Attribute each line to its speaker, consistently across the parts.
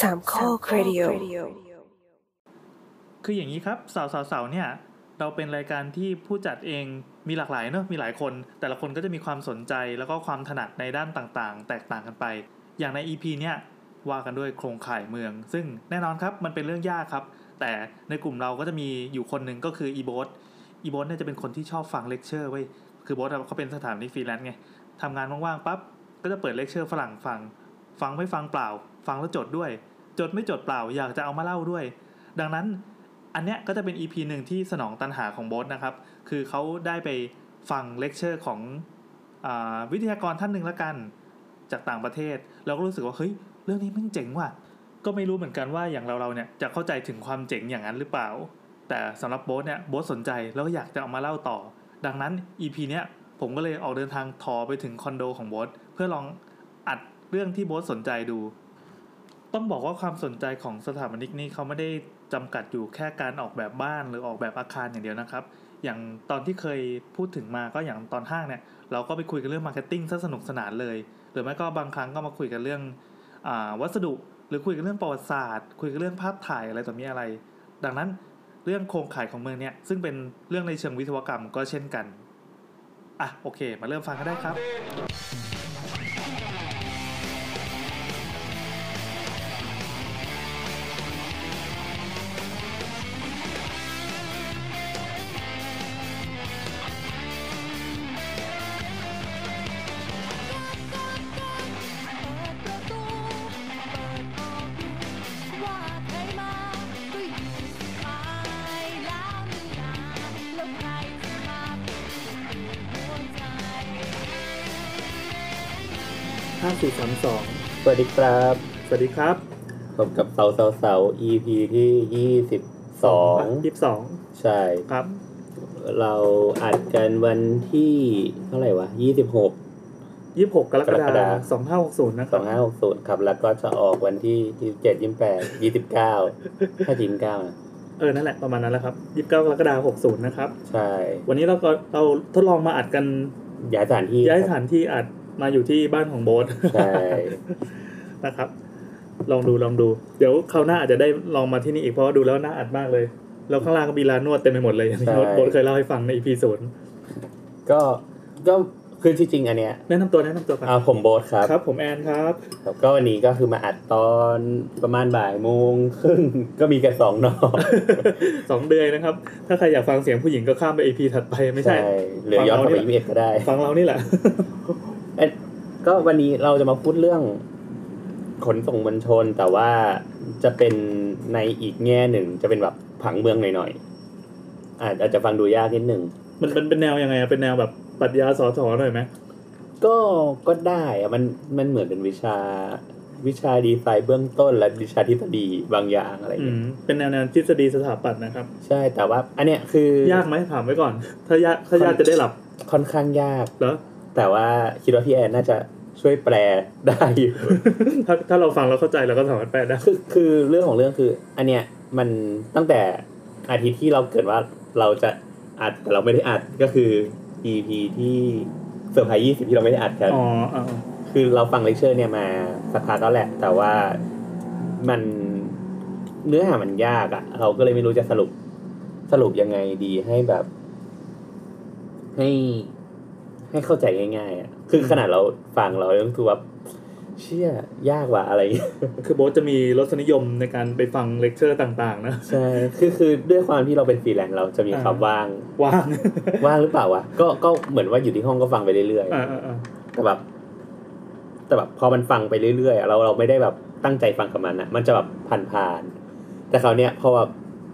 Speaker 1: สามข้อครดิโอ
Speaker 2: คืออย่างนี้ครับสาวสาวสาวเนี่ย เราเป็นรายการที่ผู้จัดเองมีหลากหลายเนอะมีหลายคน แต่ละคนก็จะมีความสนใจแล้วก็ความถนัดในด้านต่างๆ แตกต่างกันไป อย่างใน EP เนี่ยว่ากันด้วยโครงข่ายเมือง ซึ่งแน่นอนครับมันเป็นเรื่องยากครับ แต่ในกลุ่มเราก็จะมีอยู่คนหนึ่งก็คืออีโบสอีโบสเนี่ยจะเป็นคนที่ชอบฟังเลคเชอร์เว้ยคือโบสเขาเป็นสถานีฟรีแลนซ์ไงทำงานว่างๆปั๊บก็จะเปิดเลคเชอร์ฝรั่งฟัง ฟังไม่ฟังเปล่า ฟังแล้วจดด้วย จดไม่จดเปล่าอยากจะเอามาเล่าด้วย ดังนั้น อันเนี้ยก็จะเป็น EP หนึ่งที่สนองตันหาของโบสนะครับ คือเขาได้ไปฟังเลคเชอร์ของอาวิทยากรท่านหนึ่งละกัน จากต่างประเทศ แล้วก็รู้สึกว่า เฮ้ย เรื่องนี้มันเจ๋งว่ะ ก็ไม่รู้เหมือนกันว่าอย่างเราเราๆเนี่ยจะเข้าใจถึงความเจ๋งอย่างนั้นหรือเปล่า แต่สำหรับโบสเนี่ยโบสสนใจแล้วก็อยากจะเอามาเล่าต่อ ดังนั้น EP เนี้ยผมก็เลยออกเดินทางทอไปถึงคอนโดของโบสเพื่อลองอัดเรื่องที่โบสสนใจดู ต้องบอกว่าความสนใจของสถาปนิกนี่เขาไม่ได้จำกัดอยู่แค่การออกแบบบ้านหรือออกแบบอาคารอย่างเดียวนะครับ อย่างตอนที่เคยพูดถึงมาก็อย่างตอนห้างเนี่ย เราก็ไปคุยกันเรื่องมาร์เก็ตติ้งซะสนุกสนานเลย หรือไม่ก็บางครั้งก็มาคุยกันเรื่องอาวัสดุ หรือคุยกันเรื่องประวัติศาสตร์ คุยกันเรื่องภาพถ่ายอะไรต่อมีอะไร ดังนั้นเรื่องโครงข่ายของเมืองเนี่ยซึ่งเป็นเรื่องในเชิงวิศวกรรมก็เช่นกันอ่ะโอเค มาเริ่มฟังกันได้ครับ
Speaker 3: ห้าสี่สามสองสวัสดีครับ
Speaker 2: สวัสดีครับ
Speaker 3: พบกับเสาเสาเสา EP ที่ยี่สิบสอง
Speaker 2: ยี่สิบสอง
Speaker 3: ใช่
Speaker 2: ครับ
Speaker 3: เราอัดกันวันที่เท่าไหร่วะยี่สิบหก
Speaker 2: ยี่สิบหกกรกฎาก
Speaker 3: รกฎา
Speaker 2: สองห้าหกศูนย์นะค
Speaker 3: ส
Speaker 2: รั
Speaker 3: อบ งห้าหกศูนย์ครับ แล้วก็จะออกวันที่ยี่สิบเจ็ดยี่สิบแปดยี่สิบเก้าถ้ายี่สิบเก้านะ
Speaker 2: เออ นั่นแหละ ประมาณนั้นแหละครับยี่สิบเก้ากรกฎาคมหกศูนย์นะครับ
Speaker 3: ใช่
Speaker 2: วันนี้เราก็เราทดลองมาอัดกัน
Speaker 3: ย้ายสถานที่
Speaker 2: ย้ายส
Speaker 3: ครับ
Speaker 2: ถานที่อัดมาอยู่ที่บ้านของโบ๊ท
Speaker 3: ใช่
Speaker 2: นะครับ ลองดูลองดู เดี๋ยวคราวหน้าอาจจะได้ลองมาที่นี่อีกเพราะว่าดูแล้วน่าอัดมากเลย แล้วข้างล่างก็มีร้านนวดเต็มไปหมดเลยอันนี้
Speaker 3: ใช่
Speaker 2: โบ๊ทเคยเล่าให้ฟังในอีพีศูนย์
Speaker 3: ก็ก็คือที่จริงอันเนี้ย
Speaker 2: แนะนำตัวแนะนำตัวก่อน
Speaker 3: อ่าผมโบสครับ
Speaker 2: ครับ ผมแอนครับ
Speaker 3: ครับก็วันนี้ก็คือมาอัดตอนประมาณบ่ายโมงครึ่ง ก็มีกันสองนอก
Speaker 2: สองเดือนนะครับ ถ้าใครอยากฟังเสียงผู้หญิงก็ข้ามไปอีพีถัดไปไม่ใช่
Speaker 3: หรือย้อนกลับไป
Speaker 2: ฟังเรานี่
Speaker 3: ยี่สิบ
Speaker 2: แห
Speaker 3: เอ็
Speaker 2: ละ
Speaker 3: ดก็ได้
Speaker 2: ฟังเรานี่แหละ
Speaker 3: เอ๊ะก็วันนี้เราจะมาพูดเรื่องขนส่งมวลชน แต่ว่าจะเป็นในอีกแง่หนึ่ง จะเป็นแบบผังเมืองหน่อยๆอาจอาจจะฟังดูยากนิดหนึ่ง
Speaker 2: มันเป็นเป็นแนวยังไงอะเป็นแนวแบบปรัชญาสอสอหน่อยไหม
Speaker 3: ก็ก็ได้อะมันมันเหมือนเป็นวิชาวิชาดีไซน์เบื้องต้น และวิชาทฤษฎีบางอย่างอะไรอย่าง
Speaker 2: อื
Speaker 3: เงี้
Speaker 2: ม
Speaker 3: ย
Speaker 2: เป็นแนวแนวทฤษฎีสถาปัตย์นะครับ
Speaker 3: ใช่แต่ว่าอันเนี้ยคือย
Speaker 2: ากไหมถามไว้ก่อน ถ้ายากถ้ายากจะได้หลับ
Speaker 3: ค่อนข้างยาก
Speaker 2: เหรอ
Speaker 3: แต่ว่าคิดว่าพี่แอนน่าจะช่วยแปลได้อยู่
Speaker 2: ถ้าถ้าเราฟังแล้วเข้าใจเราก็สามารถแปลได้
Speaker 3: คือคือเรื่องของเรื่องคือ อันเนี้ยมันตั้งแต่อาทิตย์ที่เราเกิดว่าเราจะอัดแต่เราไม่ได้อัดก็คือ EP ที่เซอร์ไพรส์ยี่สิบที่เราไม่ได้อัดกัน
Speaker 2: อ๋ออ๋อ
Speaker 3: คือเราฟังเลคเชอร์เนี่ยมาสักพักแล้วแหละ แต่ว่ามันเนื้อหามันยากอะเราก็เลยไม่รู้จะสรุปสรุปยังไงดีให้แบบ ให้ ให้เข้าใจง่ายๆอะคือขนาดเราฟังเรายังรู้สึกว่าเชี่ยยากว่ะอะไรอย่างเงี้ย
Speaker 2: คือโบ๊ทจะมีรสนิยมในการไปฟังเลคเชอร์ต่างๆ นะ
Speaker 3: ใช่ คือคือด้วยความที่เราเป็นฟรีแลนซ์เราจะมี
Speaker 2: อ่า
Speaker 3: ความว่าง
Speaker 2: ว่าง
Speaker 3: ว่างหรือเปล่าวะ ก็ก็เหมือนว่าอยู่ที่ห้องก็ฟังไปเรื่อย
Speaker 2: อ่าอ่าอ่า
Speaker 3: ๆ แต่แบบ แต่แบบพอมันฟังไปเรื่อยๆอะเราเราไม่ได้แบบตั้งใจฟังกับมันนะมันจะแบบผ่านๆ แต่คราวเนี้ยพอแบบ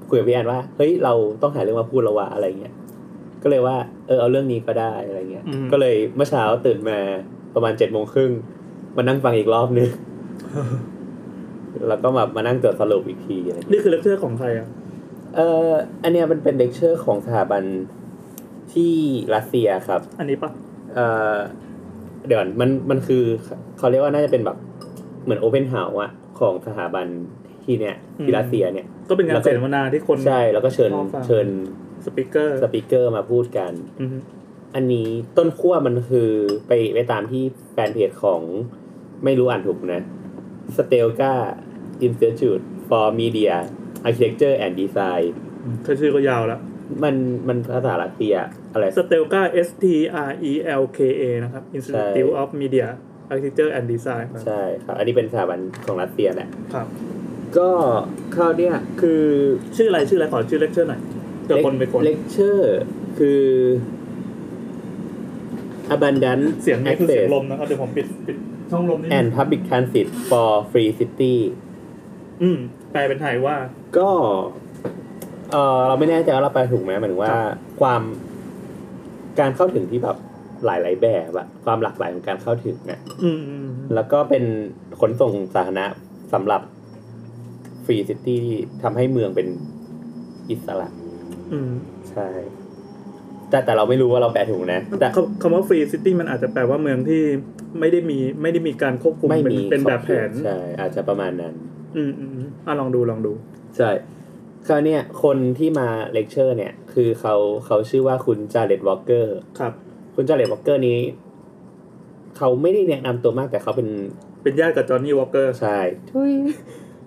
Speaker 3: คุยกับพี่แอนว่า เฮ้ยเราต้องหาเรื่องมาพูดและวะอะไรเงี้ย ก็เลยว่าเออเอาเรื่องนี้ก็ได้อะไรเงี้ย
Speaker 2: อืม
Speaker 3: ก็เลยเมื่อเช้าตื่นมาประมาณเจ็ดโมงครึ่งมานั่งฟังอีกรอบนึ ง แล้วก็แบบมานั่งจดสรุปอีกทีอะไรเงี้ย
Speaker 2: นี่คือเลคเชอร์ของใครอ่ะ
Speaker 3: เอ่ออันเนี้ยมันเป็นเลคเชอร์ของสถาบันที่รัสเซียครับ
Speaker 2: อันนี้ปะ
Speaker 3: เอ่อเดี๋ยวก่อนมันมันคือเขาเรียกว่าน่าจะเป็นแบบเหมือนโอเพนเฮาส์อะของสถาบันที่เนี้ยที่รัสเซียเนี่ย
Speaker 2: ก็เป็นงาน
Speaker 3: แล้วก็
Speaker 2: เสวนาที่คน
Speaker 3: ใช่แล้วก็เชิญ
Speaker 2: ชอบฟัง
Speaker 3: เชิญ
Speaker 2: สปิเกอร์
Speaker 3: สปิเกอร์มาพูดกัน
Speaker 2: อือฮึ
Speaker 3: อันนี้ต้นขั้วมันคือไปไปตามที่แฟนเพจของไม่รู้อ่านถูกนะสเตลกา Institute for Media Architecture and Design
Speaker 2: แค่ชื่อก็ยาวแล้ว
Speaker 3: มันมันภาษารัสเซียอะไร
Speaker 2: สเตลกา S T R E L K A นะครับ Institute
Speaker 3: ใช่
Speaker 2: of Media Architecture and Design
Speaker 3: ใช่ครับอันนี้เป็นสถาบันของรัสเซียแหละ
Speaker 2: ครับ
Speaker 3: ก็คราวเนี้ยคือ
Speaker 2: ชื่ออะไรชื่ออะไรขอชื่อเลคเชอร์หน่อยเดี๋ยวคนไปคน
Speaker 3: เลคเชอร์คือ abundance
Speaker 2: เสียงนี้คือเสียง
Speaker 3: access
Speaker 2: ลมนะครับ เดี๋ยวผมปิดปิดช่องลมนิดนึง
Speaker 3: and public transit for free city
Speaker 2: อืมแปลเป็นไทยว่า
Speaker 3: ก็เออเราไม่แน่ใจว่าเราไปถูกไหมหมายถึงว่าความการเข้าถึงที่แบบหลายๆแบบอะความหลากหลายของการเข้าถึงนะ
Speaker 2: อืมอืมอืม
Speaker 3: แล้วก็เป็นขนส่งสาธารณะสำหรับฟรีซิตี้ทำให้เมืองเป็นอิสระ
Speaker 2: อืม
Speaker 3: ใช่ แต่แต่เราไม่รู้ว่าเราแปลถูกนะแต่
Speaker 2: คำคำว่า free city มันอาจจะแปลว่าเมืองที่ไม่ได้มีไม่ได้มีการควบคุม
Speaker 3: ไม่
Speaker 2: เป็น
Speaker 3: มี
Speaker 2: เป็นแบบแผน
Speaker 3: ใช่อาจจะประมาณนั้น
Speaker 2: อืมอืมอืมอ่ะลองดูลองดู
Speaker 3: ใช่คราวเนี้ยคนที่มาเลคเชอร์เนี่ย คือเขาเขาชื่อว่าคุณจาเ e ตวอลเกอร์
Speaker 2: ครับ
Speaker 3: คุณจาเ e ตวอลเกอร์นี้ เขาไม่ได้แนะนำตัวมากแต่เขาเป็น
Speaker 2: เป็นญาติกับจอห์นนี่วอลเกอร์
Speaker 3: ใช่ทุย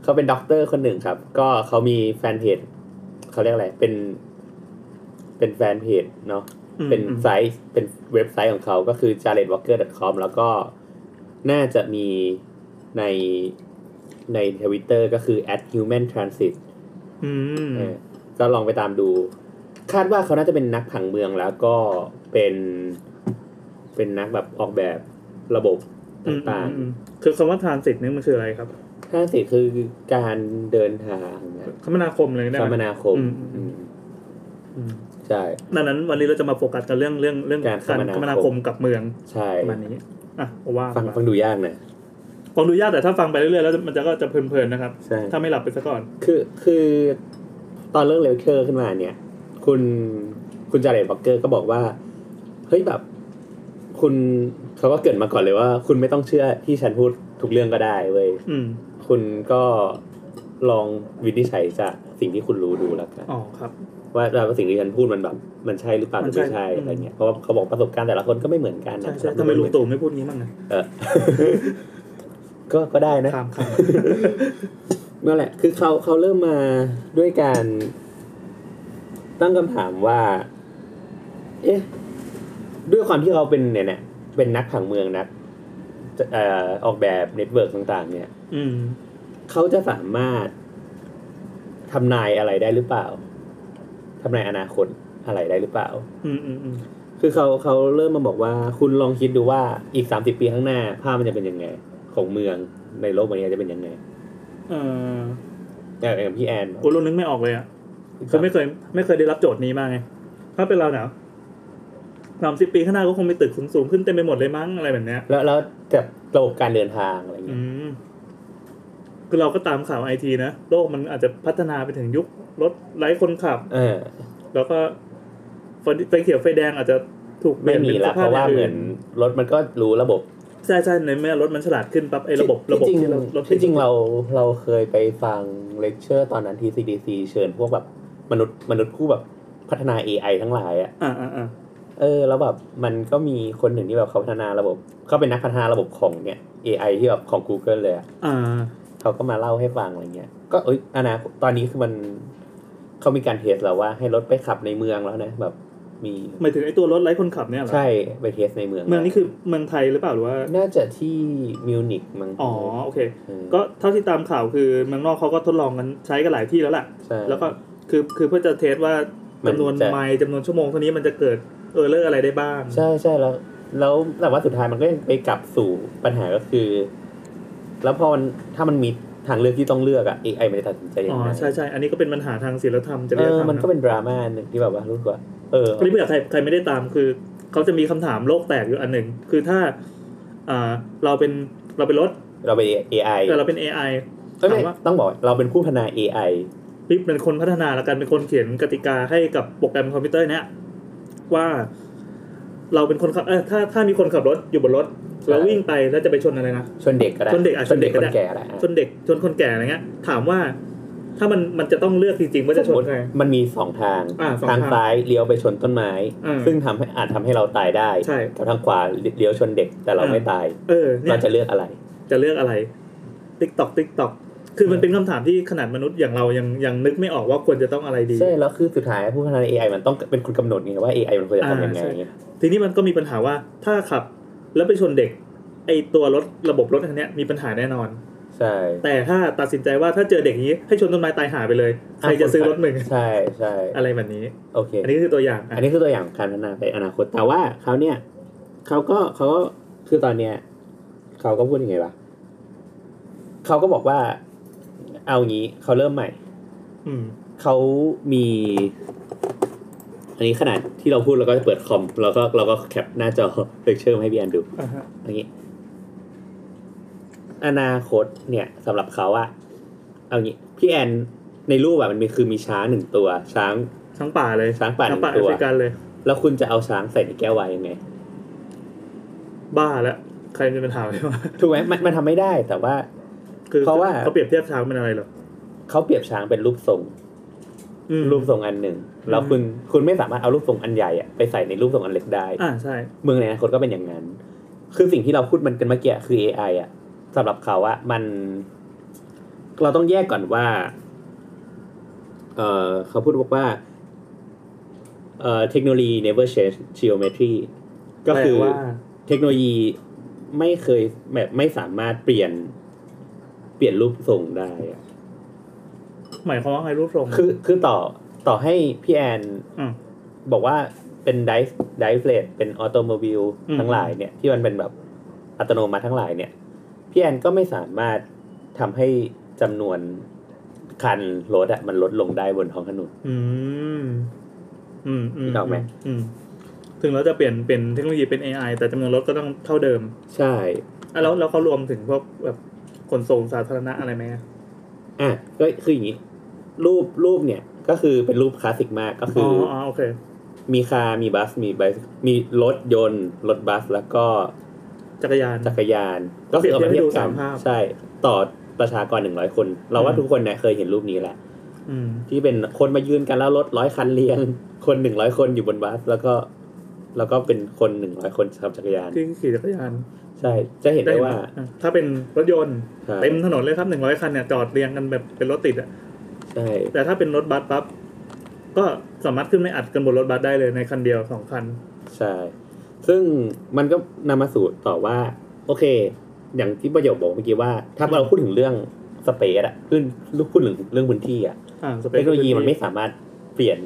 Speaker 3: เขาเป็นด็อกเตอร์คนหนึ่งครับ ก็เขามีแฟนเพจเขาเรียกอะไร เป็น เป็นแฟนเพจเนาะ เป็นไซต์เป็นเว็บไซต์ของเขาก็คือ j a r e d w a l k e r com แล้วก็น่าจะมีในในทวิตเตอร์ก็คือ at human transit
Speaker 2: อืม
Speaker 3: เออก็ลองไปตามดู คาดว่าเขาน่าจะเป็นนักผังเมืองแล้วก็เป็นเป็นนักแบบออกแบบระบบต
Speaker 2: อืมอืม่
Speaker 3: าง
Speaker 2: อืมคือคำว่าทรานสิตนี่มันคืออะไรครับ
Speaker 3: ๆท่าสิคือการเดินทางนะ
Speaker 2: คมนาคมเลยได้
Speaker 3: ค
Speaker 2: ไหม
Speaker 3: มนาคม
Speaker 2: อืมอืม
Speaker 3: อืม
Speaker 2: อืม
Speaker 3: ใช่
Speaker 2: ดังนั้นวันนี้เราจะมาโฟกัสกันเรื่องเรื่องเรื่อง
Speaker 3: การคมนาคม
Speaker 2: คมนาคมกับเมือง
Speaker 3: ใช่
Speaker 2: ประมาณนี้ อ่ะว่า
Speaker 3: ฟัง
Speaker 2: ไป
Speaker 3: ฟังดูยากนะ
Speaker 2: ฟังดูยากแต่ถ้าฟังไปเรื่อยๆแล้วมันจะก็จะเพลินๆนะครับ
Speaker 3: ใช่
Speaker 2: ถ้าไม่หลับไปซะก่อน
Speaker 3: คือคือตอนเรื่องเลเชอร์ขึ้นมาเนี่ย คุณคุณจาเรตบ็อกเกอร์ก็บอกว่า เฮ้ยแบบ คุณเขาก็เกริดมาก่อนเลยว่า คุณไม่ต้องเชื่อที่ฉันพูดทุกเรื่องก็ได้เว้ย
Speaker 2: อืม
Speaker 3: คุณก็ลองวินิจฉัยจากสิ่งที่คุณรู้ดูแล้วกัน
Speaker 2: อ๋อครับ
Speaker 3: ว่าว่าสิ่งที่ฉันพูดมันแบบ มันใช่หรือเปล่าหรือไม่ใช่
Speaker 2: มันใช่
Speaker 3: อะไรเงี้ยเพราะว่าเขาบอกประสบการณ์แต่ละคนก็ไม่เหมือนกันนะ
Speaker 2: ใช่ใช่ทำไมลุงตู่ไม่พูดงี้บ้างนะ
Speaker 3: เออ ก็ก็ได้นะ
Speaker 2: ข้ามข้าม
Speaker 3: นั่นแหละ คือเขาเขาเริ่มมาด้วยการตั้งคำถามว่า เอ๊ะ ด้วยความที่เขาเป็นเนี่ยเนี่ยเป็นนักผังเมืองนักจะเอ่อออกแบบเน็ตเวิร์กต่าง ๆ เนี่ย
Speaker 2: อืม
Speaker 3: เขาจะสามารถทำนายอะไรได้หรือเปล่าทำนายอนาคตอะไรได้หรือเปล่า
Speaker 2: อืมอืมอืม
Speaker 3: คือเขาเขาเริ่มมาบอกว่า คุณลองคิดดูว่าอีกสามสิบปีข้างหน้า ภาพมันจะเป็นยังไง ของเมืองในโลกใบนี้จะเป็นยังไง
Speaker 2: เออ
Speaker 3: แต่อย่างพี่แอน
Speaker 2: โอ้ลุงนึกไม่ออกเลยอ่ะคือไม่เคย ไม่เคยได้รับโจทย์นี้มาไง ถ้าเป็นเราเนาะสามสิบปีข้างหน้าก็คงมีตึกสูงๆขึ้นเต็มไปหมดเลยมั้งอะไรแบบเนี้ย
Speaker 3: แล้วแล้วจากระบบการเดินทางอะไรอย่างเงี้ย
Speaker 2: อืม คือเราก็ตามข่าวไอทีนะ โลกมันอาจจะพัฒนาไปถึงยุครถไร้คนขับ
Speaker 3: เออ
Speaker 2: แล้วก็ไฟไฟเขียวไฟแดงอาจจะถูกเป
Speaker 3: ไม่
Speaker 2: ลี่ยน
Speaker 3: มี
Speaker 2: เป็น
Speaker 3: ละ
Speaker 2: ส
Speaker 3: เพ
Speaker 2: ภาพ
Speaker 3: ราะว่า
Speaker 2: ย่าง
Speaker 3: เหมื
Speaker 2: อื่
Speaker 3: อน
Speaker 2: น
Speaker 3: รถมันก็รู้ระบบ
Speaker 2: ใช่ใช่ในเมื่อรถมันฉลาดขึ้นปั๊บไอ้ระบบระบบ
Speaker 3: ที่จริง
Speaker 2: เรารถติด
Speaker 3: ที่จริงเราเราเคยไปฟังเลคเชอร์ตอนนั้นที่ CDC เชิญพวกแบบมนุษย์มนุษย์ผู้แบบพัฒนา AI ทั้งหลายอะ่ะ
Speaker 2: อ่าอ่าอ่า
Speaker 3: เออ แล้วแบบมันก็มีคนหนึ่งที่แบบเขาพัฒนาระบบ เขาเป็นนักพัฒนาระบบของเนี่ย AI ที่แบบของ Google เลยอะ
Speaker 2: อ่า
Speaker 3: เขาก็มาเล่าให้ฟังอะไรเงี้ยก็เอ้ยอนาคตตอนนี้คือมันเขามีการเทสแล้วว่าให้รถไปขับในเมืองแล้วนะแบบมี
Speaker 2: หมายถึงไอ้ตัวรถไร้คนขับเนี่ยเหรอ
Speaker 3: ใช่ไปเทสในเมือง
Speaker 2: เมืองนี้คือเมืองไทยหรือเปล่าหรือว่า
Speaker 3: น่าจะที่มิวนิกมั้ง
Speaker 2: อ๋อโอเค ก็เท่าที่ตามข่าวคือเมืองนอกเขาก็ทดลองกันใช้กันหลายที่แล้วแหละ
Speaker 3: ใช่
Speaker 2: แล้วก็คือคือเพื่อจะเทสว่าจำนวน
Speaker 3: จะ
Speaker 2: ไมล์จำนวนชั่วโมงเท่านี้มันจะเกิดเออร์เลอร์อะไรได้บ้าง
Speaker 3: ใช่ใช่แล้ว แล้วแต่ว่าสุดท้ายมันก็ยังไปกลับสู่ปัญหาก็คือ แล้วพอมันถ้ามันมีทางเลือกที่ต้องเลือกอะไอมันจะตัดสินใจยั
Speaker 2: อ๋
Speaker 3: ง
Speaker 2: อ
Speaker 3: ไง
Speaker 2: ใช่ใช่อันนี้ก็เป็นปัญหาทางศิลธรรมจริ
Speaker 3: เอย อ
Speaker 2: ธรรม
Speaker 3: มันก็
Speaker 2: นะ
Speaker 3: เป็นดราม่าหนึ่งที่แบบว่ารู้สึกว่าเออ
Speaker 2: อันนี้เผื่อใครใครไม่ได้ตามคือเขาจะมีคำถามโลกแตกอยู่อันหนึ่ง คือถ้าอ่าเราเป็นเราเป็นรถ
Speaker 3: เราไป AI
Speaker 2: แต่เราเป็น AI
Speaker 3: เอ้ยไม่
Speaker 2: ถามว่า
Speaker 3: ต้องบอกเราเป็นผู้พัฒนา AI
Speaker 2: รีบเป็นคนพัฒนาและกันเป็นคนเขียนกติกาให้กับโปรแกรมคอมพิวเตอร์เนี้ยว่าเราเป็นคนขับเออถ้าถ้ามีคนขับรถอยู่บนรถแล้ววิ่งไปแล้วจะไปชนอะไรนะ
Speaker 3: ชวนเด็กก็ได้
Speaker 2: ชนเด็กอ่ะ
Speaker 3: ชนเด็ก
Speaker 2: ชเด็ก
Speaker 3: คนน
Speaker 2: ก็ได้
Speaker 3: แก่ก็ได้อะ
Speaker 2: ชนเด็กชนคนแก่อะไรเงี้ย ถามว่าถ้ามันมันจะต้องเลือกจริงๆว่าจะช
Speaker 3: สมม
Speaker 2: น
Speaker 3: ติ
Speaker 2: ใคร
Speaker 3: มันมีสองทาง
Speaker 2: อ่าสอง
Speaker 3: ทาง
Speaker 2: ทาง
Speaker 3: ซ้ายเลี้ยวไปชนต้นไม้
Speaker 2: อืม
Speaker 3: ซึ่งทำให้อาจทำให้เราตายได้
Speaker 2: ใช่
Speaker 3: กับทางขวาเลี้ยวชนเด็กแต่เรา
Speaker 2: อ่า
Speaker 3: ไม่ตาย
Speaker 2: เออเนี่
Speaker 3: เรา
Speaker 2: ย
Speaker 3: จะเลือกอะไร
Speaker 2: จะเลือกอะไรติ๊กตอกติ๊กตอก คือมันเป็นคำถามที่ขนาดมนุษย์อย่างเรายังยังนึกไม่ออกว่าควรจะต้องอะไรดี
Speaker 3: ใช่แล้วคือสุดท้ายผู้พัฒนา AI มันต้องเป็นคนกำหนดไงว่า AI มันควรจะทำยังไง
Speaker 2: อ่าใช่ ทีนี้มันก็มีปัญหาว่าถ้าขับแล้วไปชนเด็ก ไอตัวรถระบบรถอันเนี้ยมีปัญหาแน่นอน
Speaker 3: ใช่
Speaker 2: แต่ถ้าตัดสินใจว่าถ้าเจอเด็กอย่างนี้ให้ชนต้นไม้ตายหาไปเลย ใครจะซื้อรถมึง
Speaker 3: ใช่ใช่
Speaker 2: อะไรแบบนี้
Speaker 3: โอเค
Speaker 2: อันนี้คือตัวอย่าง
Speaker 3: อันนี้คือตัวอย่างการพัฒนาไปอนาคต แต่ว่าเขาเนี่ยเขาก็เขาก็คือตอนเนี้ยเขาก็พูดยังไงวะเขาก็บอกว่า เอางี้เขาเริ่มใหม่
Speaker 2: อืม
Speaker 3: เขามี อันนี้ขนาดที่เราพูดเราก็จะเปิดคอมแล้วก็เราก็แคปหน้าจอเลคเชอร์มาให้พี่แอนดู
Speaker 2: อ่าฮะ
Speaker 3: อย่างนี้ อนาคตเนี่ยสำหรับเขาอะเอางี้ พี่แอนในรูปอะมันมีคือมีช้างหนึ่งตัว ช้าง
Speaker 2: ช้างป่าเลย
Speaker 3: ช้างป่าหนึ่ง
Speaker 2: แอ
Speaker 3: ตัว
Speaker 2: ฟริกันเลย
Speaker 3: แล้วคุณจะเอาช้างใส่ในแก้วไวน์ยังไง
Speaker 2: บ้าแล้ว ใครจะ เป็นถามเลยว่า
Speaker 3: ถูกไหมมันมันทำไม่ได้แต่ว่า
Speaker 2: คือ
Speaker 3: เพราะว่า
Speaker 2: เขาเปรียบเทียบช้างเป็นอะไรเหรอ
Speaker 3: เขาเปรียบช้างเป็นรูปทรง
Speaker 2: อืม
Speaker 3: รูปทรงอันหนึ่งแล้วคุณคุณไม่สามารถเอารูปทรงอันใหญ่อะไปใส่ในรูปทรงอันเล็กได้
Speaker 2: อ่าใช่
Speaker 3: เมืองในอนาคตก็เป็นอย่างนั้น คือสิ่งที่เราพูดมันกันเมื่อกี้คือ AI อะสำหรับเขาอะมัน เราต้องแยกก่อนว่า เออเขาพูดบอกว่า เอ่อเทคโนโลยี never change geometry ก็คือ
Speaker 2: แปลว่า
Speaker 3: เทคโนโลยีไม่เคยแบบไม่สามารถเปลี่ยน เปลี่ยนรูปทรงได้อะ
Speaker 2: หมายความว่าไงรูปทรง
Speaker 3: คือคือต่อต่อให้พี่แอน
Speaker 2: อืม
Speaker 3: บอกว่าเป็นไดฟ์ไดฟ์เลดเป็นออโตโมบิล
Speaker 2: อืม
Speaker 3: ทั้งหลายเนี่ย ที่มันเป็นแบบอัตโนมัติทั้งหลายเนี่ย พี่แอนก็ไม่สามารถทำให้จำนวนคันรถอะมันลดลงได้บนท้องถนน
Speaker 2: อืม อืมอื
Speaker 3: นึ
Speaker 2: ม
Speaker 3: กออกไหม
Speaker 2: อืม ถึงเราจะเปลี่ยนเป็นเทคโนโลยีเป็น AI แต่จำนวนรถก็ต้องเท่าเดิม
Speaker 3: ใช่
Speaker 2: อ่ะแล้วแล้วเขารวมถึงพวกแบบขนส่งสาธารณะอะไรไหมอ่ะ
Speaker 3: อ่ะก็คืออย่างนี้ รูปรูปเนี่ย ก็คือเป็นรูปคลาสสิกมากก็คืออ
Speaker 2: อโอเค
Speaker 3: มีคาร์มีบัส มีไบค์มีรถยนต์ รถบัส แล้วก็
Speaker 2: จักรยาน
Speaker 3: จักรยาน ก็คือเอามาเทียบ
Speaker 2: เปรี
Speaker 3: กัน
Speaker 2: ยบเทียบให้ดูสามภาพ
Speaker 3: ใช่ต่อประชากรหนึ่งร้อยคน เราว่าทุกคนเนี่ยเคยเห็นรูปนี้แหละ
Speaker 2: อืม
Speaker 3: ที่เป็นคนมายืนกันแล้วรถร้อยคันเรียง คนหนึ่งร้อยคนอยู่บนบัส แล้วก็ แล้วก็เป็นคนหนึ่งร้อยคนขับจักรยาน
Speaker 2: ที่ขี่จักรยาน
Speaker 3: ใช่ จะเห็นได้ว่า
Speaker 2: อ่ะถ้าเป็นรถยนต์
Speaker 3: ครับ
Speaker 2: เต็มถนนเลยครับหนึ่งร้อยคันเนี่ยจอดเรียงกันแบบเป็นรถติดอะ
Speaker 3: ใช่
Speaker 2: แต่ถ้าเป็นรถบัสปั๊บก็สามารถขึ้นไม่อัดกันบนรถบัสได้เลยในคันเดียวสองคัน
Speaker 3: ใช่ ซึ่งมันก็นำมาสู่ต่อว่า โอเค อย่างที่ประโยคบอกเมื่อกี้ว่า ถ้าเราพูดถึงเรื่องสเปซอะขึ้นพูดถึงเรื่องพื้นที่อะ
Speaker 2: อ่าสป
Speaker 3: เทคโนโลยีมันไม่สามารถเปลี่ยน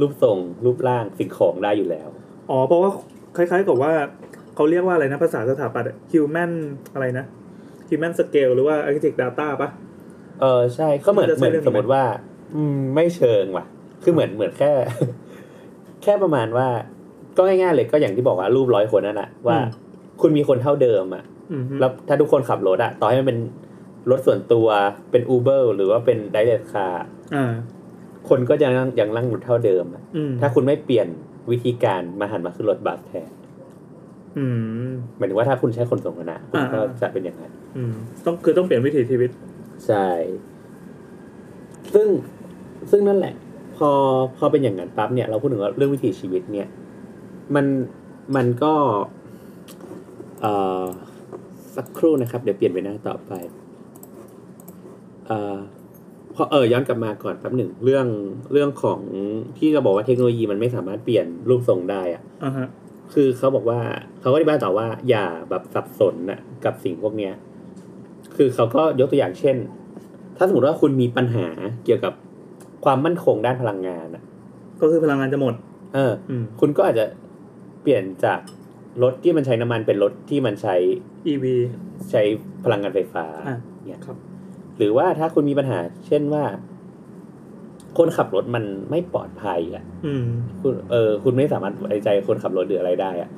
Speaker 3: รูปทรงรูปร่างสิ่งของได้อยู่แล้ว
Speaker 2: อ๋อเพราะว่าคล้ายๆกับว่าเขาเรียกว่าอะไรนะภาษาสถาปัตย์ฮิวแมนอะไรนะฮิวแมนสเกลหรือว่า architect data ปะ
Speaker 3: เออใช่ก็เหมือน
Speaker 2: มันจะ
Speaker 3: เหมือ
Speaker 2: ใช้
Speaker 3: น
Speaker 2: เรื่อง
Speaker 3: ส
Speaker 2: นี้
Speaker 3: ม
Speaker 2: ไหม
Speaker 3: มติว่า อืมไม่เชิงว่ะ คือเหมือนเหมือนแค่ แค่ประมาณว่า ก็ง่ายๆเลยก็อย่างที่บอกว่ารูปร้อยคนนั่นแหะว่า คุณมีคนเท่าเดิมอะ
Speaker 2: อืมฮึ
Speaker 3: แล้วถ้าทุกคนขับรถอะต่อให้มันเป็นรถส่วนตัวเป็นอูเบอร์หรือว่าเป็นไดเรกคา
Speaker 2: อ่า
Speaker 3: คนก็จะยังยังนั่งรถเท่าเดิมอะ
Speaker 2: อืม
Speaker 3: ถ้าคุณไม่เปลี่ยนวิธีการมาหันมาขึ้นรถบัสแทน
Speaker 2: อืม
Speaker 3: หมายถึงว่าถ้าคุณใช้คนสาธารณะคุณก็
Speaker 2: อ่า
Speaker 3: จะเป็นอย่างนั้น
Speaker 2: อืมต้องคือต้องเปลี่ยนวิถีชีวิต
Speaker 3: ใช่ ซึ่งซึ่งนั่นแหละ พอพอเป็นอย่างนั้นปั๊บเนี่ยเราพูดถึงว่าเรื่องวิถีชีวิตเนี่ย มันมันก็ เอ่อสักครู่นะครับ เดี๋ยวเปลี่ยนไปหน้าต่อไป เอ่อพอเออย้อนกลับมาก่อนแป๊บหนึ่งเรื่องเรื่องของที่เราบอกว่าเทคโนโลยีมันไม่สามารถเปลี่ยนรูปทรงได้อะ
Speaker 2: อ่าฮะ
Speaker 3: คือเขาบอกว่าเขาก็อธิบายต่อว่า อย่าแบบสับสนนะกับสิ่งพวกเนี้ย คือเขาก็ยกตัวอย่างเช่น ถ้าสมมติว่าคุณมีปัญหาเกี่ยวกับความมั่นคงด้านพลังงานอะ
Speaker 2: ก็คือพลังงานจะหมด
Speaker 3: เออ
Speaker 2: อืม
Speaker 3: คุณก็อาจจะเปลี่ยนจากรถที่มันใช้น้ำมันเป็นรถที่มันใช้
Speaker 2: EV
Speaker 3: ใช้พลังงานไฟฟ้า
Speaker 2: อ่ะ
Speaker 3: เนี่ย
Speaker 2: ครับ
Speaker 3: หรือว่าถ้าคุณมีปัญหา เช่นว่า คนขับรถมันไม่ปลอดภัยอะ
Speaker 2: อืม
Speaker 3: คุณเออคุณไม่สามารถไว้ใจคนขับรถหรืออะไรได้อะ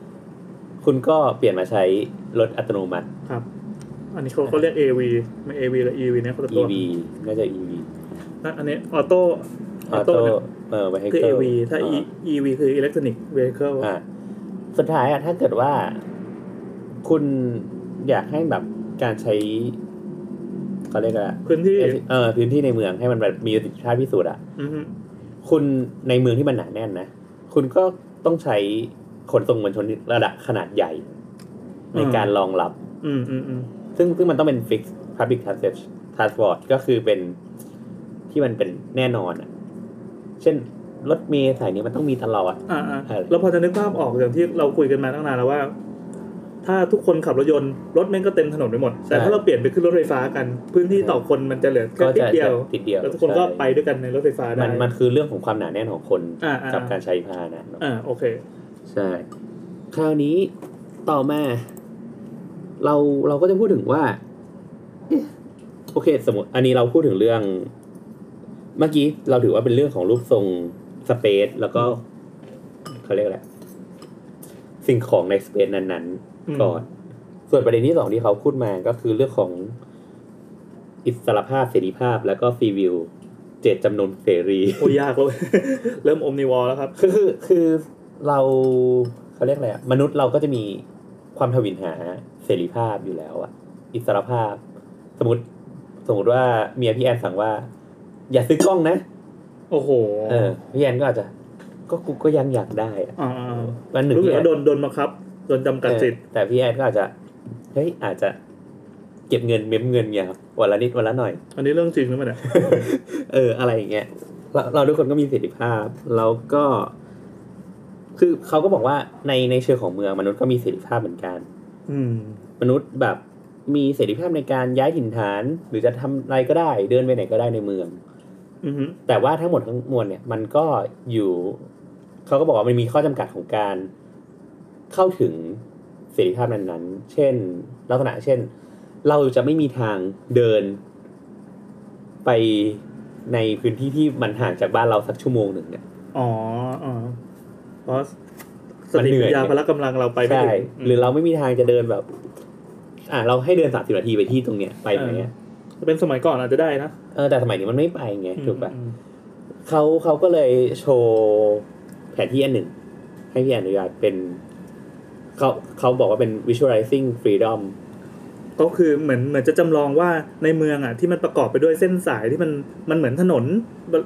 Speaker 3: คุณก็เปลี่ยนมาใช้รถอัตโนมัติ
Speaker 2: ครับ อันนี้เขาเขาเรียก AV ไม่ AV หรือ EV เนี่ยคนละตัว
Speaker 3: EV น่าจะ EV
Speaker 2: อ่ะอันนี้ออโต้
Speaker 3: ออโต้เออไวให้
Speaker 2: คือ
Speaker 3: เกิ
Speaker 2: AV ถ้า E- EV คือ electronic vehicle
Speaker 3: อ่าสุดท้ายอะถ้าเกิดว่า คุณอยากให้แบบการใช้เขาเรียกอะไร
Speaker 2: พื้นที่
Speaker 3: เออพื้นที่ในเมืองให้มันแบบมีประสิทธิภาพที่สุดอะ
Speaker 2: อือฮึ
Speaker 3: คุณในเมืองที่มันหนาแน่นนะ คุณก็ต้องใช้ขนส่งมวลชนระดับขนาดใหญ่ ในการรองรับ
Speaker 2: อืมอืมอืม
Speaker 3: ซึ่งซึ่งมันต้องเป็น fixed public transit พาสปอร์ตก็คือเป็นที่มันเป็นแน่นอนอะเช่นรถเมล์สายนี้มันต้องมีตลอด
Speaker 2: อ่าอ่า
Speaker 3: ใช่
Speaker 2: แล้วพอจะนึกภาพออกอย่างที่เราคุยกันมาตั้งนานแล้วว่า ถ้าทุกคนขับรถยนต์รถแม่งก็เต็มถนนไปหมด แต่ถ้าเราเปลี่ยนไปขึ้นรถไฟฟ้ากัน พื้นที่ต่อคนมันจะเหลือแค่นิดเดียว
Speaker 3: ติดเดียว
Speaker 2: แล้วทุกคนก็ไป
Speaker 3: ใช่
Speaker 2: ด้วยกันในรถไฟฟ้าได้
Speaker 3: มันมันคือเรื่องของความหนาแน่นของคน
Speaker 2: อ่าอ่า
Speaker 3: กับการใช้พาหนะเนอะ
Speaker 2: อ่าโอเค
Speaker 3: ใช่ คราวนี้ต่อมา เราเราก็จะพูดถึงว่าเอ๊ะโอเค สมมติ อันนี้เราพูดถึงเรื่อง เมื่อกี้เราถือว่าเป็นเรื่องของรูปทรงสเปซแล้วก็เขาเรียกอะไรสิ่งของในสเปซนั้น
Speaker 2: อืม
Speaker 3: ๆก่อนส่วนประเด็นที่สองที่เขาพูดมาก็คือเรื่องของอิสรภาพเสรีภาพ แล้วก็ฟรีวิว เจตจำนงเสรี
Speaker 2: โอ้ยากเลย เริ่มอมนิวอลแล้วครับ
Speaker 3: คือคือคือเราเขาเรียกอะไรอะมนุษย์เราก็จะมีความทวินหาเสรีภาพอยู่แล้วอะอิสรภาพ สมมติสมมติว่าเมียพี่แอนสั่งว่า อย่าซื้อกล้องนะ
Speaker 2: โอ้โห
Speaker 3: เออพี่แอนก็อาจจะ ก็กูก็ยังอยากได้อะ
Speaker 2: อ่า
Speaker 3: วันหนึ่ง
Speaker 2: รู้สึ
Speaker 3: พี่
Speaker 2: ก
Speaker 3: แอน
Speaker 2: ว่าโดนโดนบังคับโดนจำกัดสิทธิ์
Speaker 3: เออแต่พี่แอนก็อาจจะเฮ้ยอาจจะ เก็บเงินเม้มเงินเนี่ยครับวันละนิดวันละหน่อย
Speaker 2: อันนี้เรื่องจริงหรือเปล่าเนี่ย
Speaker 3: เอออะไรอย่างเงี้ยเราเราทุกคนก็มีเสรีภาพ แล้วก็ คือเขาก็บอกว่าในในเชิงของเมืองมนุษย์ก็มีเสรีภาพเหมือนกัน
Speaker 2: อืม
Speaker 3: มนุษย์แบบมีเสรีภาพในการย้ายถิ่นฐาน หรือจะทำอะไรก็ได้ เดินไปไหนก็ได้ในเมือง
Speaker 2: อือหือ
Speaker 3: แต่ว่าทั้งหมดทั้งมวลเนี่ย มันก็อยู่เขาก็บอกว่ามันมีข้อจำกัดของการเข้าถึงเสรีภาพนั้นๆ เช่น ลักษณะเช่น เราจะไม่มีทางเดินไปในพื้นที่ที่มันห่างจากบ้านเราสักชั่วโมงหนึ่งเนี่ย
Speaker 2: อ๋ออ๋อเพราะส
Speaker 3: มัน
Speaker 2: ติ
Speaker 3: เหนื่อย
Speaker 2: ปัญญาพละกำลังเราไปไม่
Speaker 3: ใช่
Speaker 2: ถึง
Speaker 3: หรือเราไม่มีทางจะเดินแบบ อ่าเราให้เดินสามสิบนาทีไปที่ตรงเนี้ยไปไหมอะ
Speaker 2: จะเป็นสมัยก่อนอาจจะได้นะ
Speaker 3: เออแต่สมัยนี้มันไม่ไปไงถูกปะ
Speaker 2: อืม
Speaker 3: เขาเขาก็เลยโชว์แผนที่อันหนึ่ง ให้พี่อนุญาตเป็นเขาเขาบอกว่าเป็น visualizing freedom
Speaker 2: ก็คือเหมือนเหมือนจะจำลองว่าในเมืองอ่ะที่มันประกอบไปด้วยเส้นสายที่มันมันเหมือนถนน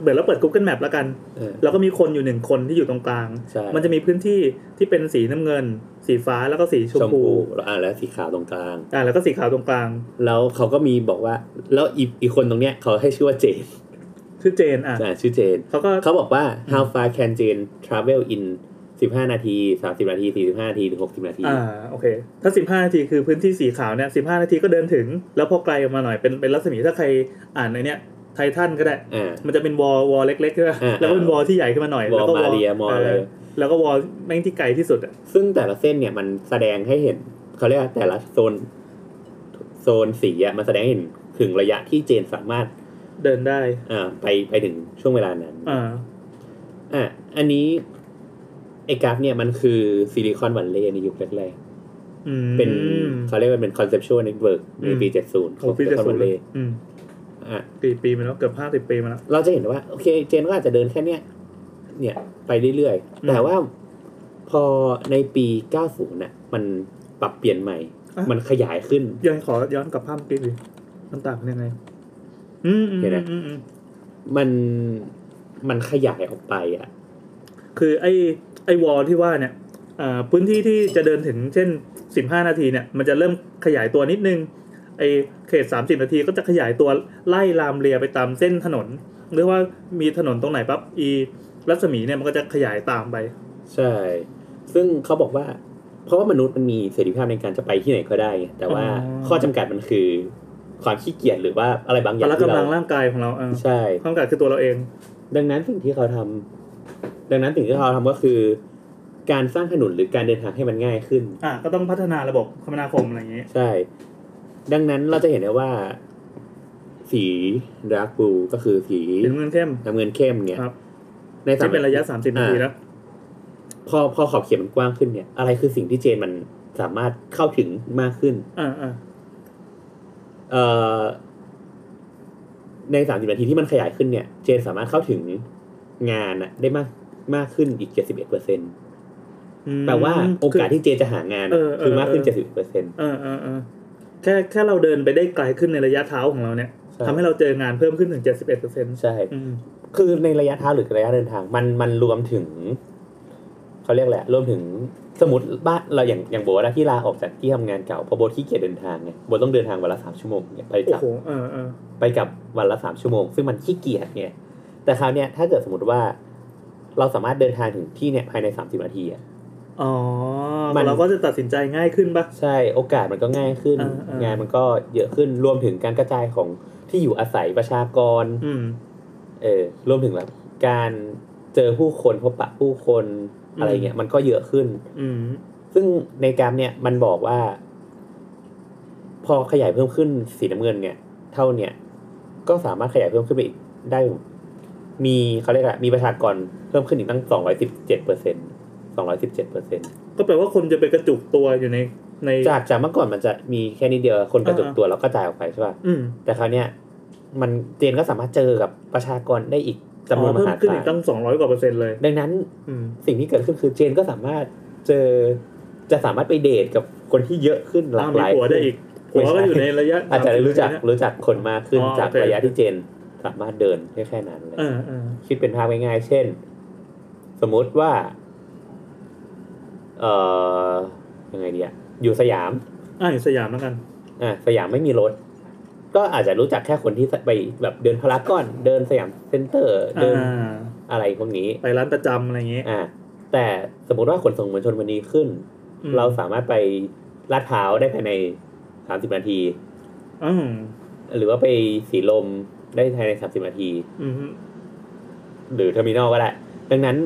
Speaker 2: เหมือนเราเปิด Google Map แล้วกัน
Speaker 3: เออ
Speaker 2: แล้วก็มีคนอยู่หนึ่งคนที่อยู่ตรงกลาง
Speaker 3: ใช่
Speaker 2: มันจะมีพื้นที่ที่เป็นสีน้ำเงิน สีฟ้าแล้วก็สีชม
Speaker 3: ชม
Speaker 2: พู
Speaker 3: พูแล้วอ่าแล้วสีขาวตรงกลาง
Speaker 2: อ่าแล้วก็สีขาวตรงกลาง
Speaker 3: แล้วเขาก็มีบอกว่า แล้วอีกอีกคนตรงเนี้ยเขาให้ชื่อว่าเจน
Speaker 2: ชื่อเจนอ่ะ
Speaker 3: อ่าชื่อเจน
Speaker 2: เขาก็
Speaker 3: เขาบอกว่า how far can Jane travel in 15 นาที 30 นาที 45 นาที ถึง 60 นาที
Speaker 2: อ่าโอเค ถ้าสิบห้านาทีคือพื้นที่สีขาวเนี่ยสิบห้านาทีก็เดินถึง แล้วพอไกลออกมาหน่อยเป็นเป็นรัศมีถ้าใครอ่านในเนี้ยไททันก็ได้
Speaker 3: อ่า
Speaker 2: มันจะเป็นวอลวอลเล็กๆใช่ไหม
Speaker 3: อ่า
Speaker 2: แล้วก็เป็นวอลที่ใหญ่ขึ้นมาหน่อย
Speaker 3: วอล
Speaker 2: แล้วก็
Speaker 3: มาเรียวอลอะไร
Speaker 2: แล้วก็วอลแม่งที่ไกลที่สุดอ่ะ
Speaker 3: ซึ่งแต่ละเส้นเนี่ยมันแสดงให้เห็นเขาเรียกว่าแต่ละโซนโซนสีอะมันแสดงให้เห็นถึงระยะที่เจนสามารถ
Speaker 2: เดินได้
Speaker 3: อ่าไปไปถึงช่วงเวลานั้น
Speaker 2: อ่า
Speaker 3: อ่ะอันนี้ไอ้กราฟเนี่ยมันคือซิลิคอนวันเลย์ในยุคแรก
Speaker 2: อืม
Speaker 3: ๆเป็นเขาเรียกว่าเป็นคอนเซปชวลเน็ตเวิร์กในปี 70 ข
Speaker 2: โอ้
Speaker 3: องซิ
Speaker 2: พี่
Speaker 3: ลิ
Speaker 2: จะ
Speaker 3: คอน
Speaker 2: สุ
Speaker 3: วั
Speaker 2: ด
Speaker 3: น
Speaker 2: เล
Speaker 3: เลย ย์
Speaker 2: อืม
Speaker 3: อ่ะ
Speaker 2: กี่ปีมาแล้วเกือบห้าสิบ50 ปีมาแล้ว
Speaker 3: เราจะเห็นว่า โอเคเจนก็อาจจะเดินแค่เนี้ยเนี่ยไปเรื่อย
Speaker 2: อืม
Speaker 3: ๆ แต่ว่าพอในปี 90น่ะมันปรับเปลี่ยนใหม่ มันขยายขึ้น
Speaker 2: ยังขอย้อนกลับภาพเมื่อกี้ดิมันต่างกันยังไง อืมอืม
Speaker 3: เดี๋ยวนะ
Speaker 2: อืมอืม
Speaker 3: มันมันขยายออกไปอ่ะ
Speaker 2: คือไอ้ไอ้วอลที่ว่าเนี่ยอ่าพื้นที่ที่จะเดินถึงเช่น 15 นาทีเนี่ย มันจะเริ่มขยายตัวนิดนึง ไอ้เขต 30 นาทีก็จะขยายตัวไล่ลามเรียไปตามเส้นถนนหรือว่ามีถนนตรงไหนปั๊บอีรัศมีเนี่ยมันก็จะขยายตามไป
Speaker 3: ใช่ ซึ่งเขาบอกว่า เพราะว่ามนุษย์มันมีเสรีภาพในการจะไปที่ไหนก็ได้ไงแต่ว่า
Speaker 2: อ๋อ
Speaker 3: ข้อจำกัดมันคือ ความขี้เกียจหรือว่าอะไรบางอ
Speaker 2: พ
Speaker 3: ย่าง
Speaker 2: ละ
Speaker 3: ที่
Speaker 2: กำลั
Speaker 3: เรา
Speaker 2: งร่างกายของเราเออ
Speaker 3: ใช่
Speaker 2: ความกำลังคือตัวเราเอง
Speaker 3: ดังนั้นสิ่งที่เขาทำดังนั้นสิ่งที่เขาทำก็คือ การสร้างถนนหรือการเดินทางให้มันง่ายขึ้น
Speaker 2: อ่ะก็ต้องพัฒนาระบบคมนาคมอะไรอย่างนี้
Speaker 3: ใช่ ดังนั้นเราจะเห็นได้ว่า สีดาร์กบูก็คือสี
Speaker 2: ถึงเงินเข้ม
Speaker 3: น้ำเงินเข้มเนี่ย
Speaker 2: ครับ
Speaker 3: ในสาม
Speaker 2: ที่เป็นระยะ 30 นาทีแล้ว
Speaker 3: พอพอขอบเขตมันกว้างขึ้นเนี่ย อะไรคือสิ่งที่เจนมันสามารถเข้าถึงมากขึ้น
Speaker 2: อ่าอ่า
Speaker 3: เอ่อในสามสิบนาทีที่มันขยายขึ้นเนี่ย เจนสามารถเข้าถึงงานอะได้มากมากขึ้นอีกเจ็ดสิบเอ็ดเปอร์เซ็น
Speaker 2: อืม
Speaker 3: แปลว่าโอกาสที่เจนจะหางานอะ
Speaker 2: เออเออ
Speaker 3: คือมากขึ้นเจ็ดสิบเปอร์เซ็น
Speaker 2: เออเออเออแค่แค่เราเดินไปได้ไกลขึ้นในระยะเท้าของเราเนี่ย
Speaker 3: ใช่
Speaker 2: ทำให้เราเจองานเพิ่มขึ้นถึง 71%เปอร์เซ็นต์
Speaker 3: ใช่ คือในระยะทางหรือระยะเดินทาง มันมันรวมถึง เขาเรียกแหละรวมถึงสมมติบ้านเราอย่างอย่างโบทอะที่ลาออกจากที่ทำงานเก่าเพราะโบทขี้เกียจเดินทางไงโบทต้องเดินทางวันละสามชั่วโมงเนี่ยไป
Speaker 2: โอ้
Speaker 3: กลับ
Speaker 2: โหเออเออ
Speaker 3: ไปกับวันละสามชั่วโมง ซึ่งมันขี้เกียจไงแต่คราวเนี้ยถ้าเกิดสมมติว่า เราสามารถเดินทางถึงที่เนี่ยภายในสามสิบนาทีอะ
Speaker 2: อ๋อ
Speaker 3: มัน
Speaker 2: เราก็จะตัดสินใจง่ายขึ้นปะ
Speaker 3: ใช่โอกาสมันก็ง่ายขึ้น
Speaker 2: เออเออ
Speaker 3: งานมันก็เยอะขึ้นรวมถึงการกระจายของที่อยู่อาศัยประชากร
Speaker 2: อืม
Speaker 3: เออรวมถึงแบบการเจอผู้คนพบปะผู้คน
Speaker 2: อืม
Speaker 3: อะไรเงี้ยมันก็เยอะขึ้น
Speaker 2: อืม
Speaker 3: ซึ่งในกราฟเนี่ยมันบอกว่า พอขยายเพิ่มขึ้นสีน้ำเงินเนี่ย เท่าเนี่ย ก็สามารถขยายเพิ่มขึ้นไปอีกได้ มีเขาเรียกอะไรมีประชากรเพิ่มขึ้นอีกตั้งสองร้อยสิบเจ็ดเปอร์เซ็นสองร้อยสิบเจ็ดเปอร์เซ็น
Speaker 2: ก็แปลว่าคนจะไปกระจุกตัวอยู่ในใน
Speaker 3: จากจากเมื่อก่อนมันจะมีแค่นี้เดียวคนกระจุก
Speaker 2: อ่า
Speaker 3: ตัวแล้วก็จ่ายออกไปใช่ป่ะ
Speaker 2: อืม
Speaker 3: แต่คราวเนี้ยมันเจนก็สามารถเจอกับประชากรได้อีกจำนวน
Speaker 2: อ๋อ
Speaker 3: ม
Speaker 2: เพิ่ม
Speaker 3: หา
Speaker 2: ขึ้น
Speaker 3: ศา
Speaker 2: อีก
Speaker 3: ล
Speaker 2: ตั้งสองร้อยกว่าเปอร์เซ็นต์เลย
Speaker 3: ดังนั้น
Speaker 2: อืม
Speaker 3: สิ่งที่เกิดขึ้นคือเจนก็สามารถเจอจะสามารถไปเดทกับคนที่เยอะขึ้นหลากหลาย
Speaker 2: อ่ะมีผัวได้อีกผัวก็อยู่ในระยะ
Speaker 3: อาจจะรู้จั
Speaker 2: สา
Speaker 3: ก
Speaker 2: มสิบ
Speaker 3: รู้จักคนมากขึ้น
Speaker 2: อ๋อ
Speaker 3: จาก
Speaker 2: โอเค
Speaker 3: ระยะที่เจนสามารถเดินได้แค่นั้นเลย
Speaker 2: เออเออ
Speaker 3: คิดเป็นภาพง่ายๆเช่น สมมุติว่าเอ่อยังไงดีอะอยู่สยาม
Speaker 2: อ่ะอยู่สยามแล้วกัน
Speaker 3: อ่ะสยามไม่มีรถ ก็อาจจะรู้จักแค่คนที่ไปแบบเดินพารากอนเดินสยามเซ็นเตอร์ เดิ
Speaker 2: อ่
Speaker 3: นา อะไรพวกนี้
Speaker 2: ไปร้านประจำอะไรอย่างเงี้ย
Speaker 3: อ่า แต่สมมติว่าขนส่งมวลชนวันนี้ขึ้น
Speaker 2: อืม
Speaker 3: เราสามารถไปลาดพร้าวได้ภายในสามสิบนาที
Speaker 2: อืม
Speaker 3: หรือว่าไปสีลมได้ภายในสามสิบนาที
Speaker 2: อืม
Speaker 3: หรือเทอร์มินอลก็ได้ ดังนั้น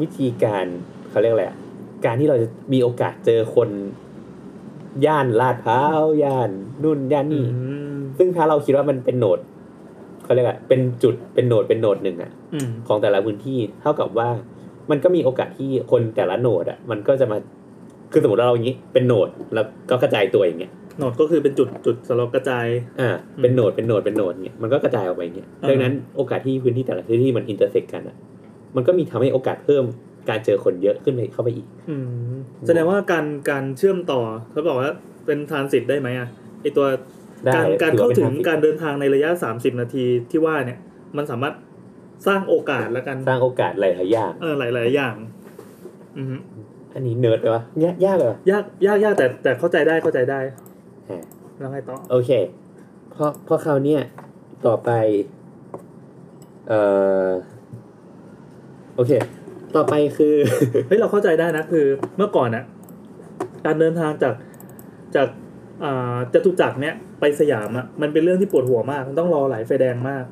Speaker 3: วิธีการเขาเรียกอะไรอะการที่เราจะมีโอกาสเจอคน ย่านลาดพร้าวย่านนู่นย่าน
Speaker 2: อื
Speaker 3: นี่
Speaker 2: ม
Speaker 3: ซึ่งถ้าเราคิดว่ามันเป็นโหนดเขาเรียกอะเป็นจุดเป็นโหนดเป็นโหนดหนึ่งอะ
Speaker 2: อืม
Speaker 3: ของแต่ละพื้นที่เท่ากับว่า มันก็มีโอกาสที่คนแต่ละโหนดอะมันก็จะมาคือสมมติว่าเราอย่างนี้เป็นโหนดแล้วก็กระจายตัวอย่างเงี้ย
Speaker 2: โหนดก็คือเป็นจุดจุดสำหรับกระจาย
Speaker 3: อ่าเป็นโหนดเป็นโหนดเป็นโหนดเนี่ยมันก็กระจายออกไปอย่างเงี้ย
Speaker 2: อ่า
Speaker 3: ดังนั้นโอกาสที่พื้นที่แต่ละพื้นที่มันอินเตอร์เซ็กกันอ่ะ มันก็มีทำให้โอกาสเพิ่มการเจอคนเยอะขึ้นไปเข้าไปอีก
Speaker 2: อืมแสดงว่าการการเชื่อมต่อเขาบอกว่าเป็นทรานสิตได้ไหมอ่ะไอตัว
Speaker 3: ได้
Speaker 2: การการ
Speaker 3: ถือว่
Speaker 2: เข้าถึง
Speaker 3: ป็นทสิ
Speaker 2: การเดินทางในระยะ 30 นาทีที่ว่าเนี่ย มันสามารถสร้างโอกาสแล้วกัน
Speaker 3: สร้างโอกาสหลายๆอย่าง
Speaker 2: เออหลาย ๆ อย่าง อืม
Speaker 3: อันนี้เนิร์ดไปวะยากยากเลยวะ
Speaker 2: ยากยากยากแต่แต่เข้าใจได้เข้าใจได้
Speaker 3: อ่า
Speaker 2: แล้วไงต่อ
Speaker 3: โอเค เพราะเพราะคราวเนี้ยต่อไป เอ่อ โอเค ต่อไปคือ
Speaker 2: เฮ้ยเราเข้าใจได้นะคือเมื่อก่อนอ่ะการเดินทางจากจากอ่าจตุจักรเนี่ยไปสยามอ่ะมันเป็นเรื่องที่ปวดหัวมากมันต้องรอหลายไฟแดงมาก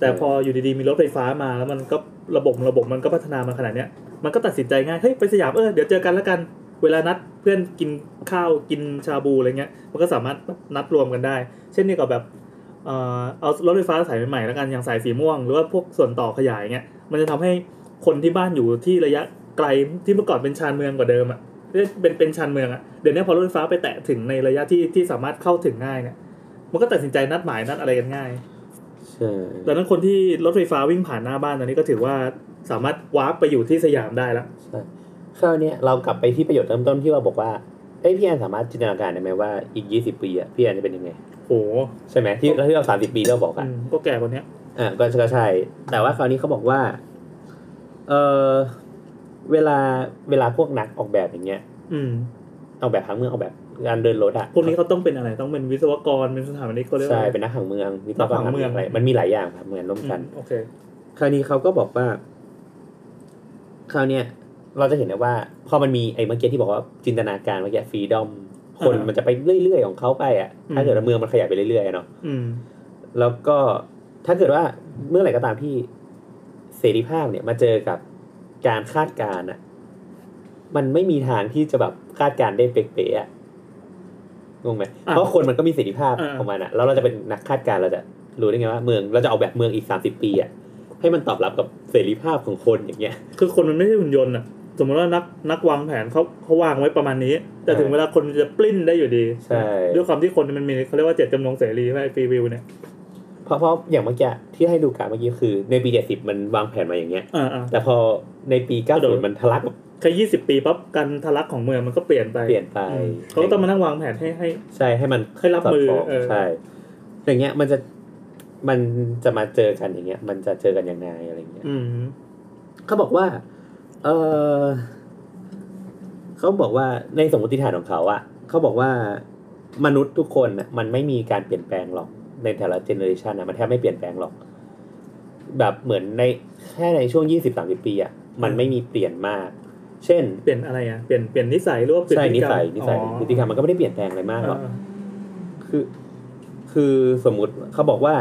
Speaker 2: แต่พออยู่ดีๆมีรถไฟฟ้ามาแล้วมันก็ระบบระบบมันก็พัฒนามาขนาดเนี้ยมันก็ตัดสินใจง่ายเฮ้ยไปสยามเออเดี๋ยวเจอกันแล้วกันเวลานัดเพื่อนกินข้าวกินชาบูอะไรเงี้ยมันก็สามารถนัดรวมกันได้ เช่นเดียวกับแบบเอ่อเอารถไฟฟ้าสายใหม่ๆแล้วกันอย่างสายสีม่วง หรือว่าพวกส่วนต่อขยายเงี้ยมันจะทำให้คนที่บ้านอยู่ที่ระยะไกลที่เมื่อก่อนเป็นชานเมืองกว่าเดิมอ่ะเป็นเป็นชานเมืองอ่ะเดี๋ยวนี้พอรถไฟฟ้าไปแตะถึงในระยะที่ที่สามารถเข้าถึงง่ายเนี่ยมันก็ตัดสินใจนัดหมายนัดอะไรกันง่าย
Speaker 3: ใช่
Speaker 2: ดังนั้นคนที่รถไฟฟ้าวิ่งผ่านหน้าบ้านตอนนี้ก็ถือว่าสามารถวาร์ปไปอยู่ที่สยามได้แล้ว
Speaker 3: ใช่คราวเนี้ยเรากลับไปที่ประโยชน์เริ่มต้นที่เราบอกว่าเอ้ยพี่แอนสามารถจินตนาการได้ไหมว่าอีกยี่สิบปีอะพี่แอนจะเป็นยังไง
Speaker 2: โห
Speaker 3: ใช่ไหมที่แล้วที่เราสามสิบปีที่เราบอก
Speaker 2: อื
Speaker 3: อะ
Speaker 2: มก็แก่กว่าเนี้ย
Speaker 3: อ่ะก็ก็ใช่ แต่ว่าคราวนี้เขาบอกว่า เออเวลาเวลาพวกนักออกแบบอย่างเงี้ย
Speaker 2: อืม
Speaker 3: ออกแบบพังเมืองออกแบบการเดินรถอะ
Speaker 2: พวกนี้เขาต้องเป็นอะไร ต้องเป็นวิศวกร เป็นสถาปนิกเขาเรียกว่า
Speaker 3: ใช่
Speaker 2: อะไร
Speaker 3: เป็นนักผังเมืองมี
Speaker 2: นักผังเมือง
Speaker 3: อะไรมันมีหลายอย่างผังเมืองร่วม
Speaker 2: อื
Speaker 3: กัน
Speaker 2: มโอเค
Speaker 3: คราวนี้เขาก็บอกว่า คราวเนี้ยเราจะเห็นได้ว่า พอมันมีไอ้เมื่อกี้ที่บอกว่าจินตนาการเมื่อกี้ฟรีดอม คน
Speaker 2: อ่ามั
Speaker 3: มันจะไปเรื่อยๆของเขาไปอ่ะ
Speaker 2: อืม
Speaker 3: ถ้าเกิดว่าเมืองมันขยายไปเรื่อยๆเนาะ
Speaker 2: อืม
Speaker 3: แล้วก็ถ้าเกิดว่าเมื่อไหร่ก็ตามที่เสรีภาพเนี่ยมาเจอกับการคาดการณ์อะมันไม่มีทางที่จะแบบคาดการณ์ได้เป๊ะๆอะงงไหม
Speaker 2: อ่ะ
Speaker 3: เพราะคนมันก็มีเสรีภาพ
Speaker 2: อ่า
Speaker 3: ของมันอะแล้วเราจะเป็นนักคาดการณ์เราจะรู้ได้ไงว่าเมืองเราจะออกแบบเมืองอีกสามสิบปีอะให้มันตอบรับกับเสรีภาพของคนอย่างเงี้ย
Speaker 2: คือคนมันไม่ใช่หุ่นยนต์อ่ะ สมมติว่านักนักวางแผนเขาเขาวางไว้ประมาณนี้ แต่ถึงเวลาคนมันจะปลิ้นได้อยู่ดี
Speaker 3: ใช่
Speaker 2: ด้วยความที่คนมันมีเขาเรียกว่าเจตจำนงเสรีใช่ไหมฟรีวิวเนี่ย
Speaker 3: เพราะเพราะอย่างเมื่อกี้ที่ให้ดูกราฟเมื่อกี้คือในปีเจ็ดสิบมันวางแผนมาอย่างเงี้ย
Speaker 2: อ่าอ่า
Speaker 3: แต่พอในปีเก้า
Speaker 2: โด
Speaker 3: ศูน
Speaker 2: ด
Speaker 3: ย์มันทะลักแบบ
Speaker 2: แค่ยี่สิบปีปั๊บการทะลักของเมืองมันก็เปลี่ยนไป
Speaker 3: เปลี่ยนไป
Speaker 2: อืมเขาก็ต้องมานั่งวางแผนให้ให้
Speaker 3: ใช่ให้มัน
Speaker 2: ให้รับมือ
Speaker 3: สดคล้ง
Speaker 2: เออ
Speaker 3: ใช่ อย่างเงี้ยมันจะมันจะมาเจอกันอย่างเงี้ย มันจะเจอกันยังไงอะไรเงี้ย
Speaker 2: อืม
Speaker 3: เขาบอกว่า เออเขาบอกว่าในสมมติฐานของเขาอะเขาบอกว่ามนุษย์ทุกคนน่ะมันไม่มีการเปลี่ยนแปลงหรอกในแต่ละเจเนอเรชันนะมันแทบไม่เปลี่ยนแปลงหรอก แบบเหมือนในแค่ในช่วงยี่สิบสามสิบปีอะมันไม่มีเปลี่ยนมาก เช่น
Speaker 2: เปลี่ยนอะไรอ่ะเปลี่ยนเปลี่ยนนิสัยหรือว่าเปลี่ยน
Speaker 3: ใช่นิสัย
Speaker 2: พฤ
Speaker 3: นิ
Speaker 2: ติกรรมอ๋อ
Speaker 3: สัยพฤติกรรมมันก็ไม่ได้เปลี่ยนแปลงอะไรมากหรอก
Speaker 2: เออ
Speaker 3: คือคือสมมติเขาบอกว่า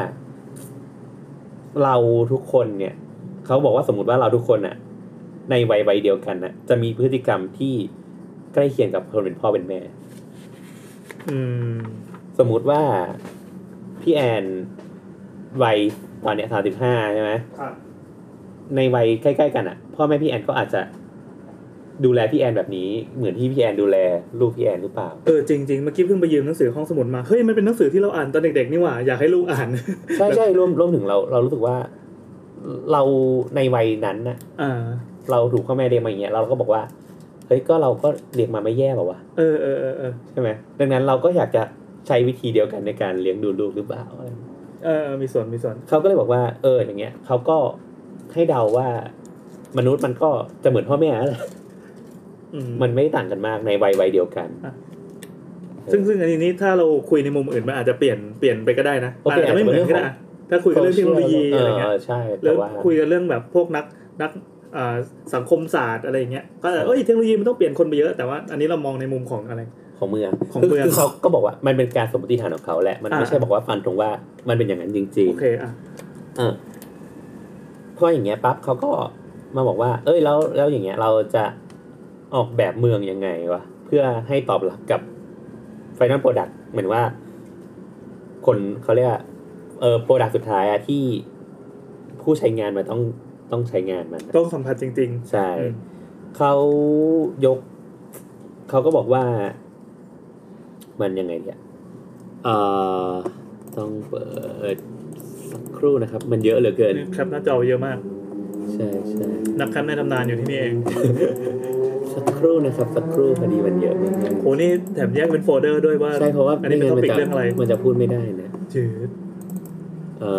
Speaker 3: เราทุกคนเนี่ยเขาบอกว่าสมมติว่าเราทุกคนน่ะ ในวัยวัยเดียวกันน่ะ จะมีพฤติกรรมที่ใกล้เคียงกับคนเป็นพ่อเป็นแม่
Speaker 2: อืม
Speaker 3: สมมติว่าพี่แอนวัยตอนเนี้ยสามสิบห้าใช่ไหม
Speaker 4: ครับ
Speaker 3: ในวัยใกล้ๆกันอ่ะ พ่อแม่พี่แอนก็อาจจะดูแลพี่แอนแบบนี้ เหมือนที่พี่แอนดูแลลูกพี่แอนหรือเปล่า
Speaker 2: เออจริงจริงๆเมื่อกี้เพิ่งไปยืมหนังสือห้องสมุดมาเฮ้ยมันเป็นหนังสือที่เราอ่านตอนเด็กๆนี่หว่าอยากให้ลูกอ่าน
Speaker 3: ใช่ใช่รวมรวมถึงเรา เรารู้สึกว่าเราในวัยนั้นน่ะ
Speaker 2: อ่า
Speaker 3: เราถูกพ่อแม่เลี้ยงมาอย่างเงี้ยเราก็บอกว่าเฮ้ยก็เราก็เลี้ยงมาไม่แย่หรอวะ
Speaker 2: เออเออเออเออ
Speaker 3: ใช่ไหมดังนั้นเราก็อยากจะใช้วิธีเดียวกันในการเลี้ยงดูลูกหรือเปล่าอะไร
Speaker 2: เออเออมีส่วนมีส่วน
Speaker 3: เขาก็เลยบอกว่า เอออย่างเงี้ยเขาก็ให้เดาว่ามนุษย์มันก็จะเหมือนพ่อแม่นั่นแหละ
Speaker 2: อื
Speaker 3: มันไม่ต่างกันมากในวัยวัยเดียวกัน
Speaker 2: ซึ่งซึ่งอันนี้นี่ถ้าเราคุยในมุมอื่นมันอาจจะเปลี่ยนเปลี่ยนไปก็ได้นะ
Speaker 3: โอเค
Speaker 2: อาจจะไม่เหมือนก็ได้นะถ้าคุยกันเรื่องเทคโนโลยี
Speaker 3: เอ
Speaker 2: อะไร
Speaker 3: อ
Speaker 2: เงี้ย
Speaker 3: ใช่
Speaker 2: แล้
Speaker 3: แต่
Speaker 2: ว
Speaker 3: ว่า
Speaker 2: คุยกันเรื่องแบบพวกนักนักอ่าสังคมศาสตร์อะไรอย่างเงี้ยก็เอ้ยเทคโนโลยีมันต้องเปลี่ยนคนไปเยอะ แต่ว่าอันนี้เรามองในมุมของอะไร
Speaker 3: ของเมือง
Speaker 2: ของ
Speaker 3: คื
Speaker 2: เมือง
Speaker 3: คืเขาก็บอกว่ามันเป็นการสมมติฐานของเขาแหละมันไม่
Speaker 2: อ่า
Speaker 3: ใช่บอกว่าฟันตรงว่ามันเป็นอย่างนั้นจริง
Speaker 2: โอ
Speaker 3: ๆ
Speaker 2: เคอ่ะ
Speaker 3: เออพออย่างเงี้ยปั๊บเขาก็มาบอกว่า เอ้ยแล้วแล้วอย่างเงี้ย เราจะออกแบบเมืองยังไงวะเพื่อให้ตอบรับกับไฟน a ลโปรดักต์เหมือนว่า คนเขาเรียกว่าเออโปรดักต์สุดท้ายอะที่ผู้ใช้งานมันต้องต้องใช้งานมันอะ
Speaker 2: ต้องสัมผัสจริง
Speaker 3: ใช่
Speaker 2: ๆอืม
Speaker 3: เขายก เขาก็บอกว่า มันยังไงเนี่ยเอ่อต้องเปิดสักครู่นะครับ มันเยอะเหลือเกิน
Speaker 2: แคปหน้าจอเยอะมาก
Speaker 3: ใช่ใช่
Speaker 2: นักแคปในตำนานอยู่ที่นี่เอง
Speaker 3: สักครู่นะครับสักครู่พอดีมันเยอะมาก
Speaker 2: โหนี่แถมแยกเป็นโฟลเดอร์ด้วยว่า
Speaker 3: ใช่เพราะว่า
Speaker 2: อันนี้เป็น
Speaker 3: ไม่งั้
Speaker 2: topic เรื่องอะไร
Speaker 3: มันจะพูดไม่ได้นะ
Speaker 2: จืด
Speaker 3: เอ่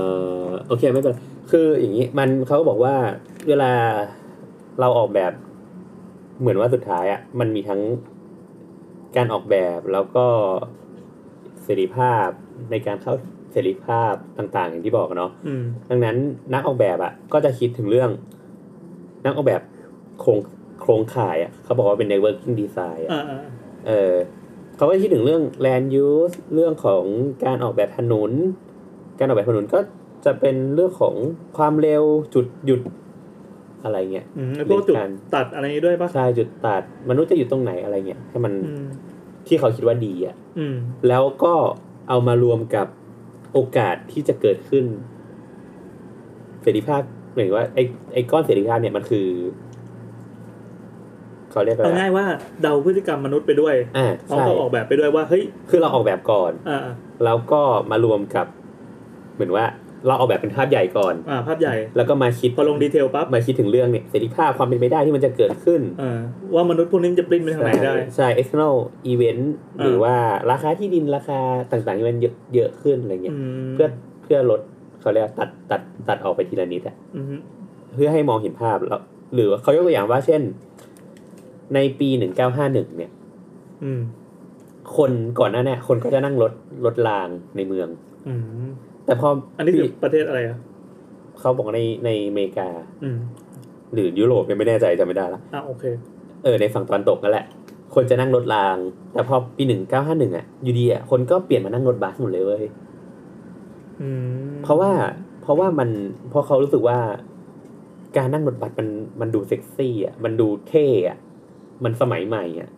Speaker 3: อโอเคไม่เป็นไรคืออย่างนี้มันเขาก็บอกว่าเวลาเราออกแบบ เหมือนว่าสุดท้ายอ่ะมันมีทั้งการออกแบบแล้วก็เสรีภาพในการเข้าเสรีภาพต่างๆ อย่างที่บอกอะเนาะ
Speaker 2: อืม
Speaker 3: ดังนั้นนักออกแบบอ่ะก็จะคิดถึงเรื่อง นักออกแบบโครงโครงข่ายอ่ะเขาบอกว่าเป็น networking design อ่ะ
Speaker 2: อ่าอ่า
Speaker 3: เออเขาก็คิดถึงเรื่อง land use เรื่องของการออกแบบถนน การออกแบบถนนก็จะเป็นเรื่องของความเร็วจุดหยุดอะไรเงี้ย
Speaker 2: อืมแล้วพวกจุด
Speaker 3: การ
Speaker 2: ตัดอะไรนี้ด้วยปะ
Speaker 3: ใช่จุดตัดมนุษย์จะอยู่ตรงไหนอะไรเงี้ยให้มัน
Speaker 2: อืม
Speaker 3: ที่เขาคิดว่าดีอ่ะ
Speaker 2: อืม
Speaker 3: แล้วก็เอามารวมกับโอกาสที่จะเกิดขึ้นเสรีภาพหมายถึงว่าไอ้ไอ้ก้อนเสรีภาพเนี่ยมันคือเขาเรียกอะไร
Speaker 2: เอาง่ายว่าเดาพฤติกรรมมนุษย์ไปด้วย
Speaker 3: อ่า
Speaker 2: พร้อม
Speaker 3: ใช่
Speaker 2: กับออกแบบไปด้วยว่าเฮ้ย
Speaker 3: คือเราออกแบบก่อน
Speaker 2: อ่าอ่า
Speaker 3: แล้วก็มารวมกับ เหมือนว่า เราออกแบบเป็นภาพใหญ่ก่อน
Speaker 2: อ่าภาพใหญ่
Speaker 3: แล้วก็มาคิด
Speaker 2: พอลงดีเทลปั๊บ
Speaker 3: มาคิดถึงเรื่องเนี่ยเสรีภาพความเป็นไปได้ที่มันจะเกิดขึ้น
Speaker 2: อ่าว่ามนุษย์พวกนี้มันจะปริ้นไปทางไหนได้
Speaker 3: ใช่ external event
Speaker 2: อ่า
Speaker 3: หรือว่าราคาที่ดินราคาต่างๆที่มันเยอะเยอะขึ้นอะไรเงี้ย
Speaker 2: ม
Speaker 3: เพื่อเพื่อลดเขาเรียกว่าตัดตัดตัดออกไปทีละนิดอะ
Speaker 2: อืม
Speaker 3: เพื่อให้มองเห็นภาพแล้วหรือว่าเขายกตัวอย่างว่าเช่น ในปีหนึ่งเก้าห้าหนึ่งเนี่ย
Speaker 2: อืม
Speaker 3: คนก่อนหน้าเนี่ยคนก็จะนั่งรถรถรางในเมือง
Speaker 2: อืม
Speaker 3: แต่พอ
Speaker 2: อันนี้คือ
Speaker 3: ปี
Speaker 2: ประเทศอะไรอ่ะ
Speaker 3: เขาบอกในในอเมริกา
Speaker 2: อืม
Speaker 3: หรือยุโรปเนี่ยไม่แน่ใจจำไม่ได้ละ
Speaker 2: อ่ะโอเค
Speaker 3: เออในฝั่งตะวันตกนั่นแหละ คนจะนั่งรถราง แต่พอปีหนึ่งเก้าห้าหนึ่งอะอยู่ดีอะคนก็เปลี่ยนมานั่งรถบัสหมดเลยเว้ย
Speaker 2: อืม
Speaker 3: เพราะว่าเพราะว่ามันเพราะเขารู้สึกว่าการนั่งรถบัสมันมันดูเซ็กซี่อ่ะมันดูเท่อ่ะมันสมัยใหม่อ่ะ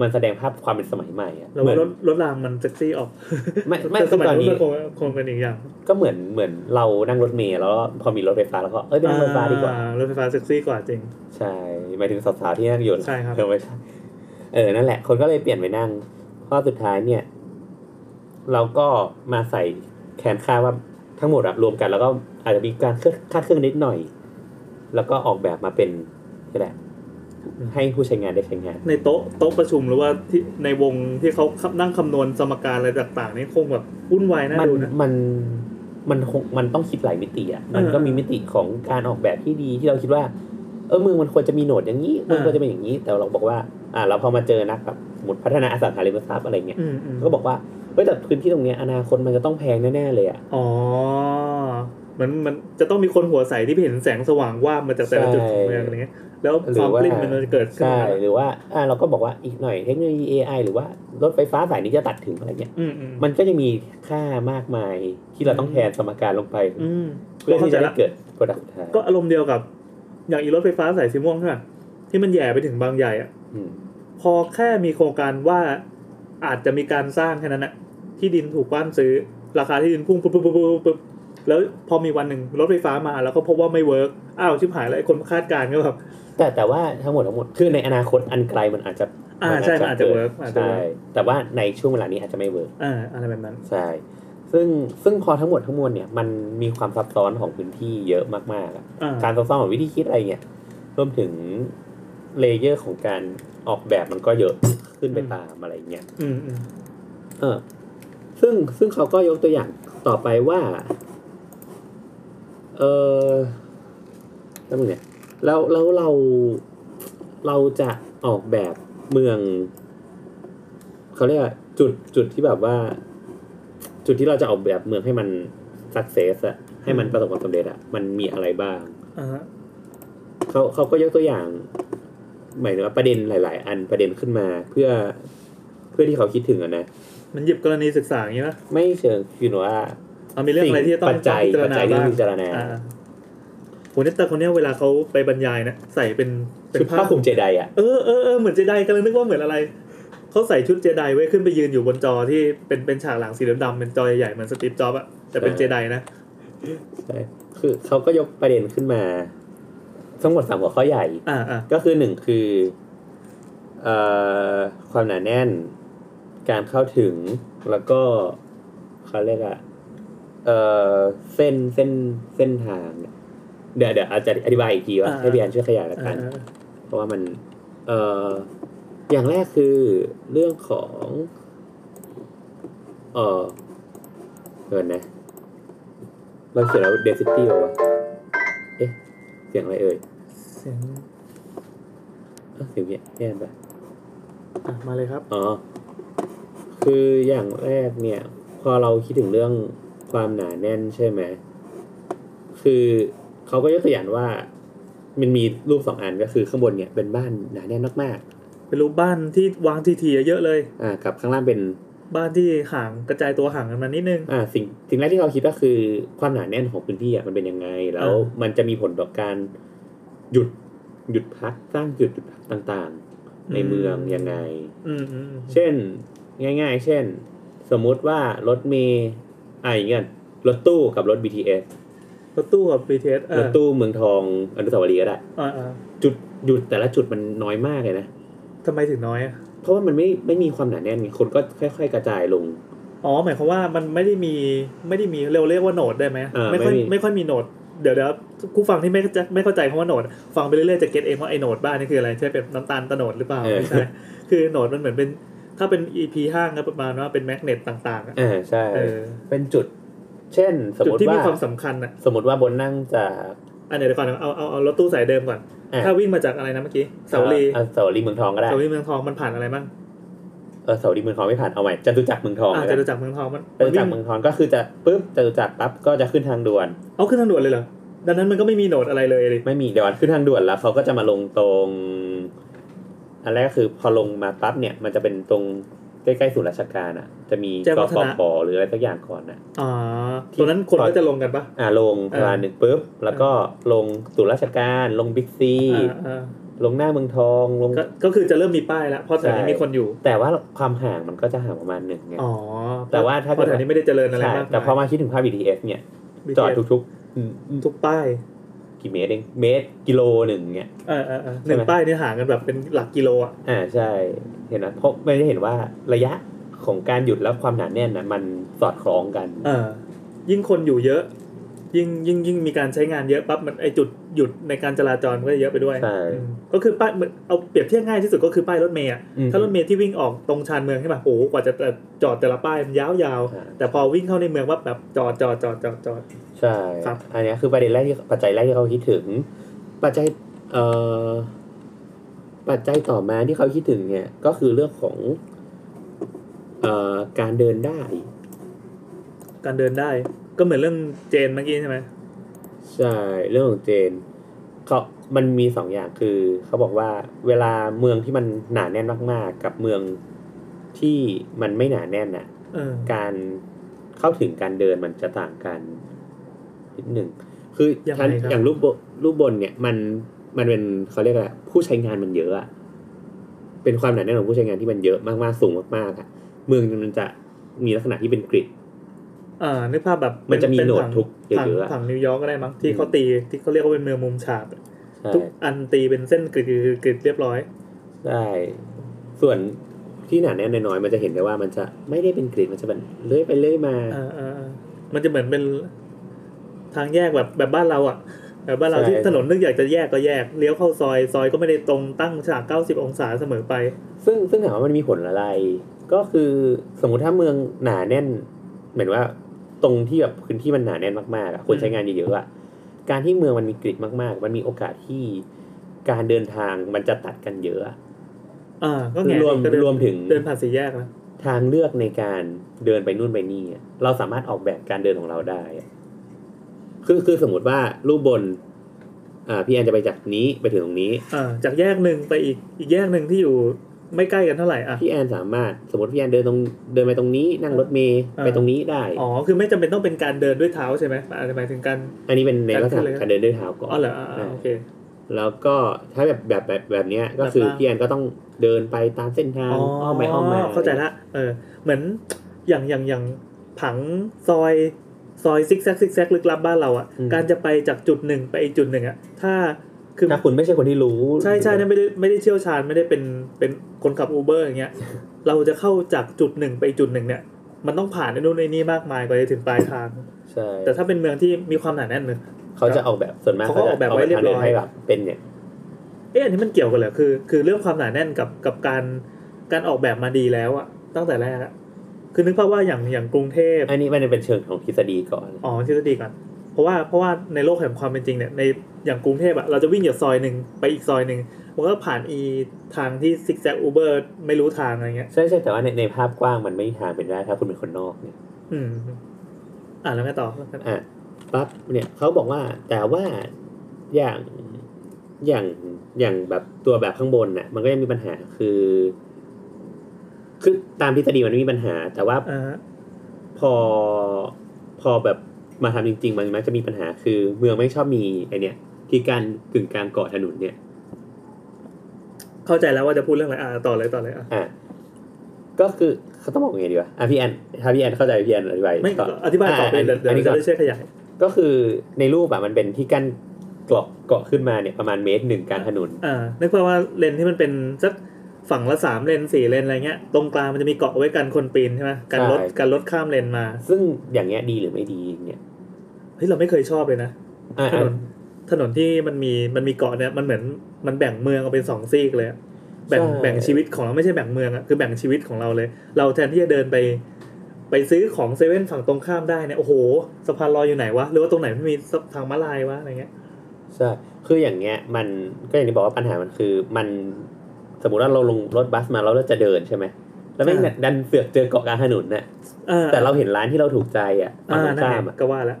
Speaker 3: มันแสดงภาพความเป็นสมัยใหม่อ่ะ
Speaker 2: เรา
Speaker 3: เหมื
Speaker 2: ว่าน รถรถรางมันเซ็กซี่ออก
Speaker 3: ไม่ไม่
Speaker 2: แต่ส
Speaker 3: คือ
Speaker 2: มัย
Speaker 3: ตอน
Speaker 2: นู้น
Speaker 3: นี้
Speaker 2: มันคงคงเป็นอีกอย่าง
Speaker 3: ก็เหมือนเหมือนเรานั่งรถเมล์แล้วพอมีรถไฟฟ้าแล้วก็เอ้ยไปนั่งรถไฟฟ้าดีกว่า
Speaker 2: อ่รถไฟฟ้าเซ็กซี่กว่าจริง
Speaker 3: ใช่หมายถึงสาวๆที่นั่งยนต์
Speaker 2: ใช่ครับ
Speaker 3: เออไม่ใช่เออนั่นแหละ คนก็เลยเปลี่ยนไปนั่งข้อสุดท้ายเนี่ย เราก็มาใส่แขนค่าว่าทั้งหมดอะรวมกัน แล้วก็อาจจะมีการเคลื่อนคาดเคลื่อนนิดหน่อย แล้วก็ออกแบบมาเป็นนี่แหละ ให้ผู้ใช้งานได้ใช้งาน
Speaker 2: ในโต๊ะโต๊ะประชุมหรือว่าที่ในวงที่เขานั่งคำนวณสมการอะไรต่างๆนี่คงแบบวุ่นวายน่า
Speaker 3: มัน
Speaker 2: ดูนะ
Speaker 3: มันมันคงมันต้องคิดหลายมิติอะมัน
Speaker 2: เออ
Speaker 3: ก็มีมิติของการออกแบบที่ดีที่เราคิดว่า เออเมืองมันควรจะมีโหนดอย่างนี้เมือง
Speaker 2: อ่า
Speaker 3: ควรจะเป็นอย่างนี้ แต่เราบอกว่า อ่าเราพอมาเจอนักแบบสมมติพัฒนาอสังหาริมทรัพย์อะไรเงี้ย
Speaker 2: อืมอืม
Speaker 3: ก็บอกว่าเฮ้ยแต่พื้นที่ตรงเนี้ยอนาคตมันจะต้องแพงแน่ๆเลยอ่ะ
Speaker 2: อ๋อเหมือนมันจะต้องมีคนหัวใสที่เห็นแสงสว่างว่าบมาจากแต่ละจุดของเมืองอะไรเงี้ยแล้ว
Speaker 3: ห
Speaker 2: ค
Speaker 3: รื
Speaker 2: วาม
Speaker 3: ว่า
Speaker 2: ปลิ้นมันจะเกิดขึ้น
Speaker 3: ใช่
Speaker 2: มา
Speaker 3: หรือว่าอ่าเราก็บอกว่าอีกหน่อยเทคโนโลยี AI หรือว่ารถไฟฟ้าสายนี้จะตัดถึงอะไรเงี้ย
Speaker 2: อืมอืม
Speaker 3: มันก็จะมีค่ามากมายที่เราต้องแทนสมการลงไป
Speaker 2: อืม
Speaker 3: เพื่อ
Speaker 2: เข้า
Speaker 3: ที่
Speaker 2: ใจ
Speaker 3: จะได้
Speaker 2: ละ
Speaker 3: เกิดโปรดักต์สุดท้าย
Speaker 2: ก็อารมณ์เดียวกับ อย่างอีรถไฟฟ้าสายสีม่วงใช่ไหมที่มันแย่ไปถึงบางใหญ่อะ
Speaker 3: อืม
Speaker 2: พอแค่มีโครงการว่าอาจจะมีการสร้างแค่นั้นอะที่ดินถูกกว้านซื้อ ราคาที่ดินพุ่งปุ๊บปุ๊บปุ๊บปุ๊บปุ๊บแล้วพอมีวันหนึ่งรถไฟฟ้ามาแล้วก็พบว่าไม่เวิร์กอ้าวชิบหายแล้วไอ้คนคาดการณ์ก็แบบ
Speaker 3: แต่แต่ว่าทั้งหมดทั้งหมดคือในอนาคตอันไกลมันอาจจะ
Speaker 2: อ่าใช่มันอาจจะ
Speaker 3: กิด
Speaker 2: work มันอาจจะ work
Speaker 3: ใช่แต่ว่าในช่วงเวลานี้อาจจะไม่เวิร์ก
Speaker 2: อ่าอะไรแบบนั้น
Speaker 3: ใช่ซึ่งซึ่งพอทั้งหมดทั้งมวลเนี่ยมันมีความซับซ้อนของพื้นที่เยอะมากๆอะ
Speaker 2: อ่า
Speaker 3: การซับซ้อนของวิธีคิดอะไรเนี่ยรวมถึงเลเยอร์ของการออกแบบมันก็เยอะขึ้นไปตามอะไรเงี้ย
Speaker 2: อืมอืม
Speaker 3: เออ ซึ่งซึ่งเขาก็ยกตัวอย่างต่อไปว่า เออแล้วมึงเนี่ยแล้วแล้วเราเราจะออกแบบเมือง เขาเรียกว่าจุดจุดที่แบบว่า จุดที่เราจะออกแบบเมืองให้มันสักเซสอะให้มันประสบความสำเร็จอะมันมีอะไรบ้าง
Speaker 2: อ่าฮะ
Speaker 3: เขาเขาก็ยกตัวอย่างหมายถึงว่าประเด็นหลาย ๆ อันประเด็นขึ้นมาเพื่อเพื่อที่เขาคิดถึงอะนะ
Speaker 2: มันหยิบกรณีศึกษาอย่างนี้นะ
Speaker 3: ไม่เชิงคือว่า
Speaker 2: เอามีเรื่องอะไรที่จะต้อง
Speaker 3: ปัจจัย
Speaker 2: พิจาร
Speaker 3: ปัจ
Speaker 2: ณา
Speaker 3: จัยที่
Speaker 2: บ้า
Speaker 3: ต้อง งพิจารณา
Speaker 2: อ่าโหนี่แต่คนเนี้ยเวลาเขาไปบรรยายนะใส่เป็นเป็
Speaker 3: ชุ
Speaker 2: น
Speaker 3: ด
Speaker 2: ผ้า
Speaker 3: ผ้าคลุมเจไดอ่ะ
Speaker 2: เออเออเออเหมือนเจไดกำลังนึกว่าเหมือนอะไร เขาใส่ชุดเจไดไว้ขึ้นไปยืนอยู่บนจอที่เป็นเป็นฉากหลังสีดำๆเป็นจอใหญ่ๆเหมือนสตีฟจ็อบส์อะแต่เป็น
Speaker 3: ใช่
Speaker 2: เจไดนะ
Speaker 3: ใช่คือเขาก็ยกประเด็นขึ้นมา ทั้งหมดสามหัวข้อใหญ่
Speaker 2: อ่าอ่า
Speaker 3: ก็คือหนึ่งคือเอ่อความหนาแน่น การเข้าถึงแล้วก็เขาเรียกอะเอ่อเส้นเส้นเส้นทางเนี่ยเดี๋ยวเดี๋ยวอาจจะอธิบายอีกทีว่าให้พี่แอนช่วยขยายละ
Speaker 2: อ่า
Speaker 3: กัน เพราะว่ามัน เอ่อ อย่างแรกคือเรื่องของ เอ่อเดินนะ เราเขียนแล้วเดซิตี้ป่าวะเอ๊ะ เสียงอะไรเอ่ย
Speaker 2: เสียง
Speaker 3: เอ้าเสียงเนี้ยแย่ไปะ
Speaker 2: อ่ะมาเลยครับ
Speaker 3: อ๋อ คืออย่างแรกเนี่ย พอเราคิดถึงเรื่องความหนาแน่นใช่ไหม คือเขาก็ยกตัวอย่างว่า มันมีรูปสองอันก็คือข้างบนเนี่ยเป็นบ้านหนาแน่นมาก
Speaker 2: เป็นรูปบ้านที่วางทีทีๆเยอะเลย
Speaker 3: ๆ อ่า กับข้างล่างเป็น
Speaker 2: บ้านที่ห่างกระจายตัวห่างกันมานิดนึง
Speaker 3: อ่าสิ่งสิ่งแรกที่เราคิดก็คือความหนาแน่นของพื้นที่อ่ะมันเป็นยังไง แล้ว
Speaker 2: อ่า
Speaker 3: มันจะมีผลต่อการหยุดหยุดพักสร้างจุดหยุดพักต่างๆ ในเมืองยังไง
Speaker 2: อืมอืมอืม
Speaker 3: เช่นง่าย ๆ เช่น สมมุติว่ารถเมย์อ่ะอย่างเงี้ยรถตู้กับรถ BTS
Speaker 2: รถตู้กับ BTS เอ
Speaker 3: ร
Speaker 2: อ
Speaker 3: ถตู้เมืองทองอนุสาวรีย์ก็ได้
Speaker 2: อ่าอ่า
Speaker 3: จุดหยุดแต่ละจุดมันน้อยมากเลยนะ
Speaker 2: ทำไมถึงน้อยอะ
Speaker 3: เพราะว่ามันไม่ไม่มีความหนาแน่นไงคนก็ค่อย ๆ กระจายลง
Speaker 2: อ๋อหมายความว่ามันไม่ได้มีไม่ได้มีเรียกเรียกว่าโหนดได้ไหม
Speaker 3: อ่า
Speaker 2: ไม่ค่อย
Speaker 3: ไม่มี
Speaker 2: ไม่ค่อยมีโหนดเดี๋ยวเดี๋ยวผู้ฟังที่ไม่เข้าใจไม่เข้าใจคำว่าโหนดฟังไปเรื่อยๆจะเก็ตเองว่าไอโหนดบ้านนี่คืออะไรใช่เป็นน้ำตาลตะโหนดหรือเปล่าไม่ใช่คือโหนดมันเหมือนเป็นถ้าเป็น EP ห้างก็ประมาณว่าเป็นแมกเนตต่างๆอะ
Speaker 3: อ่าใช่
Speaker 2: เออ
Speaker 3: เป็นจุด เช่น สม
Speaker 2: จุด
Speaker 3: มติ
Speaker 2: ที่มี
Speaker 3: ว่า
Speaker 2: ความสำคัญอ่ะ
Speaker 3: สมมติว่าบนนั่งจาก
Speaker 2: อันไหนเดี๋ยวก่อนเอาเอาเอารถตู้สายเดิมก่อน
Speaker 3: อ่ะ
Speaker 2: ถ้าวิ่งมาจากอะไรนะเมื่อกี้เสาวรี
Speaker 3: อ่ะเสาลีเมืองทองก็ได้
Speaker 2: เสาวรีเมืองทองมันผ่านอะไรบ้าง
Speaker 3: เออเสาลีเมืองทองไม่ผ่านเอาใหม่จตุจักรเมืองทอง
Speaker 2: อ่า
Speaker 3: แล้ว
Speaker 2: จะ
Speaker 3: กัน
Speaker 2: รูจักรเมืองทองมัน
Speaker 3: จตุจักรเมืองทองก็คือจะปุ๊บจตุจักรปั๊บก็จะขึ้นทางด่วน
Speaker 2: เอาขึ้นทางด่วนเลยเหรอดังนั้นมันก็ไม่มีโหนดอะไรเลยดิ
Speaker 3: ไม่มีเดี๋ยวขึ้นทางด่วนแล้วเขาก็จะมาลงตรง อันแรกก็คือพอลงมาปั๊บเนี่ย มันจะเป็นตรงใกล้ๆศูนย์ราชการอ่ะ จะมี
Speaker 2: แจ้ง
Speaker 3: ก
Speaker 2: วัฒ
Speaker 3: ก
Speaker 2: นะ
Speaker 3: ปหรืออะไรสักอย่างก่อนนะ
Speaker 2: อ๋อตัวนั้นคน
Speaker 3: ที่
Speaker 2: ก็จะลงกันปะ
Speaker 3: อ่าลงพลานหนึ่งปุ๊บแล้วก็ลงศูนย์ราชการลงบิ๊กซี
Speaker 2: อ่าอ่า
Speaker 3: ลงหน้าเมืองทองลง
Speaker 2: ก็ก็คือจะเริ่มมีป้ายแล้วเพราะแถวนี้
Speaker 3: ใช่
Speaker 2: มีคนอยู่
Speaker 3: แต่ว่าความห่างมันก็จะห่างประมาณหนึ่งไง
Speaker 2: อ๋อ
Speaker 3: แต่ว่าถ้า
Speaker 2: เพราะแถวนี้ไม่ได้เจริญอะไร
Speaker 3: ใช่
Speaker 2: มาก
Speaker 3: แต่พอมาคิดถึงภาพ BTS เนี่ย จอดทุกๆอืม
Speaker 2: ทุกป้าย
Speaker 3: กี่เมตรเองเมตรกิโลหนึ่งเนี่ย
Speaker 2: เออเออเออ
Speaker 3: ใช่ไหม
Speaker 2: หนึ่งป้ายนี่ห่างกันแบบเป็นหลักกิโลอ่ะ
Speaker 3: อ่าใช่เห็นนะเพราะไม่ได้เห็นว่าระยะของการหยุดและความหนาแน่นนะมันสอดคล้องกัน
Speaker 2: เออ ยิ่งคนอยู่เยอะ ยิ่งยิ่งยิ่งมีการใช้งานเยอะปั๊บมันไอจุดหยุดในการจราจรมันก็จะเยอะไปด้วย
Speaker 3: ใช่
Speaker 2: อืมก็คือป้ายเหมือนเอาเปรียบเทียบง่ายที่สุดก็คือป้ายรถเมย์อะ
Speaker 3: อืม
Speaker 2: ถ้ารถเมย์ที่วิ่งออกตรงชานเมืองใช่ป่ะโอ้โหกว่าจะจอดแต่ละป้ายมันยาว
Speaker 3: อ่า
Speaker 2: ๆแต่พอวิ่งเข้าในเมืองว่าแบบจอดจอดจอดจอดจอด
Speaker 3: ใช่
Speaker 2: ครับ
Speaker 3: อันเนี้ยคือประเด็นแรกที่ปัจจัยแรกที่เขาคิดถึง ปัจจัย เอ่อปัจจัยต่อมาที่เขาคิดถึงเนี่ย ก็คือเรื่องของเอ่อการเดินได้
Speaker 2: การเดินได้ ก็เหมือนเรื่องเจนเมื่อกี้ใช่ไหม
Speaker 3: ใช่เรื่องของเจนเขามันมีสองอย่างคือ เขาบอกว่าเวลาเมืองที่มันหนาแน่นมาก ๆ กับเมืองที่มันไม่หนาแน่นน่ะ
Speaker 2: เออ
Speaker 3: การเข้าถึงการเดินมันจะต่างกันนิดหนึ่งคือ
Speaker 2: ยังไง
Speaker 3: ชั้น
Speaker 2: ครับ
Speaker 3: อย่างรูปบรูปบนเนี่ยมันมันเป็นเขาเรียกอะไรผู้ใช้งานมันเยอะอะเป็นความหนาแน่นของผู้ใช้งานที่มันเยอะมากๆสูงมากๆอะเมืองมันจะมีลักษณะที่เป็นกริด
Speaker 2: เออนึกภาพแบบ
Speaker 3: มันจะมี
Speaker 2: เป็
Speaker 3: โหนด
Speaker 2: ผัง
Speaker 3: ทุกเย
Speaker 2: ผัง
Speaker 3: อะๆอะ
Speaker 2: ผังนิวยอร์กก็ได้มั้งที่เขา
Speaker 3: อืม
Speaker 2: ตีที่เขาเรียกว่าเป็นเมืองมุมฉากอะ
Speaker 3: ใช่
Speaker 2: ทุกอันตีเป็นเส้นกริดๆกริดๆเรียบร้อย
Speaker 3: ได้ ส่วนที่หนาแน่นน้อยๆมันจะเห็นได้ว่ามันจะไม่ได้เป็นกริดมันจะเป็นเลื้อยไปเลื้อยมา
Speaker 2: เออเออเออมันจะเหมือนเป็นทางแยกแบบแบบบ้านเราอะแบบบ้านเรา
Speaker 3: ใช่
Speaker 2: ที่ถนนนึกอยากจะแยกก็แยกเลี้ยวเข้าซอย ซอยก็ไม่ได้ตรงตั้งฉาก90 องศาเสมอไป
Speaker 3: ซึ่งซึ่งถามว่ามันมีผลอะไร ก็คือสมมุติถ้าเมืองหนาแน่นเหมือนว่าตรงที่แบบพื้นที่มันหนาแน่นมากๆอะคนใช้งานเยอะๆอะการที่เมืองมันมีกริดมากๆ มันมีโอกาสที่การเดินทางมันจะตัดกันเยอะอะ
Speaker 2: อ่า ก็แง่
Speaker 3: รวม
Speaker 2: ก็เดิน
Speaker 3: รวมถึง
Speaker 2: เดินผ่านสี่แยกนะ
Speaker 3: ทางเลือกในการเดินไปนู่นไปนี่อะเราสามารถออกแบบการเดินของเราได้อะคือคือสมมติว่ารูปบน อ่าพี่แอนจะไปจากนี้ไปถึงตรงนี้
Speaker 2: อ่าจากแยกหนึ่งไปอีกอีกแยกหนึ่งที่อยู่ไม่ใกล้กันเท่าไหร่อ่ะ
Speaker 3: พี่แอนสามารถสมมติพี่แอนเดินตรงเดินไปตรงนี้ นั่งรถเมย์
Speaker 2: อ่า
Speaker 3: ไปตรงนี้ได้
Speaker 2: อ๋อคือไม่จำเป็นต้องเป็นการเดินด้วยเท้าใช่ไหมอาจจะหมายถึงการ
Speaker 3: อันนี้เป็นในลักษ
Speaker 2: การขึ้นเล
Speaker 3: ณะ
Speaker 2: ย
Speaker 3: การเดินด้วยเท้าก่อน
Speaker 2: อ๋อเหรออ่าอ่าโอเค
Speaker 3: แล้วก็ถ้าแบบแบบแบบแบบเนี้ยก็คือ
Speaker 2: แบบว่า
Speaker 3: พี่แอนก็ต้องเดินไปตามเส้นทางอ้อมไปอ้อมมา
Speaker 2: เข้าใจละเออ เหมือนอย่างอย่างอย่างผังซอยซอยซิกแซกซิกแซกลึกลับบ้านเราอะ่ะ การจะไปจากจุดหนึ่งไปอีกจุดหนึ่งอะ่ะ ถ้าคือ
Speaker 3: ถ้าคุณไม่ใช่คนที่รู้
Speaker 2: ใช่ใช่เนี่ยไม่ได้ไม่ได้เชี่ยวชาญไม่ได้เป็นเป็นคนขับอูเบอร์อย่างเงี้ย เราจะเข้าจากจุดหนึ่งไปอีกจุดหนึ่งเนี่ย มันต้องผ่านไอ้นู่นไอ้นี่มากมายกว่าจะถึงปลายทาง
Speaker 3: ใช่
Speaker 2: แต่ถ้าเป็นเมืองที่มีความหนาแน่นเนอะ
Speaker 3: เขาจะออกแบบส่วนมาก
Speaker 2: เขาก็ออกแบบไว้เรียบร้อย
Speaker 3: ขาจะกทางดินให้แบบเป็นเนี่ย
Speaker 2: เอ๊ะอันนี้มันเกี่ยวกันเหรอคือ คือเรื่องความหนาแน่นกับกับการการออกแบบมาดีแล้วอะตั้งแต่แรกอะคือนึกภาพว่าอย่างอย่างกรุงเทพ
Speaker 3: อันนี้มันเป็นเชิงของทฤษฎีก่อน
Speaker 2: อ๋อทฤษฎีก่อนเพราะว่าเพราะว่าในโลกแห่งความเป็นจริงเนี่ยในอย่างกรุงเทพอะเราจะวิ่งจากซอยหนึ่งไปอีกซอยหนึ่งมันก็ผ่านอีทางที่ซิกแซกอูเบอร์ไม่รู้ทางอะไรเงี้ย
Speaker 3: ใช่ใช่แต่ว่าในในภาพกว้างมันไม่หาเป็นได้ถ้าคุณเป็นคนนอกเนี่ย
Speaker 2: อืม อ่าแล้วไงต่อ
Speaker 3: อ่ะปั๊บเนี่ยเขาบอกว่าแต่ว่าอย่างอย่างอย่างแบบตัวแบบข้างบนน่ะ มันก็ยังมีปัญหาคือคือตามทฤษฎีมันไม่มีปัญหา แต่ว่า
Speaker 2: อ่าฮะ
Speaker 3: พอพอแบบมาทำจริง ๆ มันมักจะมีปัญหาคือ เมืองไม่ชอบมีไอเนี่ยที่การกึ่งกลางเกาะถนนเนี่ย
Speaker 2: เข้าใจแล้วว่าจะพูดเรื่องอะไรอ่าต่อเลยต่อเลยอ่ะ
Speaker 3: อ่ะก็คือเขาต้องบอกยังไงดีวะอ่ะพี่แอนถ้าพี่แอนเข้าใจพี่แอนอธิบาย
Speaker 2: ไม่
Speaker 3: ต่อ
Speaker 2: อธิบายต่อไปเดี๋ยวเดี๋ยว
Speaker 3: อันนี้
Speaker 2: จะ
Speaker 3: ก่อน
Speaker 2: ได้ช่วยขยาย
Speaker 3: ก็คือในรูปอะมันเป็นที่กั้นเกาะเกาะขึ้นมาเนี่ยประมาณเมตรหนึ่งกลางถนน
Speaker 2: อ่านึกภาพว่าเลนที่มันเป็นสักฝั่งละสามเลนสี่เลนอะไรเงี้ย ตรงกลางมันจะมีเกาะไว้กันคนปีนใช่ไหมกันรถ
Speaker 3: ใช่
Speaker 2: กันรถข้ามเลนมา
Speaker 3: ซึ่งอย่างเงี้ยดีหรือไม่ดีเนี่ย
Speaker 2: เฮ้ยเราไม่เคยชอบเลยนะ
Speaker 3: อ่ะ
Speaker 2: ถ
Speaker 3: อ่ะ
Speaker 2: นนถนนที่มันมีมันมีเกาะเนี่ยมันเหมือนมันแบ่งเมืองออกเป็นสองซีกเลยอะแบ่ง
Speaker 3: ใช่
Speaker 2: แบ่งชีวิตของเราไม่ใช่แบ่งเมืองอะคือแบ่งชีวิตของเราเลย เราแทนที่จะเดินไป ไปซื้อของเซเว่นฝั่งตรงข้ามได้เนี่ยโอ้โหสะพานลอยอยู่ไหนวะหรือว่าตรงไหนมันมีสะทางม้าลายวะอะไรเงี้ย
Speaker 3: ใช่คืออย่างเงี้ยมันก็อย่างที่บอกว่าปัญหามันคือมันสมมติว่าเราลงรถบัสมาแล้วเราจะเดินใช่ไหมแล้วไม่งดันเสือกเจอเกาะกลางถนนน่ะ
Speaker 2: อ่
Speaker 3: แต่เราเห็นร้านที่เราถูกใจอ่ะฝั่
Speaker 2: อ่าง
Speaker 3: ตรง
Speaker 2: นั่น
Speaker 3: ข้า
Speaker 2: แห
Speaker 3: ม
Speaker 2: ละ
Speaker 3: อ่ะ
Speaker 2: ก็ว่าแล้ว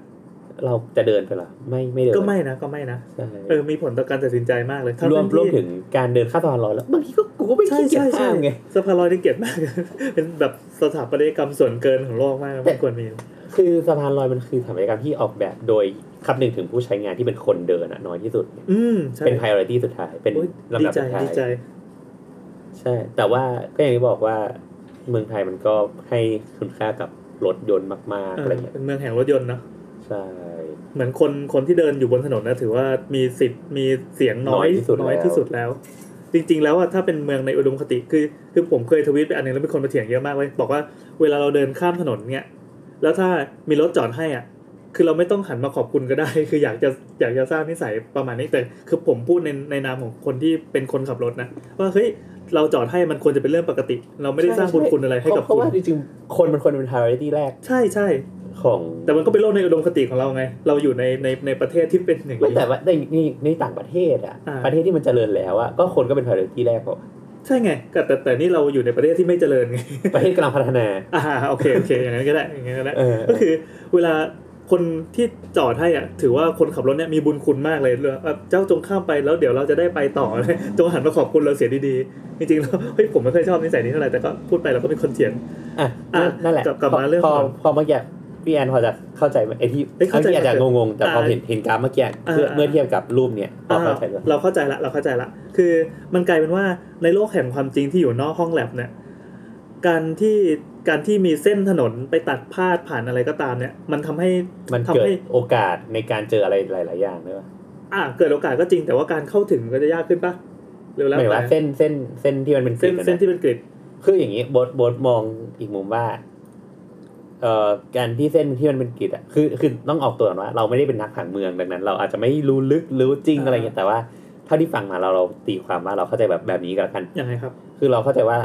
Speaker 3: เราจะเดินไปเหรอไม่ไม่เดิน
Speaker 2: ก็ไม่นะก็ไม่นะ
Speaker 3: ใช่
Speaker 2: เออมีผลต่อการตัดสินใจมากเลยทั้ง
Speaker 3: รวม
Speaker 2: ที่
Speaker 3: รวมถึงการเดินข้ามสะพานลอยแล้วบางทีก็กูก็ไม่
Speaker 2: ใช่
Speaker 3: ขี้เกียจ
Speaker 2: ใช่ใช่
Speaker 3: ข้ามไง
Speaker 2: สะพ านลอยนี่เกลียดมาก เป็นแบบสถาปัตยกรรมส่วนเกินของโลกมากไม่ควรมี
Speaker 3: คือสะพานลอยมันคือสถาปัตยกรรมที่ออกแบบโดยคำนึงถึงผู้ใช้งานที่เป็นคนเดินอะน้อยที่สุด
Speaker 2: อืมใช่
Speaker 3: เป็น priority สุดท้าย เป็น
Speaker 2: โอ๊ย
Speaker 3: ลำ
Speaker 2: ดี
Speaker 3: ดับ
Speaker 2: ใจ
Speaker 3: สุดท้าย
Speaker 2: ดีใจ
Speaker 3: ใช่ แต่ว่าก็อย่างที่บอกว่าเมืองไทยมันก็ให้คุณค่ากับรถยนต์มาก ๆ
Speaker 2: เอ
Speaker 3: อะไร
Speaker 2: อ
Speaker 3: เงี้ย
Speaker 2: เป็นเมืองแห่งรถยนต์เนอะ
Speaker 3: ใช่
Speaker 2: เหมือนคนคนที่เดินอยู่บนถนนนะถือว่ามีสิทธิ์มีเสียงน้อย
Speaker 3: น้อยที่สุดแล้ว
Speaker 2: น้อยที่สุดแล้ว จริงๆ แล้วอะถ้าเป็นเมืองในอุดมคติคือคือผมเคยทวีตไปอันหนึงแล้วมีคนมาเถียงเยอะมากเลยบอกว่าเวลาเราเดินข้ามถนนเนี่ยแล้วถ้ามีรถจอดให้อ่ะ คือเราไม่ต้องหันมาขอบคุณก็ได้ คืออยากจะอยากจะสร้างนิสัยประมาณนี้แต่คือผมพูดในในนามของคนที่เป็นคนขับรถนะว่าเฮ้ยเราจอดให้มันควรจะเป็นเรื่องปกติ เราไม่ได้สร้างบุญคุณอะไรให้กับ
Speaker 3: เพราะ
Speaker 2: คุณ
Speaker 3: ว่าจริงๆคนมันควรเป็น priority แรก
Speaker 2: ใช่ใช่
Speaker 3: ของ
Speaker 2: แต่มันก็เป็นโลกในอุดมคติของเราไง เราอยู่ในในในประเทศที่เป็นหนึ่าง
Speaker 3: ไม่
Speaker 2: นี้
Speaker 3: แต่ว่าในในในต่างประเทศอ่ะ
Speaker 2: อ่า
Speaker 3: ประเทศที่มันเจริญแล้วอ่ะก็คนก็เป็น priority แรกของ
Speaker 2: ใช่ไงแต่แต่แต่นี่เราอยู่ในประเทศที่ไม่เจริญไง
Speaker 3: ประเทศกำลังพัฒนา
Speaker 2: อ่าโอเคโอเคอย่างนั้นก็ได้อย่างนั้นก็ได้
Speaker 3: เออเออ
Speaker 2: ก็คือเวลาคนที่จอดให้อ่ะถือว่าคนขับรถเนี่ยมีบุญคุณมากเลยเรือแบบเจ้าจงข้ามไปแล้วเดี๋ยวเราจะได้ไปต่อ เลย จงหันมาขอบคุณเราเสียดีๆ จริงๆแล้ว เฮ้ยผมไม่เคยชอบนิสัยนี้เท่าไหร่แต่ก็พูดไปเราก็เป็นคนเถียง
Speaker 3: อ่ะนั่น
Speaker 2: อ่ะ
Speaker 3: นั่นแหละ
Speaker 2: กลับกลับมาเรื่อง
Speaker 3: พอ
Speaker 2: ของ
Speaker 3: พอเมื่อกี้พี่แอนพอจะเข้าใจไหมไอ้ที่
Speaker 2: เอ้ยเข้าใจ
Speaker 3: ที่อาจจะงงๆแต่พอ
Speaker 2: เข้าใจ
Speaker 3: เห็นเห็นกราฟเมื่อกี้เมื่อ
Speaker 2: อ่า
Speaker 3: เมื่อเทียบกับรูปเนี่ยพอเข้าใจแล้ว
Speaker 2: เราเข้าใจละเราเข้าใจละคือมันกลายเป็นว่าในโลกแห่งความจริงที่อยู่นอกห้องแลบเนี่ยการที่การที่มีเส้นถนนไปตัดพาดผ่านอะไรก็ตามเนี่ย มันทำให้
Speaker 3: มัน
Speaker 2: ทำ
Speaker 3: เกิด
Speaker 2: ให้
Speaker 3: โอกาสในการเจออะไรหลาย ๆ อย่างด้วยวะ
Speaker 2: อ่าเกิดโอกาสก็จริงแต่ว่าการเข้าถึงก็จะยากขึ้นปะหรือ
Speaker 3: ห
Speaker 2: แล้ว
Speaker 3: มายว่า
Speaker 2: แต่
Speaker 3: เส้นเส้นเส้นที่มันเป็นก
Speaker 2: เส้
Speaker 3: ริ
Speaker 2: น
Speaker 3: ดอะะ
Speaker 2: เส้นที่เป็นกริด
Speaker 3: คืออย่างนี้โบทโบทมองอีกมุมว่าเอ่อการที่เส้นที่มันเป็นกริดอ่ะคือคือต้องออกตัวก่อนว่าเราไม่ได้เป็นนักผังเมืองดังนั้น เราอาจจะไม่รู้ลึกรู้จริงอะไรอย่างเงี้ยแต่ว่าเท่าที่ฟังมาเราเราตีความว่าเราเข้าใจแบบแบบนี้กันละกัน
Speaker 2: ยังไงครับ
Speaker 3: คือเราเข้าใจว่า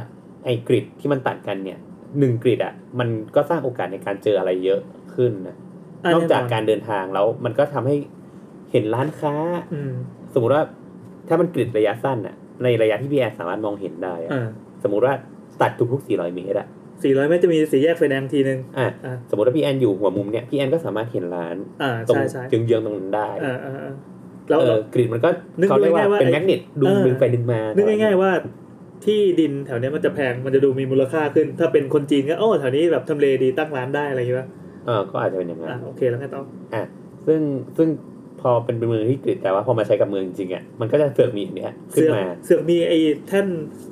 Speaker 3: ไอ้กริดที่มันตัดกันเนี่ยหนึ่งกริดอ่ะมันก็สร้างโอกาสในการเจออะไรเยอะขึ้นนะ
Speaker 2: อ่ะ
Speaker 3: นอกจาก
Speaker 2: แน่นอน
Speaker 3: การเดินทางแล้วมันก็ทำให้เห็นร้านค้า
Speaker 2: อืม
Speaker 3: สมมุติว่าถ้ามันกริดระยะสั้นอ่ะในระยะที่พี่แอนสามารถมองเห็นได้อะ
Speaker 2: อ่า
Speaker 3: สมมุติว่าตัดทุกๆ 400 เมตรอ่ะ
Speaker 2: สี่ร้อยเมตรจะมีสี่แยกไฟแดงทีนึง
Speaker 3: อ่ะ
Speaker 2: อ่า
Speaker 3: สมมติว่าพี่แอนอยู่หัวมุมเนี่ยพี่แอนก็สามารถเห็นร้าน
Speaker 2: อ่า
Speaker 3: ตรง
Speaker 2: ใช่ใช่
Speaker 3: เยื้องๆตรงนั้นได้
Speaker 2: อ่าอ่าอ่าแล้ว
Speaker 3: เออกริดมันก็
Speaker 2: นึก
Speaker 3: เขาเรียกว่า
Speaker 2: ง่ายๆว่า
Speaker 3: เป็น
Speaker 2: ไอ้
Speaker 3: แมกเนตดึง
Speaker 2: เออ
Speaker 3: ดึงไปดึงมา
Speaker 2: นึ
Speaker 3: นึ
Speaker 2: กง่าย ๆว่าที่ดินแถวเนี้ยมันจะแพงมันจะดูมีมูลค่าขึ้น ถ้าเป็นคนจีนก็โอ้แถวนี้แบบทำเลดีตั้งร้านได้อะไรอย่างเงี้ยปะ
Speaker 3: เออก็อาจจะเป็นอย่างนั้น
Speaker 2: อ่าโอเคแล้วไงต่อ
Speaker 3: ซึ่งซึ่งพอเป็นเมืองที่กฤษแต่ว่าพอมาใช้กับเมืองจริงๆอ่ะมันก็จะเสือกมีอย่างเนี้ยขึ้
Speaker 2: เสื
Speaker 3: น
Speaker 2: อก
Speaker 3: มา
Speaker 2: เสือกมีไอ้แท่น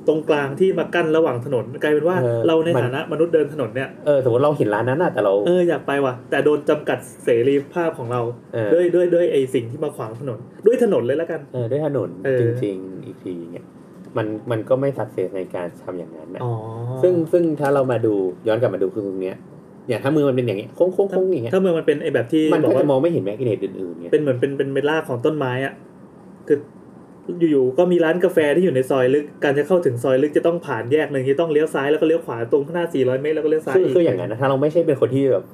Speaker 2: ตรงกลางที่มากั้นระหว่างถนนกลายเป็นว่า
Speaker 3: เออ
Speaker 2: เราใน
Speaker 3: มัน
Speaker 2: ฐานะมนุษย์เดินถนนเนี่ย
Speaker 3: เออสมมติเราเห็นร้านนั้นอ่ะแต่เรา
Speaker 2: เอออยากไปว่ะแต่โดนจำกัดเสรีภาพของเรา
Speaker 3: เออ
Speaker 2: ด้วยด้วยด้วยไอสิ่งที่มาขวางถนน ด้วยถนนเลยแล้วกัน
Speaker 3: เออด้วยถนน
Speaker 2: เออ
Speaker 3: จริง ๆ อีกทีเงี้ยมันมันก็ไม่สักเซสในการทำอย่างนั้นนะ
Speaker 2: อ๋อ
Speaker 3: ซึ่งซึ่งถ้าเรามาดูย้อนกลับมาดูคือตรงเนี้ยเนี่ยถ้ามือมันเป็นอย่างเงี้ยโค้งโค้งโค้งอย่างเงี้ย
Speaker 2: ถ้าเมืองมันเป็นไอแบบที่
Speaker 3: มัน
Speaker 2: บอก
Speaker 3: ก็
Speaker 2: ว่า
Speaker 3: จะมองไม่เห็นแมกเนตอื่นๆเงี้ย
Speaker 2: เป็นเหมือนเป็นเป็นเมล่ากของต้นไม้อ่ะคืออยู่ๆก็มีร้านกาแฟที่อยู่ในซอยลึกการจะเข้าถึงซอยลึกจะต้องผ่านแยกหนึ่งที่ต้องเลี้ยวซ้ายแล้วก็เลี้ยวขวาตรงข้างหน้า 400 เมตรแล้วก็เลี้ยวซ้าย
Speaker 3: คือ
Speaker 2: อีก
Speaker 3: คืออย่างนั้นนะถ้าเราไม่ใช่เป็นคนที่แบบ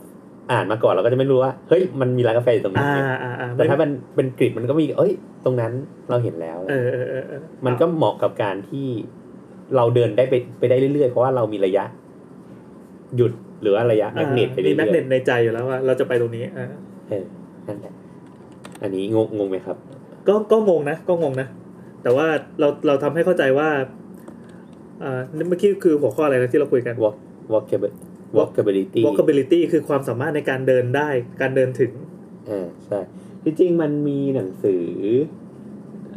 Speaker 3: อ่านมาก่อนเราก็จะไม่รู้ว่าเฮ้ยมันมีร้านกาแฟอยู่ตรงนั้
Speaker 2: อ่าน
Speaker 3: เนี่ย
Speaker 2: อ่าอ่า
Speaker 3: แต่ถ้ามันเป็นกริดมันก็มีเอ้ย ตรงนั้นเราเห็นแล้ว
Speaker 2: เออเออเออเออ
Speaker 3: มันก็เหมาะกับการที่เราเดินได้ไปไปได้เรื่อยๆ เพราะว่าเรามีระยะ หยุดหรือว่าระยะแมกเนตไปเรื่
Speaker 2: มี
Speaker 3: อยๆ
Speaker 2: แมกเนตในใจอยู่แล้วว่าเราจะไปตรงนี้อ่า
Speaker 3: เออนั่นแหละอันนี้งงงงไหมครับ
Speaker 2: ก็ก็งงนะก็งงนะ แต่ว่าเราเราทำให้เข้าใจว่าอ่าเมื่อกี้คือหัวข้ออะไรนะที่เราคุยกัน
Speaker 3: walk walkable walkability
Speaker 2: walkability คือความสามารถในการเดินได้ การเดินถึง
Speaker 3: อ่าใช่จริงๆมันมีหนังสือ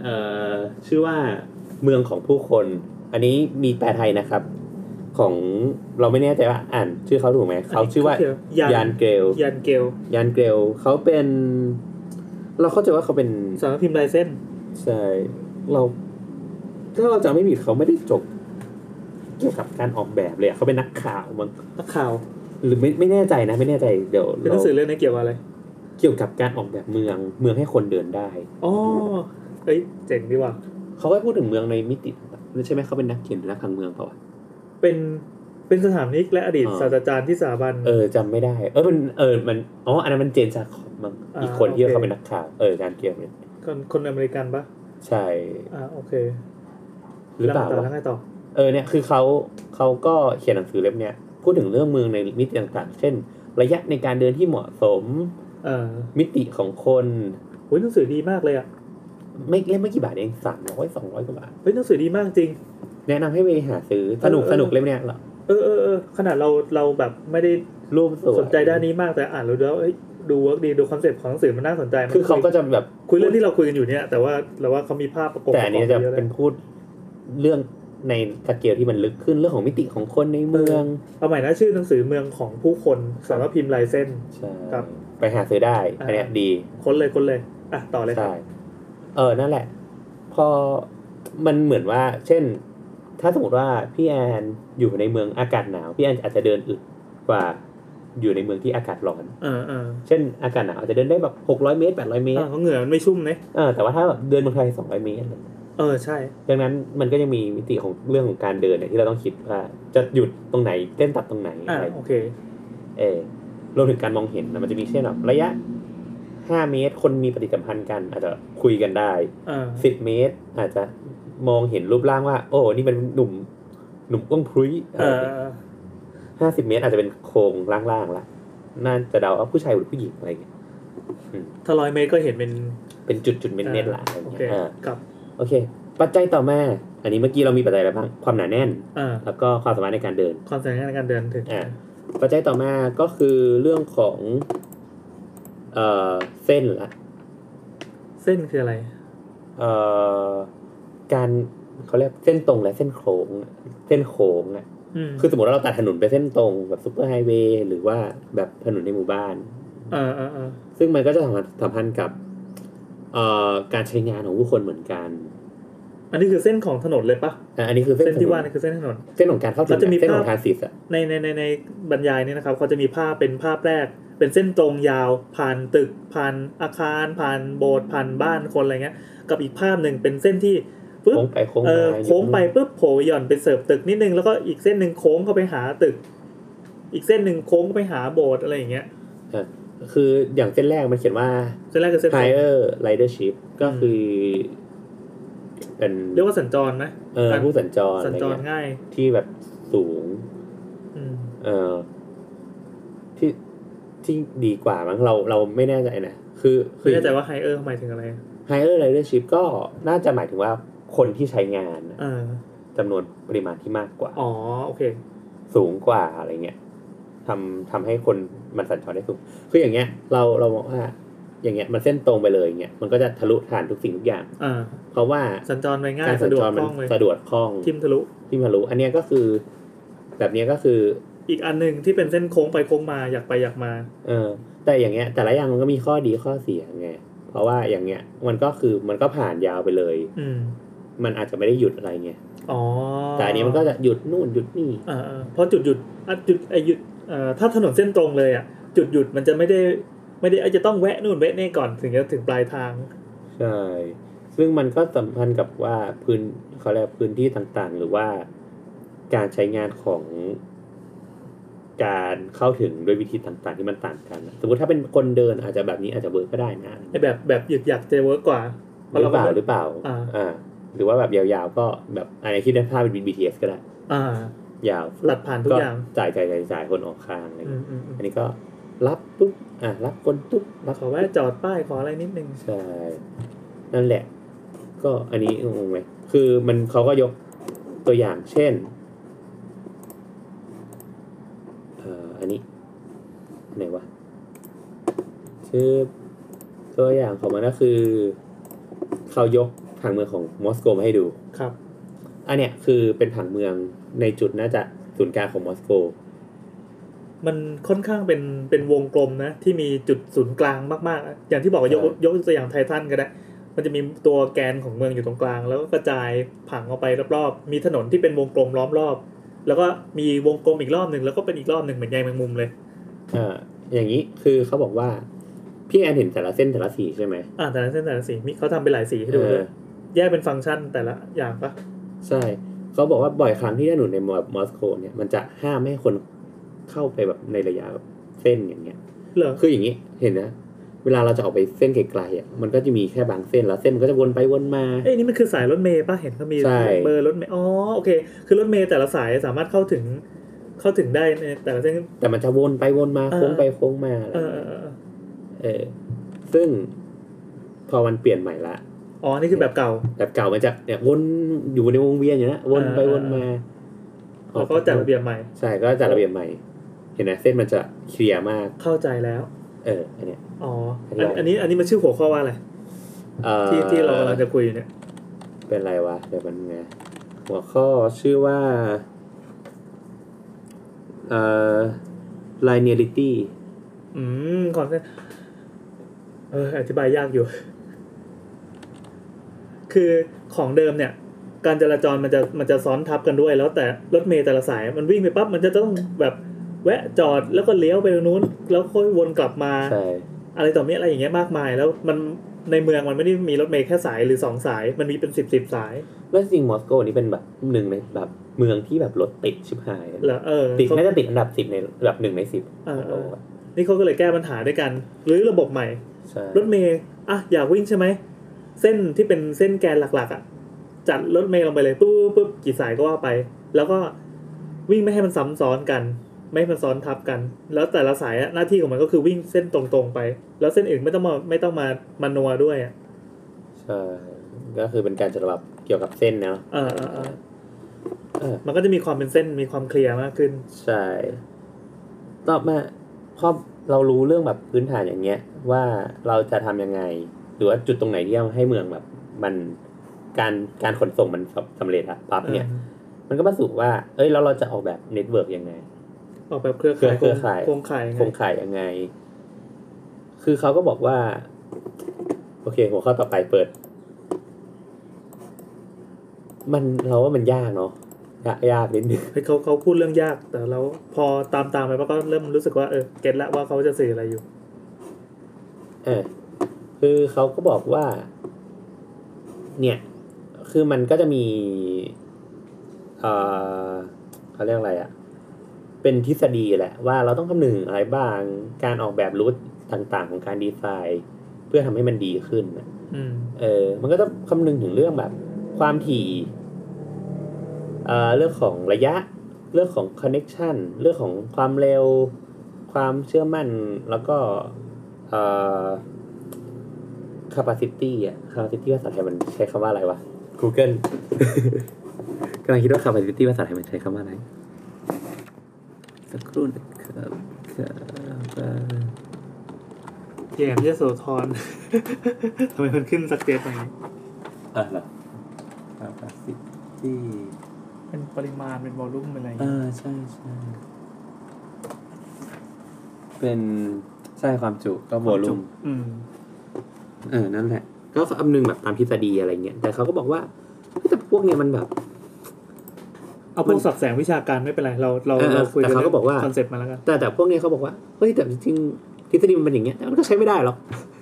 Speaker 3: เอ่อชื่อว่าเมืองของผู้คน อันนี้มีแปลไทยนะครับ ของเราไม่แน่ใจว่าอ่าน ชื่อเขาถูกไหมเขาชื่อว่า
Speaker 2: เขาเขียนยาน
Speaker 3: ยานเกล
Speaker 2: ยันเกล
Speaker 3: ยานเกลเขาเป็น เราเข้าใจว่าเขาเป็น
Speaker 2: สำนักพิมพ์ลายเส้น
Speaker 3: ใช่เราถ้าเราจำไม่ผิดเขาไม่ได้จบเกี่ยวกับการออกแบบเลยอะเขาเป็นนักข่าวมั้ง
Speaker 2: นักข่าว
Speaker 3: หรือไม่ไม่แน่ใจนะไม่แน่ใจเดี๋ยว
Speaker 2: เป็นห
Speaker 3: เรา
Speaker 2: นังสือเรื่องนี้เกี่ยวกับอะไร
Speaker 3: เกี่ยวกับการออกแบบเมือง เมืองให้คนเดินได้
Speaker 2: อ๋อ เอ้ย เจ๋งดีว่ะ
Speaker 3: เขาก็พูดถึงเมืองในมิติต่างๆหรือใช่ไหมเขาเป็นนักเขียนหรือนักพังเมืองเปล่าวะ
Speaker 2: เป็น เป็นสถาปนิกและอดีต
Speaker 3: อ๋อ
Speaker 2: ศาสตราจารย์ที่สถาบัน
Speaker 3: เออจำไม่ได้ เออมันเออมันอ๋ออันนั้นมันเจนจาคอบมั้ง
Speaker 2: อ่า
Speaker 3: อีกคนที่
Speaker 2: โอเค
Speaker 3: เขาเป็นนักข่าวเออการเกี่ยวเนี่ย
Speaker 2: คนคนอเมริกันปะ
Speaker 3: ใช่
Speaker 2: อ่า โอเค
Speaker 3: หรือเปล่า
Speaker 2: แล้ว
Speaker 3: วะ
Speaker 2: ไงต่อแล้วไงต่อ
Speaker 3: เออเนี่ยคือเขาเขาก็เขียนหนังสือเล่มเนี้ยพูดถึงเรื่องเมืองในมิติต่างๆ เช่น ระยะในการเดินที่เหมาะสม
Speaker 2: เออ
Speaker 3: มิติของคน
Speaker 2: เฮ้ยหนังสือดีมากเลยอ่ะ
Speaker 3: ไม่เล่มไม่กี่บาทเองสามร้อยสองร้อยกว่าบาท
Speaker 2: เฮ้ยหนังสือดีมากจริง
Speaker 3: แนะนำให้ไปหาซื้อสนุก
Speaker 2: เออเออ
Speaker 3: สนุกเล่มเนี้ยเหรอ
Speaker 2: เออเออเออขนาดเรา เราแบบไม่ได้
Speaker 3: รูปสวย
Speaker 2: สนใจด้านนี้มากแต่อ่านแล้วแล้วเอ้ยดูเวิร์กดี ดูคอนเซ็ปต์ของหนังสือมันน่าสนใจมัน
Speaker 3: คือเขาก็จะแบบ
Speaker 2: คุยเรื่องที่เราคุยกันอยู่เนี่ย แต่ว่าเราว่าเขามีภาพประกบ
Speaker 3: แต่อันนี้
Speaker 2: ป
Speaker 3: จะ
Speaker 2: รกอบยลย
Speaker 3: เป็นพูดเรื่องในสเกลที่มันลึกขึ้นเรื่องของมิติของคนในเมือง
Speaker 2: เอาใหม่นะชื่อหนังสือเมืองของผู้คนสำนักพิมพ์ลายเส้น
Speaker 3: ใช่
Speaker 2: ครับ
Speaker 3: ไปหาซื้อได้
Speaker 2: อ่า
Speaker 3: อันเนี้ยดี
Speaker 2: ค้นเลยค้นเลยอ่ะต่อเลยครับ
Speaker 3: ใช่ เออ นั่นแหละ พอ มันเหมือนว่า เช่น ถ้าสมมติว่าพี่แอนอยู่ในเมืองอากาศหนาว พี่แอนอาจจะเดินอึดกว่า อยู่ในเมืองที่อากาศร้อน
Speaker 2: เออเออ
Speaker 3: เช่น อากาศหนาวอาจจะเดินได้แบบหกร้อยเมตรแปดร้อยเมตร
Speaker 2: อ่ะเขาเหงื่อมันไม่ชุ่มนะ
Speaker 3: เออ แต่ว่าถ้าแบบเดินเมืองไทยสองร้อยเมตรอะไรอย่างเงี้ย
Speaker 2: เออใช่
Speaker 3: ดังนั้นมันก็ยังมีมิติของเรื่องของการเดินเนี่ยที่เราต้องคิดว่า จะหยุดตรงไหนเต้นตัดตรงไหน
Speaker 2: อ่ะ
Speaker 3: อะไรอย่าง
Speaker 2: โอ
Speaker 3: เงี้ย
Speaker 2: เค
Speaker 3: เออ รวมถึงการมองเห็นนะมันจะมีเช่นแบบระยะห้าเมตร คนมีปฏิสัมพันธ์กัน อาจจะคุยกันได้
Speaker 2: เออ
Speaker 3: สิบเมตร อาจจะมองเห็นรูปร่างว่า โอ้นี่เป็นหนุ่มหนุ่มอ้วงพรุ้ย
Speaker 2: เออ
Speaker 3: ห้าสิบเมตร อาจจะเป็นโครงล่างๆละน่าจะเดาว่าผู้ชายหรือผู้หญิงอะไรอย่างเงี้ย
Speaker 2: ถ้าร้อยเมตรก็เห็นเป็น
Speaker 3: เป็นจุดๆเม็ดๆละอะไรอ
Speaker 2: โอย่างเค
Speaker 3: เงี้ยอ่า
Speaker 2: กับ
Speaker 3: โอเค ปัจจัยต่อมา อันนี้เมื่อกี้เรามีปัจจัยอะไรบ้าง ความหนาแน่น
Speaker 2: เออ
Speaker 3: แล้วก็ความสามารถในการเดิน
Speaker 2: ความสำคัญในการเดินถึง
Speaker 3: อ่า ปัจจัยต่อมาก็คือเรื่องของเอ่อเส้นละ
Speaker 2: เส้นคืออะไร
Speaker 3: เอ่อการเขาเรียกเส้นตรงและเส้นโค้งอะเส้นโค้งอะ
Speaker 2: อืม
Speaker 3: คือสมมติว่าเราตัดถนนไปเส้นตรงแบบซุปเปอร์ไฮเวย์หรือว่าแบบถนนในหมู่บ้าน
Speaker 2: เออเออเออ
Speaker 3: ซึ่งมันก็จะสัมพันธ์กับเอ่อการใช้งานของผู้คนเหมือนกัน
Speaker 2: อันนี้คือเส้นของถนนเลยปะ
Speaker 3: อ่ะอันนี้คือเส้น
Speaker 2: เส้นที่
Speaker 3: ถ
Speaker 2: ว่านี่คือเส้นถนน
Speaker 3: เส้นของการเข้าถึง
Speaker 2: เราจะมี
Speaker 3: เส้นของ
Speaker 2: ภาพ
Speaker 3: ทรานสิตอะ
Speaker 2: ในในในในบรรยายเนี่ยนะครับเขาจะมีภาพเป็นภาพแรก เป็นเส้นตรงยาว ผ่านตึก ผ่านอาคาร ผ่านโบสถ์ผ่านบ้านคนอะไรเงี้ย กับอีกภาพหนึ่งเป็นเส้นที่ปึ๊บ
Speaker 3: โค้งไปโค้ง
Speaker 2: เอ
Speaker 3: มา
Speaker 2: อโค้งไปปุ๊บโผล่หย่อนไปเสิร์ฟตึกนิดนึงแล้วก็อีกเส้นหนึ่งโค้งเข้าไปหาตึก อีกเส้นหนึ่งโค้งเข้าไปหาโบสถ์อะไรอย่างเงี้ย
Speaker 3: คืออย่างเส้นแรกมันเขียนว่า
Speaker 2: เส้นแรกคือเส้นตรง
Speaker 3: higher ridership ก็คือเป็น
Speaker 2: เรียกว่าสัญจรไหม
Speaker 3: เออผู้สัญจร
Speaker 2: สัญ
Speaker 3: อะไร
Speaker 2: จร
Speaker 3: เงี้ย
Speaker 2: ง่าย
Speaker 3: ที่แบบสูง
Speaker 2: อืม
Speaker 3: เออที่ที่ดีกว่ามั้งเราเราไม่แน่ใจนะคือ
Speaker 2: คือเข้าใจว่าไฮเออร์หมายถึงอะไร
Speaker 3: ไฮเออร์ไรเดอร์ชิพก็น่าจะหมายถึงว่าคนที่ใช้งาน
Speaker 2: เออ
Speaker 3: จำนวนปริมาณที่มากกว่า
Speaker 2: อ๋อโอเค
Speaker 3: สูงกว่าอะไรเงี้ยทำทำให้คนมันสัญจรได้สูงคืออย่างเงี้ย เราเรามองว่า อย่างเงี้ยมันเส้นตรงไปเลยอย่างเงี้ยมันก็จะทะลุผ่านทุกสิ่งทุกอย่าง
Speaker 2: อ่า
Speaker 3: เพราะว่า
Speaker 2: สัญจรไปง่าย
Speaker 3: การสั
Speaker 2: สะ
Speaker 3: ญ
Speaker 2: ดวก
Speaker 3: จร
Speaker 2: ค
Speaker 3: มั
Speaker 2: ล่
Speaker 3: น
Speaker 2: องเลย
Speaker 3: สะดวกคล่อง
Speaker 2: ทิมทะลุ
Speaker 3: ที่มารู้อันเนี้ยก็คือ แบบเนี้ยก็คือ
Speaker 2: อีกอันหนึ่งที่เป็นเส้นโค้งไปโค้งมาอยากไปอยากมา
Speaker 3: เออแต่อย่างเงี้ย แต่ละอย่างมันก็มีข้อดีข้อเสียไงเพราะว่าอย่างเงี้ย มันก็คือมันก็ผ่านยาวไปเลย
Speaker 2: อืม
Speaker 3: มันอาจจะไม่ได้หยุดอะไรเงี้ย
Speaker 2: อ๋อ
Speaker 3: แต่อันนี้มันก็จะหยุดนู่นหยุดนี่
Speaker 2: เออเออเพราะจุดหยุดอ่ะจุดไอหยุดเอ่อถ้าถนนเส้นตรงเลยอ่ะ จุดหยุดมันจะไม่ได้ไม่ได้ไอ้จะต้องแวะนู่นแวะนี่ก่อนถึงจะถึงปลายทาง
Speaker 3: ใช่ ซึ่งมันก็สัมพันธ์กับว่าพื้นเขาเรียกพื้นที่ต่างๆ หรือว่าการใช้งานของการเข้าถึงด้วยวิธีต่างๆ ที่มันต่างกัน สมมติถ้าเป็นคนเดินอาจจะแบบนี้อาจจะเวิร์กก็ได้นะ
Speaker 2: ไอแบบแบบหยุดอยากจะเวิร์กกว่า
Speaker 3: หรือเปล่า
Speaker 2: ก็
Speaker 3: หรือเปล่า
Speaker 2: อ่า
Speaker 3: อ่า หรือว่าแบบยาวๆก็แบบอะไรคิดได้ภาพเป็น BTS ก็ได้
Speaker 2: อ่า
Speaker 3: ยาว
Speaker 2: หลัดผ่านทุกอย่าง
Speaker 3: จ่ายจ่ายจ่ายจ่ายคนออกข้างอะไรอย่าง
Speaker 2: อืม
Speaker 3: เงี้ย
Speaker 2: อืมอืม
Speaker 3: อันนี้ก็รับปุ๊บอ่ะรับคนปุ๊บรับ
Speaker 2: ขอแวะจอดป้ายขออะไรนิดนึง
Speaker 3: ใช่ นั่นแหละ ก็อันนี้งงไหมคือมันเขาก็ยกตัวอย่างเช่นเอ่ออันนี้อันไหนวะชื่อตัวอย่างของมันก็คือ เขายกผังเมืองของมอสโกมาให้ดู
Speaker 2: ครับ
Speaker 3: อันเนี้ยคือเป็นผังเมืองในจุดน่าจะศูนย์กลางของมอสโก
Speaker 2: มันค่อนข้างเป็นเป็นวงกลมนะ ที่มีจุดศูนย์กลางมากๆอะอย่างที่บอกว่ายก
Speaker 3: ใช่
Speaker 2: ยกตัวอย่างไททันก็ได้ มันจะมีตัวแกนของเมืองอยู่ตรงกลาง แล้วก็กระจายผังออกไปรอบๆมีถนนที่เป็นวงกลมล้อมรอบ แล้วก็มีวงกลมอีกรอบหนึ่งแล้วก็เป็นอีกรอบหนึ่งเหมือนใยแมงมุมเลย
Speaker 3: เอ่ออย่างนี้คือเขาบอกว่า พี่แอนเห็นแต่ละเส้นแต่ละสีใช่ไหม
Speaker 2: อ่าแต่ละเส้นแต่ละสีมีเขาทำเป็นหลายสีให้ดู
Speaker 3: เอ
Speaker 2: ด้ว
Speaker 3: อ
Speaker 2: ยแยกเป็นฟังก์ชันแต่ละอย่างปะ
Speaker 3: ใช่ เขาบอกว่าบ่อยครั้งที่ถนนในมอมอสโกเนี่ยมันจะห้ามไม่ให้คนเข้าไปแบบในระยะแบบเส้นอย่างเงี้ย
Speaker 2: เหรอ
Speaker 3: คืออย่างนี้เห็นนะ เวลาเราจะออกไปเส้นไกลๆอ่ะมันก็จะมีแค่บางเส้นแล้วเส้นมันก็จะวนไปวนมา
Speaker 2: เอ้ยนี่มันคือสายรถเมย์ปะเห็นเขามี
Speaker 3: ใช่
Speaker 2: เบอร์รถเมย์อ๋อโอเค คือรถเมย์แต่ละสายสามารถเข้าถึงเข้าถึงได้ในแต่ละเส้น
Speaker 3: แต่มันจะวนไปวนมา
Speaker 2: เออ
Speaker 3: โค้งไปโค้งมาอะไร
Speaker 2: เออเอ
Speaker 3: เงี้
Speaker 2: อเอ
Speaker 3: ย
Speaker 2: อ
Speaker 3: เออ ซึ่งพอมันเปลี่ยนใหม่ละ
Speaker 2: อ๋อนี่คือแบบเก่า
Speaker 3: แบบเก่ามันจะเนี่ยวนอยู่ในวงเวียนอยู่นะวนไปวนมา
Speaker 2: แล้วก็จัดระเบียบใหม่
Speaker 3: ใช่ก็จัดระเบียบใหม่ เห็นนะเส้นมันจะเคลียร์มาก
Speaker 2: เข้าใจแล้ว
Speaker 3: เอออันเนี้ย
Speaker 2: อ๋อ
Speaker 3: เห็นแล้ว
Speaker 2: อันนี้อันนี้มันชื่อหัวข้อว่าอะไร
Speaker 3: เอ่อ
Speaker 2: ที่ที่เรากำลังจะคุยอยู่เนี่ย
Speaker 3: เป็นไรวะเดี๋ยวมันไงหัวข้อชื่อว่าเอ่อ linearity
Speaker 2: อืมคอนเซ็ปต์เอออธิบายยากอยู่ คือของเดิมเนี่ย การจราจรมันจะมันจะซ้อนทับกันด้วย แล้วแต่รถเมล์แต่ละสายมันวิ่งไปปั๊บมันจะต้องแบบแวะจอดแล้วก็เลี้ยวไปตรงนู้น แล้วค่อยวนกลับมา
Speaker 3: ใช่
Speaker 2: อะไรต่อมีอะไรอย่างเงี้ยมากมาย แล้วมันในเมืองมันไม่ได้มีรถเมล์แค่สายหรือสองสาย มันมีเป็นสิบสิบสาย
Speaker 3: แล้วจริงมอสโกนี่เป็นแบบหนึ่งในแบบเมืองที่แบบรถติดชิบหาย
Speaker 2: เหรอเออ
Speaker 3: ติดน่าจะติดอันดับสิบในแบบหนึ่งในสิบ
Speaker 2: เออเออ นี่เขาก็เลยแก้ปัญหาด้วยกันหรือระบบใหม่
Speaker 3: ใช่
Speaker 2: รถเมย์อ่ะอยากวิ่งใช่ไหม เส้นที่เป็นเส้นแกนหลักๆอ่ะจัดรถเมย์ลงไปเลยปุ๊บปุ๊บปุ๊บกี่สายก็ว่าไป แล้วก็วิ่งไม่ให้มันซ้ำซ้อนกัน ไม่ให้มันซ้อนทับกัน แล้วแต่ละสายอะหน้าที่ของมันก็คือวิ่งเส้นตรงๆไป แล้วเส้นอื่นไม่ต้องมาไม่ต้องมามานัวด้วยอ่ะ
Speaker 3: ใช่ก็คือเป็นการจัดระบบเกี่ยวกับเส้นเนาะ
Speaker 2: เออเออเออ
Speaker 3: เออ
Speaker 2: มันก็จะมีความเป็นเส้นมีความเคลียร์มากขึ้น
Speaker 3: ใช่ ต่อมาพอเรารู้เรื่องแบบพื้นฐานอย่างเงี้ย ว่าเราจะทำยังไง หรือว่าจุดตรงไหนที่จะให้เมืองแบบ มันการการขนส่งมันสำสำเร็จอะปั๊บเนี่ย มันก็มาสู่ว่า เอ้ยแล้วเราจะออกแบบเน็ตเวิร์กยังไง
Speaker 2: ออกแบบเครือข่าย
Speaker 3: เครือข่าย
Speaker 2: โครงข่ายยังไง
Speaker 3: โครงข่ายยังไง คือเขาก็บอกว่า โอเค หัวข้อต่อไปเปิด มันเราว่ามันยากเนาะยากยากนิดนึง
Speaker 2: เฮ้ยเขาเขาพูดเรื่องยากแต่เราพอตามตามๆไปมันก็เริ่มรู้สึกว่าเออเก็ตละว่าเขาจะสื่ออะไรอยู่
Speaker 3: เออคือเขาก็บอกว่า เนี่ย คือมันก็จะมีเออเขาเรียกอะไรอะเป็นทฤษฎีแหละ ว่าเราต้องคำนึงอะไรบ้าง การออกแบบรูทต่างๆ ของการดีไซน์ เพื่อทำให้มันดีขึ้นน่ะ
Speaker 2: อืม
Speaker 3: เออ มันก็จะคำนึงถึงเรื่องแบบ ความถี่เอ่อเรื่องของระยะ เรื่องของคอนเน็ชันเรื่องของความเร็ว ความเชื่อมั่น แล้วก็เอ่อ capacity อะ capacity ภาษาไทยมันใช้คำว่าอะไรวะ Google กำลังคิดว่า capacity ภาษาไทยมันใช้คำว่าอะไร สักครู่นะครับ
Speaker 2: แยมยโสธร ทำไมมันขึ้นสเตปไป
Speaker 3: อ่ะเหรอ capacity
Speaker 5: เป็นปริมาณเป็นวอลลุ่มเป็นอะไรอย่าง
Speaker 3: อ่า
Speaker 5: เงี้ย
Speaker 3: ใช่ใช่เป็นใช่ความจุก็โวลุ่ม
Speaker 5: อืม
Speaker 3: เออนั่นแหละ ก็คำนึงแบบตามทฤษฎีอะไรเงี้ยแต่เขาก็บอกว่าเฮ้ยแต่พวกเนี้ยมันแบบ
Speaker 2: เอาพวกสับแสงวิชาการไม่เป็นไร เราเรา
Speaker 3: เออเออ
Speaker 2: เราคุย
Speaker 3: แต่
Speaker 2: กัน
Speaker 3: เขาก็บอกว่า
Speaker 2: คอนเซ็ปต์มาแล้วกัน
Speaker 3: แต่แต่พวกเนี้ยเขาบอกว่าเฮ้ยแต่จริงๆทฤษฎีมันเป็นอย่างเงี้ยแต่มันก็ใช้ไม่ได้หรอก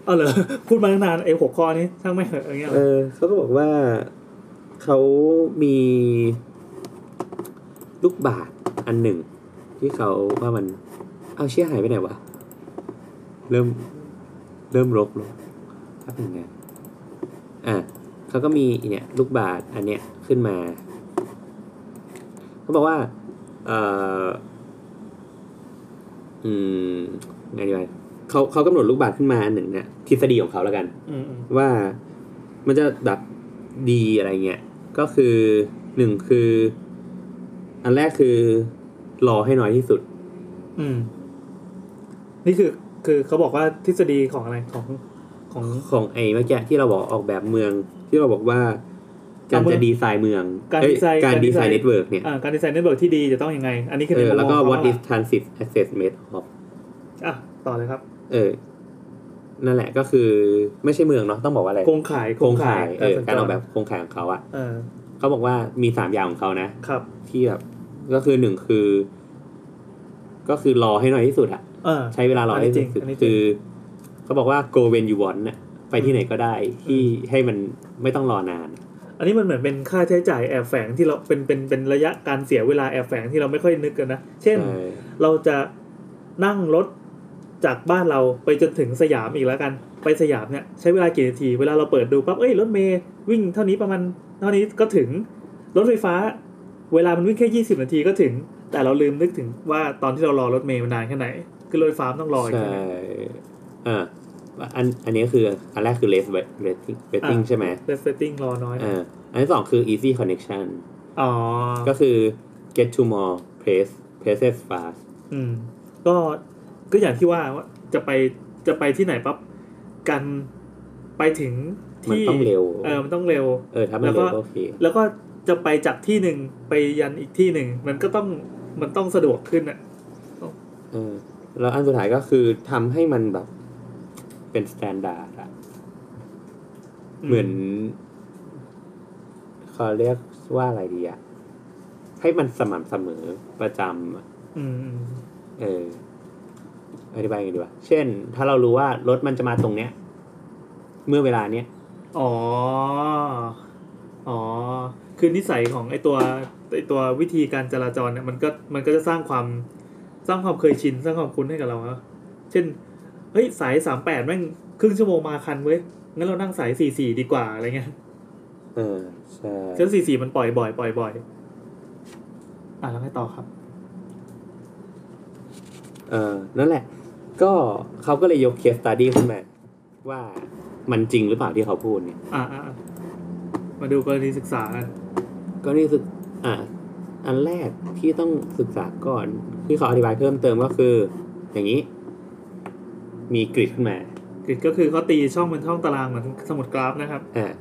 Speaker 2: เอาเหรอ พูดมาตั้งนานไอ้หัวข้อนี้ช่างไม่งเหอะอะไรเงี้ยเหร
Speaker 3: เอ
Speaker 2: อ
Speaker 3: อเขาก็บอกว่าเขามีลูกบาศก์อันหนึ่ง ที่เขาว่ามัน เอาเชี่ยหายไปไหนวะ เริ่มเริ่มรกลงครับยังไงอ่ะเขาก็มีอีเนี่ย ลูกบาศก์อันเนี้ยขึ้นมาเขาบอกว่า เอ่อ อืมไงดีวะเขาเขากำหนดลูกบาศก์ขึ้นมาอันหนึ่งเนี่ยทฤษฎีของเขาแล้วกัน
Speaker 2: อืมอืม
Speaker 3: ว่ามันจะแบบดีอะไรเงี้ย ก็คือหนึ่งคือ อันแรกคือรอให้น้อยที่สุด
Speaker 2: อืม นี่คือคือเขาบอกว่าทฤษฎีของอะไรของของ
Speaker 3: ของไอ้เมื่อกี้ที่เราบอกออกแบบเมือง ที่เราบอกว่า การจะดีไซน์เมือง
Speaker 2: การ
Speaker 3: เอ้ย
Speaker 2: ดีไซน์
Speaker 3: การ
Speaker 2: การดี
Speaker 3: ดีไซ
Speaker 2: ไซน์
Speaker 3: น์เน็ตเวิร์กเนี่ย
Speaker 2: อ่าการดีไซน์เน็ตเวิร์กที่ดีจะต้องยังไง อันนี้คือ
Speaker 3: เอ
Speaker 2: ใน
Speaker 3: อ
Speaker 2: มุม
Speaker 3: แล้วก็
Speaker 2: มอง
Speaker 3: what
Speaker 2: เขา
Speaker 3: is transit access made of
Speaker 2: อ่ะต่อเลยครับ
Speaker 3: เออ นั่นแหละก็คือไม่ใช่เมืองเนาะต้องบอกว่าอะไร
Speaker 2: โครงข่าย
Speaker 3: โครงข่ายเออ
Speaker 2: สัญจ
Speaker 3: การออกแบบโครงข่ายของเขาอะ
Speaker 2: เออ
Speaker 3: เขาบอกว่ามีสามอย่างของเขานะ
Speaker 2: ครับ
Speaker 3: ที่แบบก็คือหนึ่งคือ ก็คือรอให้น้อยที่สุดอะ
Speaker 2: เออ
Speaker 3: ใช้เวลารอให้น้อยที่สุด
Speaker 2: อันนี้จริง
Speaker 3: คือเขาบอกว่า go when you want น่ะไปที่ไหนก็ได้ที่ให้มันไม่ต้องรอนาน
Speaker 2: อันนี้มันเหมือนเป็นค่าใช้จ่ายแอบแฝงที่เราเป็นเป็นเป็นระยะการเสียเวลาแอบแฝงที่เราไม่ค่อยนึกกันนะเช่น เราจะนั่งรถจากบ้านเราไปจนถึงสยามอีกแล้วกัน ไปสยามเนี่ยใช้เวลากี่นาที เวลาเราเปิดดูปั๊บเอ้ยรถเมย์วิ่งเท่านี้ประมาณเท่านี้ก็ถึงรถไฟฟ้า เวลามันวิ่งแค่ 20 นาทีก็ถึง แต่เราลืมนึกถึงว่าตอนที่เรารอรถเมย์มานานแค่ไหนคือรถไฟฟ้ามันต้องรออีก
Speaker 3: ใช่
Speaker 2: แค่ไหน
Speaker 3: อ่าอันอันนี้คืออันแรกคือ less wait- waiting waiting
Speaker 2: อ่ะ
Speaker 3: ใช่ไหม
Speaker 2: เรสเฟตติ้งรอน้อย
Speaker 3: อ่าอันที่สองคือ easy connection
Speaker 2: อ๋อ
Speaker 3: ก็คือ get to more place places fast
Speaker 2: อืมก็ก็อย่างที่ว่าว่าจะไปจะไปที่ไหนปั๊บกันไปถึง
Speaker 3: มัน
Speaker 2: ที่
Speaker 3: ต้องเร็ว
Speaker 2: เออมันต้องเร็ว
Speaker 3: เออถ้ามันเร็วก็โอเค
Speaker 2: แล้วก็จะไปจากที่หนึ่งไปยันอีกที่หนึ่ง มันก็ต้องมันต้องสะดวกขึ้นอ่ะ
Speaker 3: เออแล้วอันสุดท้ายก็คือทำให้มันแบบเป็นสแตนดาร์ดอะ
Speaker 2: อืม
Speaker 3: เหมือนเขาเรียกว่าอะไรดีอะให้มันสม่ำเสมอประจำอะ
Speaker 2: อืม
Speaker 3: เอออธิบายยังไงดีวะเช่น ถ้าเรารู้ว่ารถมันจะมาตรงเนี้ย เมื่อเวลาเนี้ย
Speaker 2: อ๋อ อ๋อ คือนิสัยของไอตัวไอตัววิธีการจราจรเนี่ยมันก็มันก็จะสร้างความสร้างความเคยชิน สร้างความคุ้นให้กับเราอะ เช่นเฮ้ยสายสามแปดแม่งครึ่งชั่วโมงมาคันเว้ยงั้นเรานั่งสายสี่สี่ดีกว่าอะไรเงี้ย
Speaker 3: เออใช่
Speaker 2: เช่นสี่สี่มันปล่อยบ่อยปล่อยบ่อยอ่ะแล้วไงต่อครับ
Speaker 3: เออนั่นแหละ ก็เขาก็เลยยกเคสตาดี้ขึ้นมา ว่ามันจริงหรือเปล่าที่เขาพูดเนี่ย
Speaker 2: อ่ะอ่ะอ่ะมาดูกรณีศึกษากัน
Speaker 3: ก็นี่สึกอ่ะอันแรกที่ต้องศึกษาก่อนที่เขาอธิบายเพิ่มเติมก็คือ อย่างนี้ มีกริดขึ้นมา
Speaker 2: กริดก็คือเขาตีช่องเป็นช่องตารางเหมือนสมุดกราฟนะครับ
Speaker 3: อ่า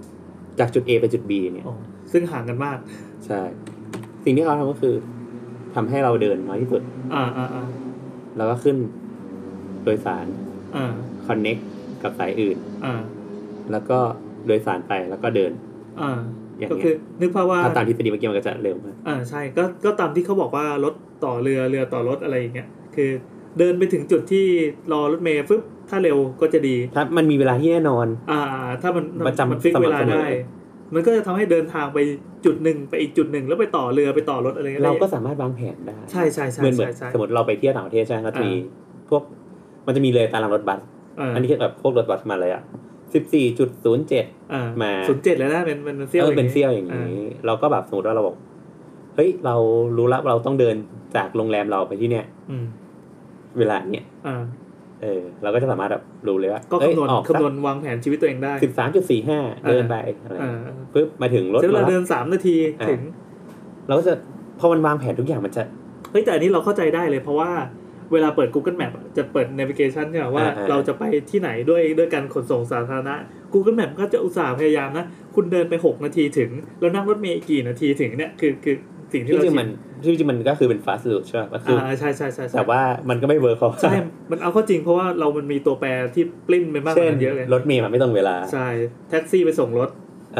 Speaker 3: จากจุด A ไปจุด B เนี่ย
Speaker 2: โอ้ซึ่งห่างกันมาก
Speaker 3: ใช่ สิ่งที่เขาทำก็คือทำให้เราเดินน้อยที่สุด
Speaker 2: อ่าอ่าอ่า
Speaker 3: แล้วก็ขึ้นโดยสาร
Speaker 2: อ่า
Speaker 3: Connect กับสายอื่น
Speaker 2: อ่า
Speaker 3: แล้วก็โดยสารไปแล้วก็เดิน
Speaker 2: อ่า
Speaker 3: อย่างเงี้ย
Speaker 2: ก็คือนึกภาพว่า
Speaker 3: ถ้าตามทฤษฎีเมื่อกี้มันก็จะเร็วมาก
Speaker 2: อ่าใช่ก็ก็ตามที่เขาบอกว่ารถต่อเรือเรือต่อรถอะไรอย่างเงี้ยคือเดินไปถึงจุดที่รอรถเมล์ปึ๊บถ้าเร็วก็จะดี
Speaker 3: ถ้ามันมีเวลาที่แน่นอน
Speaker 2: อ่าอ่าถ้ามัน
Speaker 3: ประจำ
Speaker 2: มัฟิก
Speaker 3: สม่ำ
Speaker 2: เวลา
Speaker 3: เสมอ
Speaker 2: ได้ มันก็จะทำให้เดินทางไปจุดหนึ่งไปอีกจุดหนึ่งแล้วไปต่อเรือไปต่อรถอะไร
Speaker 3: เรา
Speaker 2: ได้
Speaker 3: ก็สามารถวางแผนได้
Speaker 2: ใช่ใช่ใช่
Speaker 3: เหมือนเหมือ
Speaker 2: ใช่
Speaker 3: น
Speaker 2: ใช่
Speaker 3: สมมติเราไปเที่ยวต่างประเทศใช่ไหมเราจะมี
Speaker 2: อ่
Speaker 3: พวกมันจะมีเลยตารางรถบัส อันนี้คือแบบพวกรถบัสมาเลยอ่ะสิบสี่จุดศูนย์เจ็ด มา
Speaker 2: ศูนย์เจ็ดแล้วนะเป็นเป็นเซี่ยว
Speaker 3: เออเป็น
Speaker 2: างงี้
Speaker 3: เซี่ยวอย่างนี้ เราก็แบบสมมติว่าเราบอก เฮ้ย เรารู้ละเราต้องเดินจากโรงแรมเราไปที่เนี่ย
Speaker 2: อืม
Speaker 3: เวลาเนี้ย
Speaker 2: อ่า
Speaker 3: เออเราก็จะสามารถแบบรู้เลยว่า
Speaker 2: ก็
Speaker 3: เอ้ย
Speaker 2: คำนวณ
Speaker 3: ออก
Speaker 2: คำนวณวางแผนชีวิตตัวเองได้
Speaker 3: สิบสามจุดสี่ห้าเดินไปอะไร
Speaker 2: อ่า
Speaker 3: ปึ๊บมาถึงรถ
Speaker 2: ใช้เวลา
Speaker 3: เรา
Speaker 2: เดินสามนาทีถึง
Speaker 3: เราก็จะพอมันวางแผนทุกอย่างมันจะ
Speaker 2: เฮ้ยแต่อันนี้เราเข้าใจได้เลยเพราะว่าเวลาเปิด Google Map อะจะเปิด navigation ใช่ไหมว่า
Speaker 3: อ่าอ่า
Speaker 2: เราจะไปที่ไหนด้วยด้วยการขนส่งสาธารณะ Google Map ก็จะอุตส่าห์พยายามนะ คุณเดินไป 6 นาทีถึง แล้วนั่งรถเมล์อีกกี่นาทีถึงเนี่ย คือคือสิ่งที่
Speaker 3: ที่
Speaker 2: เรา
Speaker 3: จริ
Speaker 2: คิ
Speaker 3: ง
Speaker 2: ด
Speaker 3: มันที่จริงมันก็คือเป็น fast route ใช่ไหมก็คืออ
Speaker 2: อ่าใช่ใช่ใช่ใช่
Speaker 3: แต่ว่ามันก็ไม่เวิร์คเขา
Speaker 2: ใช่ มันเอาเข้าจริงเพราะว่าเรามันมีตัวแปรที่ปลิ้นไปมากก
Speaker 3: เช่
Speaker 2: ว่าน นั้นเยอะเลย
Speaker 3: รถเมล์มันไม่ตรงเวลา
Speaker 2: ใช่แท็กซี่ไปส่งรถ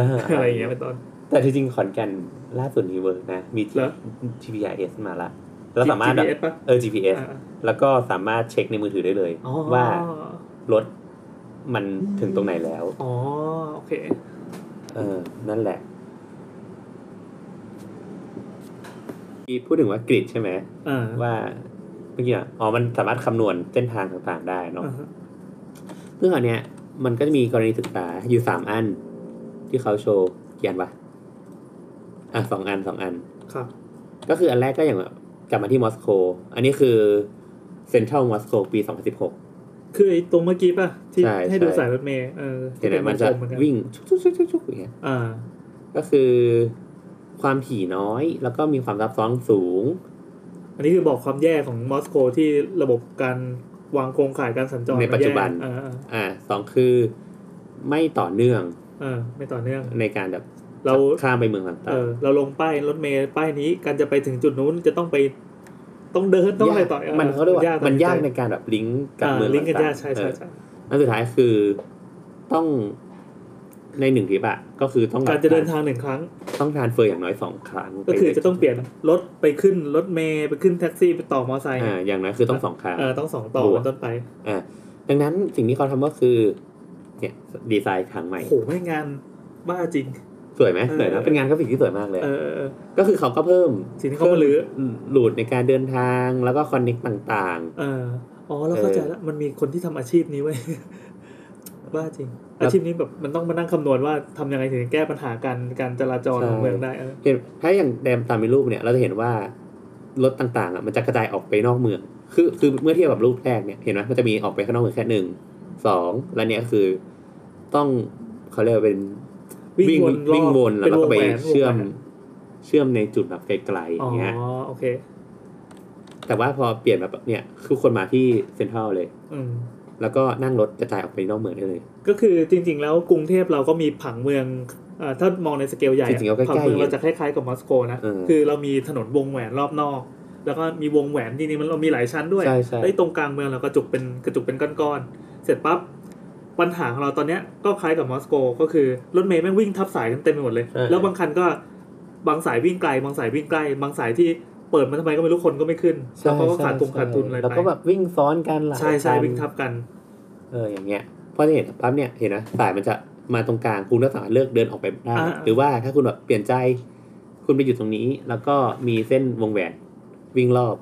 Speaker 3: า
Speaker 2: อะไรอย่างเงี้ยเป็นต้น
Speaker 3: แต่ที่จริงขอนแก่นล่าสุดนี้เวิร์กนะ มี
Speaker 2: เหรอ
Speaker 3: GPRS มาละแล้วสามารถแบบ
Speaker 2: GPS ปะ
Speaker 3: เออ GPS
Speaker 2: อ่า
Speaker 3: แล้วก็สามารถเช็คในมือถือได้เลย
Speaker 2: อ๋อ
Speaker 3: ว่ารถมันถึงตรงไหนแล้ว
Speaker 2: อ๋อโอเค
Speaker 3: เออ นั่นแหละที่พูดถึงว่ากริดใช่ไหม
Speaker 2: อ่า
Speaker 3: ว่าเมื่อกี้อะอ๋อ มันสามารถคำนวณเส้นทางต่างๆได้เนาะ
Speaker 2: อ่า
Speaker 3: ซึ่งอันเนี้ยมันก็จะมีกรณีศึกษาอยู่สามอัน ที่เขาโชว์กี่อันวะอ่ะสองอันสองอัน
Speaker 2: ครับ
Speaker 3: ก็คืออันแรกก็อย่างแบบกลับมาที่มอสโก อันนี้คือเซ็นทรัลมอสโกปี 2016
Speaker 2: คือไอ้ตรงเมื่อกี้ป่ะ ที่
Speaker 3: ใช่
Speaker 2: ให้ดู
Speaker 3: ใช่
Speaker 2: สายรถเมล์เออ
Speaker 3: เห็นไหมมันจะ
Speaker 2: เป็วงกลเหอกั
Speaker 3: วิ่งชุกๆๆๆอย่างเงี้ย
Speaker 2: อ่า
Speaker 3: ก็คือความถี่น้อยแล้วก็มีความซับซ้อนสูง
Speaker 2: อันนี้คือบอกความแย่ของมอสโกที่ระบบการวางโครงข่ายการสัญจร
Speaker 3: ในปัจจุบัน
Speaker 2: มันแย่อ่า
Speaker 3: อ่าสองคือไม่ต่อเนื่อง
Speaker 2: อ่าอ่าไม่ต่อเนื่อง
Speaker 3: ในการแบบ
Speaker 2: เรา
Speaker 3: ข้ามไปเมืองต่าง
Speaker 2: เออ เราลงป้ายรถเมล์ป้ายนี้การจะไปถึงจุดนู้นจะต้องไป ต้องเดินต้องอะไรต่อออ
Speaker 3: มันเขาเรียกว่ามันยาก
Speaker 2: ต่อ
Speaker 3: ในการแบบลิงก์กับ
Speaker 2: อ่า
Speaker 3: เมือง
Speaker 2: ลิงก์กัน
Speaker 3: ต่างๆ
Speaker 2: ยากใช่ใช่ใช่
Speaker 3: เอออันสุดท้ายคือต้องในหนึ่งทริปอะก็คือต้อง
Speaker 2: การจะเดินทางหนึ่งครั้ง
Speaker 3: ต้องทานเฟอร์อย่างน้อยสองครั้ง
Speaker 2: ก็คือจะต้องเปลี่ยนรถไปขึ้นรถเมล์ไปขึ้นแท็กซี่ไปต่อมอไซค์
Speaker 3: อ่าอย่างน้อยคือต้องสองครั้ง
Speaker 2: เออต้องสองต่อเป็นต้นไป
Speaker 3: อ่าดังนั้นสิ่งที่เขาทำก็คือเนี่ยดีไซน์ทางใหม่
Speaker 2: โอ้โหไม่งานบ้าจริง
Speaker 3: สวยไหมสวยนะ
Speaker 2: เออ
Speaker 3: เป็นงานกราฟิกที่สวยมากเลย
Speaker 2: เออเออเออ
Speaker 3: ก็คือเขาก็เพิ่ม
Speaker 2: สิ่งที่เขามาลื้อ
Speaker 3: หลูดในการเดินทางแล้วก็คอนเน็กต่าง
Speaker 2: เอออ๋อแล้วเข้าใจ
Speaker 3: เออ
Speaker 2: แล้วมันมีคนที่ทำอาชีพนี้ไว้ย บ้าจริง
Speaker 3: แล้ว
Speaker 2: อาชีพนี้แบบมันต้องมานั่งคำนวณว่าทำยังไงถึงจะแก้ปัญหาการการจราจรของเมืองได้เออ
Speaker 3: ๆเห็นถ้าอย่างแดมตามในรูปเนี่ย เราจะเห็นว่ารถต่างๆอ่ะมันจะกระจายออกไปนอกเมือง คือคือเมื่อเทียบกับรูปแรกเนี่ยเห็นไหมมันจะมีออกไปข้างนอกเมืองแค่หนึ่งสองแล้วเนี่ยคือต้องเขาเรียกว่าเป็น
Speaker 2: รอบ
Speaker 3: วิ่งวนแล้วก็ไป
Speaker 2: นน
Speaker 3: เชื่อ
Speaker 2: ว
Speaker 3: ม
Speaker 2: งแหวน
Speaker 3: เชื่อมในจุดแบบไกลๆอ
Speaker 2: อ๋อย่าง
Speaker 3: เงี้ย
Speaker 2: โอเค
Speaker 3: แต่ว่าพอเปลี่ยนมาแบบเนี่ยคือคนมาที่เซ็นทรัลเลย
Speaker 2: อืม
Speaker 3: แล้วก็นั่งรถกระจายออกไปนอกเมืองได้เลย
Speaker 2: ก็คือจริง ๆ แล้วกรุงเทพเราก็มีผังเมืองเอ่อถ้ามองในสเกลใหญ่
Speaker 3: จริงๆแล้วใกล้ๆ
Speaker 2: ผังเมืองเราจะคล้ายๆกับมอสโกนะ
Speaker 3: เออ
Speaker 2: คือเรามีถนนวงแหวนรอบนอก แล้วก็มีวงแหวนจริงๆมันเรามีหลายชั้นด้วย
Speaker 3: ใช่ใช่
Speaker 2: ไอ้ยตรงกลางเมืองเรากระจุกเป็นกระจุกเป็นก้อนๆเสร็จปั๊บปัญหาของเราตอนเนี้ยก็คล้ายกับมอสโก ก็คือรถเมล์แม่งวิ่งทับสายกันเต็มไปหมดเลย
Speaker 3: เออ
Speaker 2: แล้วบางคันก็บางสายวิ่งไกล บางสายวิ่งใกล้ บางสายที่เปิดมาทำไมก็ไม่รู้คนก็ไม่ขึ้นแล้วเขาก็ขาดทุนขาดทุนอะไร
Speaker 3: แล้ว
Speaker 2: ไป
Speaker 3: ก็แบบวิ่งซ้อนกันหลาย
Speaker 2: ใช่ใช่
Speaker 3: คัน
Speaker 2: วิ่งทับกัน
Speaker 3: เอออย่างเงี้ยพอจะเห็นปั๊บเนี่ยเห็นนะสายมันจะมาตรงกลางคุณก็สามารถเลือกเดินออกไปได้
Speaker 2: อ่า
Speaker 3: หรือว่าถ้าคุณแบบเปลี่ยนใจ คุณไปอยู่ตรงนี้ แล้วก็มีเส้นวงแหวนวิ่งรอบ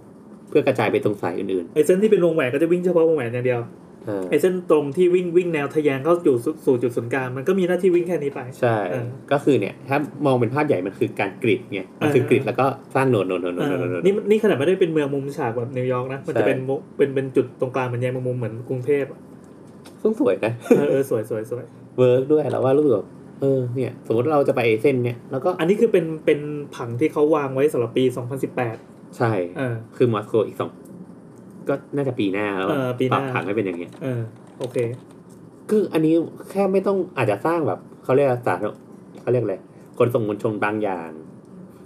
Speaker 3: เพื่อกระจายไปตรงสายอื่น
Speaker 2: ไอเส้นที่เป็นวงแหวนก็จะวิ่งเฉพาะวงแหวนอย่างเดียว
Speaker 3: ๆอ่า
Speaker 2: ไอเส้นตรงที่วิ่งวิ่งแนวทะแยงเข้าสู่สู่จุดศูนย์กลางมันก็มีหน้าที่วิ่งแค่นี้ไป
Speaker 3: ใช่
Speaker 2: เออ
Speaker 3: ก็คือเนี่ย ถ้ามองเป็นภาพใหญ่มันคือการกริดไงมันคือกริดแล้วก็สร้างโนดโนดโนดโน
Speaker 2: เอ
Speaker 3: ด
Speaker 2: อ
Speaker 3: โนดโนด
Speaker 2: นี่นี่ขนาดไม่ได้เป็นเมืองมุมฉากแบบนิวยอร์กนะ มัน
Speaker 3: ใช่
Speaker 2: จะเป็นมุเป็นเป็นจุดตรงกลางเหมือนแยกมุมมุมเหมือนกรุงเทพ อะ
Speaker 3: ซึ่งสวยนะ
Speaker 2: เออเออสวยสวยสวย
Speaker 3: เวิร์กด้วยเราว่ารู้สึกว่าเออเนี่ย สมมติเราจะไปเส้นเนี่ยแล้วก็
Speaker 2: อันนี้คือเป็นเป็นผังที่เขาวางไว้สำหรับปี 2018
Speaker 3: ใช่
Speaker 2: เออ
Speaker 3: คือมอสโกอีกสองก็น่าจะปีหน้าแล้ว
Speaker 2: เออปีหน้า
Speaker 3: ปรับผังให้เป็นอย่างเงี้ย
Speaker 2: เออโอเค
Speaker 3: คืออันนี้แค่ไม่ต้องอาจจะสร้างแบบเขาเรียกสารเขาเรียกอะไรขนส่งมวลชนบางอย่าง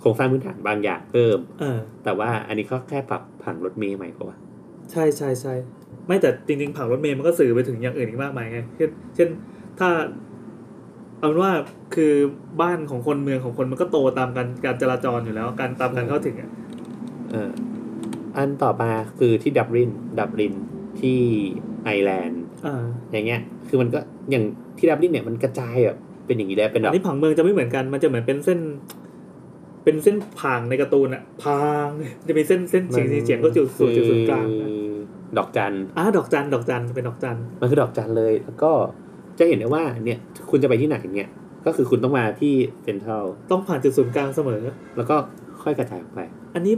Speaker 3: โครงสร้างพื้นฐานบางอย่างเพิ่ม
Speaker 2: เออ
Speaker 3: แต่ว่าอันนี้ก็แค่ปรับผังรถเมล์ใหม่กว่า
Speaker 2: ใช่ใช่ใช่ไม่แต่จริงๆผังรถเมล์มันก็สื่อไปถึงอย่างอื่นอีกมากมายไง เช่นเช่นถ้าเอาเป็นว่าคือบ้านของคนเมืองของคนมันก็โตตามการการจราจรอยู่แล้ว การตามการเข้าถึงอะ
Speaker 3: เอออันต่อมาคือที่ดับลินดับลินที่ไอร์แลนด์
Speaker 2: อ่า
Speaker 3: อย่างเงี้ย คือมันก็อย่างที่ดับลินเนี่ยมันกระจายแบบเป็นอย่างนี้แล้วเป็นแบ
Speaker 2: อั
Speaker 3: บ
Speaker 2: นนี้ผังเมืองจะไม่เหมือนกันมันจะเหมือนเป็นเส้น เป็นเส้นผางในการ์ตูนอะพาง จะมีเส้นเส้นเฉียงเฉียงก็จุดสู่จุดศูนย์กลาง
Speaker 3: คือดอกจัน
Speaker 2: อ่ะดอกจันดอกจันเป็นดอกจัน
Speaker 3: มันคือดอกจันเลย แล้วก็จะเห็นได้ว่าเนี่ยคุณจะไปที่ไหนเนี่ย ก็คือคุณต้องมาที่เซ็นทรัล
Speaker 2: ต้องผ่านจุดศูนย์กลางเสมอ
Speaker 3: แล้วก็ค่อยกระจายออกไป
Speaker 2: อันนี้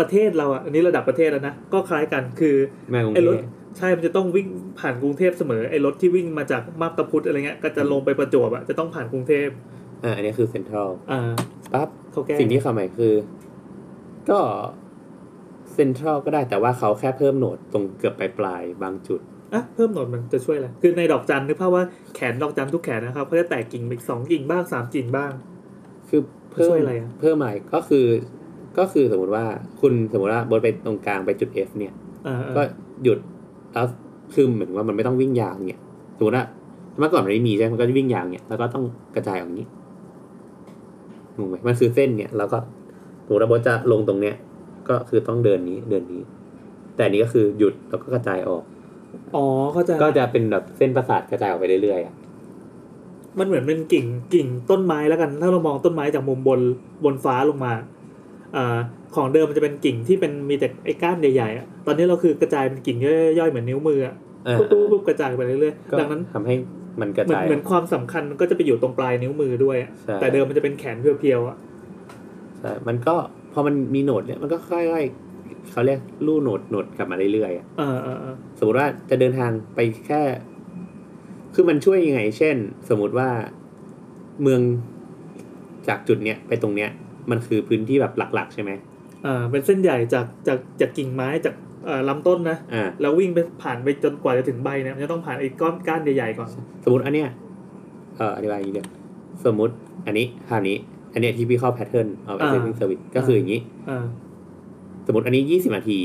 Speaker 2: ประเทศเราอะอันนี้ระดับประเทศแล้วนะก็คล้ายกันคือ
Speaker 3: แม่กรุง
Speaker 2: ไอ้
Speaker 3: เท
Speaker 2: รถ
Speaker 3: พ
Speaker 2: ใช่มันจะต้องวิ่งผ่านกรุงเทพเสมอไอ้รถที่วิ่งมาจากมาบตาพุธอะไรเงี้ยก็จะลงไปประจวบอะจะต้องผ่านกรุงเทพ
Speaker 3: อ่าอันนี้คือเซ็นทรัล
Speaker 2: อ่า
Speaker 3: ปั๊บ
Speaker 2: เขาแก้
Speaker 3: สิ่งที่เขาใหม่คือ ก็เซ็นทรัลก็ได้แต่ว่าเขาแค่เพิ่มโหนดตรงเกือบปลายปลายๆบางจุด
Speaker 2: อ่ะเพิ่มหนวดมันจะช่วยอะไรคือในดอกจันนึกภาพว่าแขนดอกจันทุกแขนนะครับเขาจะแตกกิ่งไปอีกสองกิ่งบ้างสามกิ่งบ้าง
Speaker 3: คือเพิ่
Speaker 2: ช่
Speaker 3: ม
Speaker 2: วยอะไรอะ
Speaker 3: เพิ่มอะไรก็คือ ก็คือสมมติว่าคุณสมมติว่าบดไปตรงกลางไปจุด F เนี่ย
Speaker 2: อ่าอ่า
Speaker 3: ก็หยุดแล้วคือเหมือนว่ามันไม่ต้องวิ่งยาวเนี่ยสมมติว่าเมื่อก่อนมันไม่มีใช่ไหมมันก็จะวิ่งยาวเนี่ยแล้วก็ต้องกระจายออกอย่างนี้งงไหมมันคือเส้นเนี่ย แล้วก็สมมติว่าโบทจะลงตรงเนี้ย ก็คือต้องเดินนี้เดินนี้ แต่อันนี้ก็คือหยุดแล้วก็กระจายออก
Speaker 2: อ๋อเข้าใจ
Speaker 3: ก็จะเป็นแบบเส้นประสาทกระจายออกไปเรื่อยๆอะ
Speaker 2: มันเหมือนเป็นกิ่งกิ่งต้นไม้แล้วกัน ถ้าเรามองต้นไม้จากมุมบนบนฟ้าลงมาอ่าของเดิมมันจะเป็นกิ่งที่เป็นมีแต่ไอ้ก้านใหญ่ๆอะตอนนี้เราคือกระจายเป็นกิ่งย่อยๆเหมือนนิ้วมืออะ
Speaker 3: อ่า
Speaker 2: ปุ๊บปุ๊บปุ๊บกระจายไปเรื่อย
Speaker 3: ก็
Speaker 2: ๆดังนั้น
Speaker 3: ทำให้มันกระ
Speaker 2: เหมือ
Speaker 3: จาน ย
Speaker 2: เหมือนความสำคัญมันก็จะไปอยู่ตรงปลายนิ้วมือด้วยอะ
Speaker 3: ใช่
Speaker 2: แต่เดิมมันจะเป็นแขนเพียวๆอ่ะ
Speaker 3: ใช่มันก็พอมันมีโหนดเนี่ยมันก็ค่อยๆเขาเรียกลู่โหนดโหนดกลับมาเรื่อยๆอะ
Speaker 2: เออเออเออ
Speaker 3: สมมติว่าจะเดินทางไปแค่ คือมันช่วยยังไง เช่น สมมติว่าเมืองจากจุดเนี้ยไปตรงเนี้ย มันคือพื้นที่แบบหลัก ๆ ใช่ไหม
Speaker 2: เออเป็นเส้นใหญ่จากจากจากกิ่งไม้จากเอ่อลำต้นนะ
Speaker 3: อ่า
Speaker 2: แล้ววิ่งไปผ่านไปจนกว่าจะถึงใบเนี่ยมันจะต้องผ่านไอ้ก้อนก้านใหญ่ๆก่อน
Speaker 3: สมมติอันเนี้ยเอ่ออธิบายอย่างนี้เดียวสมมติอันนี้ภาพนี้ อันเนี้ยที่พี่เข้า pattern of existing service ก็คืออย่างนี้
Speaker 2: เออ
Speaker 3: สมมติอันนี้ 20 นาที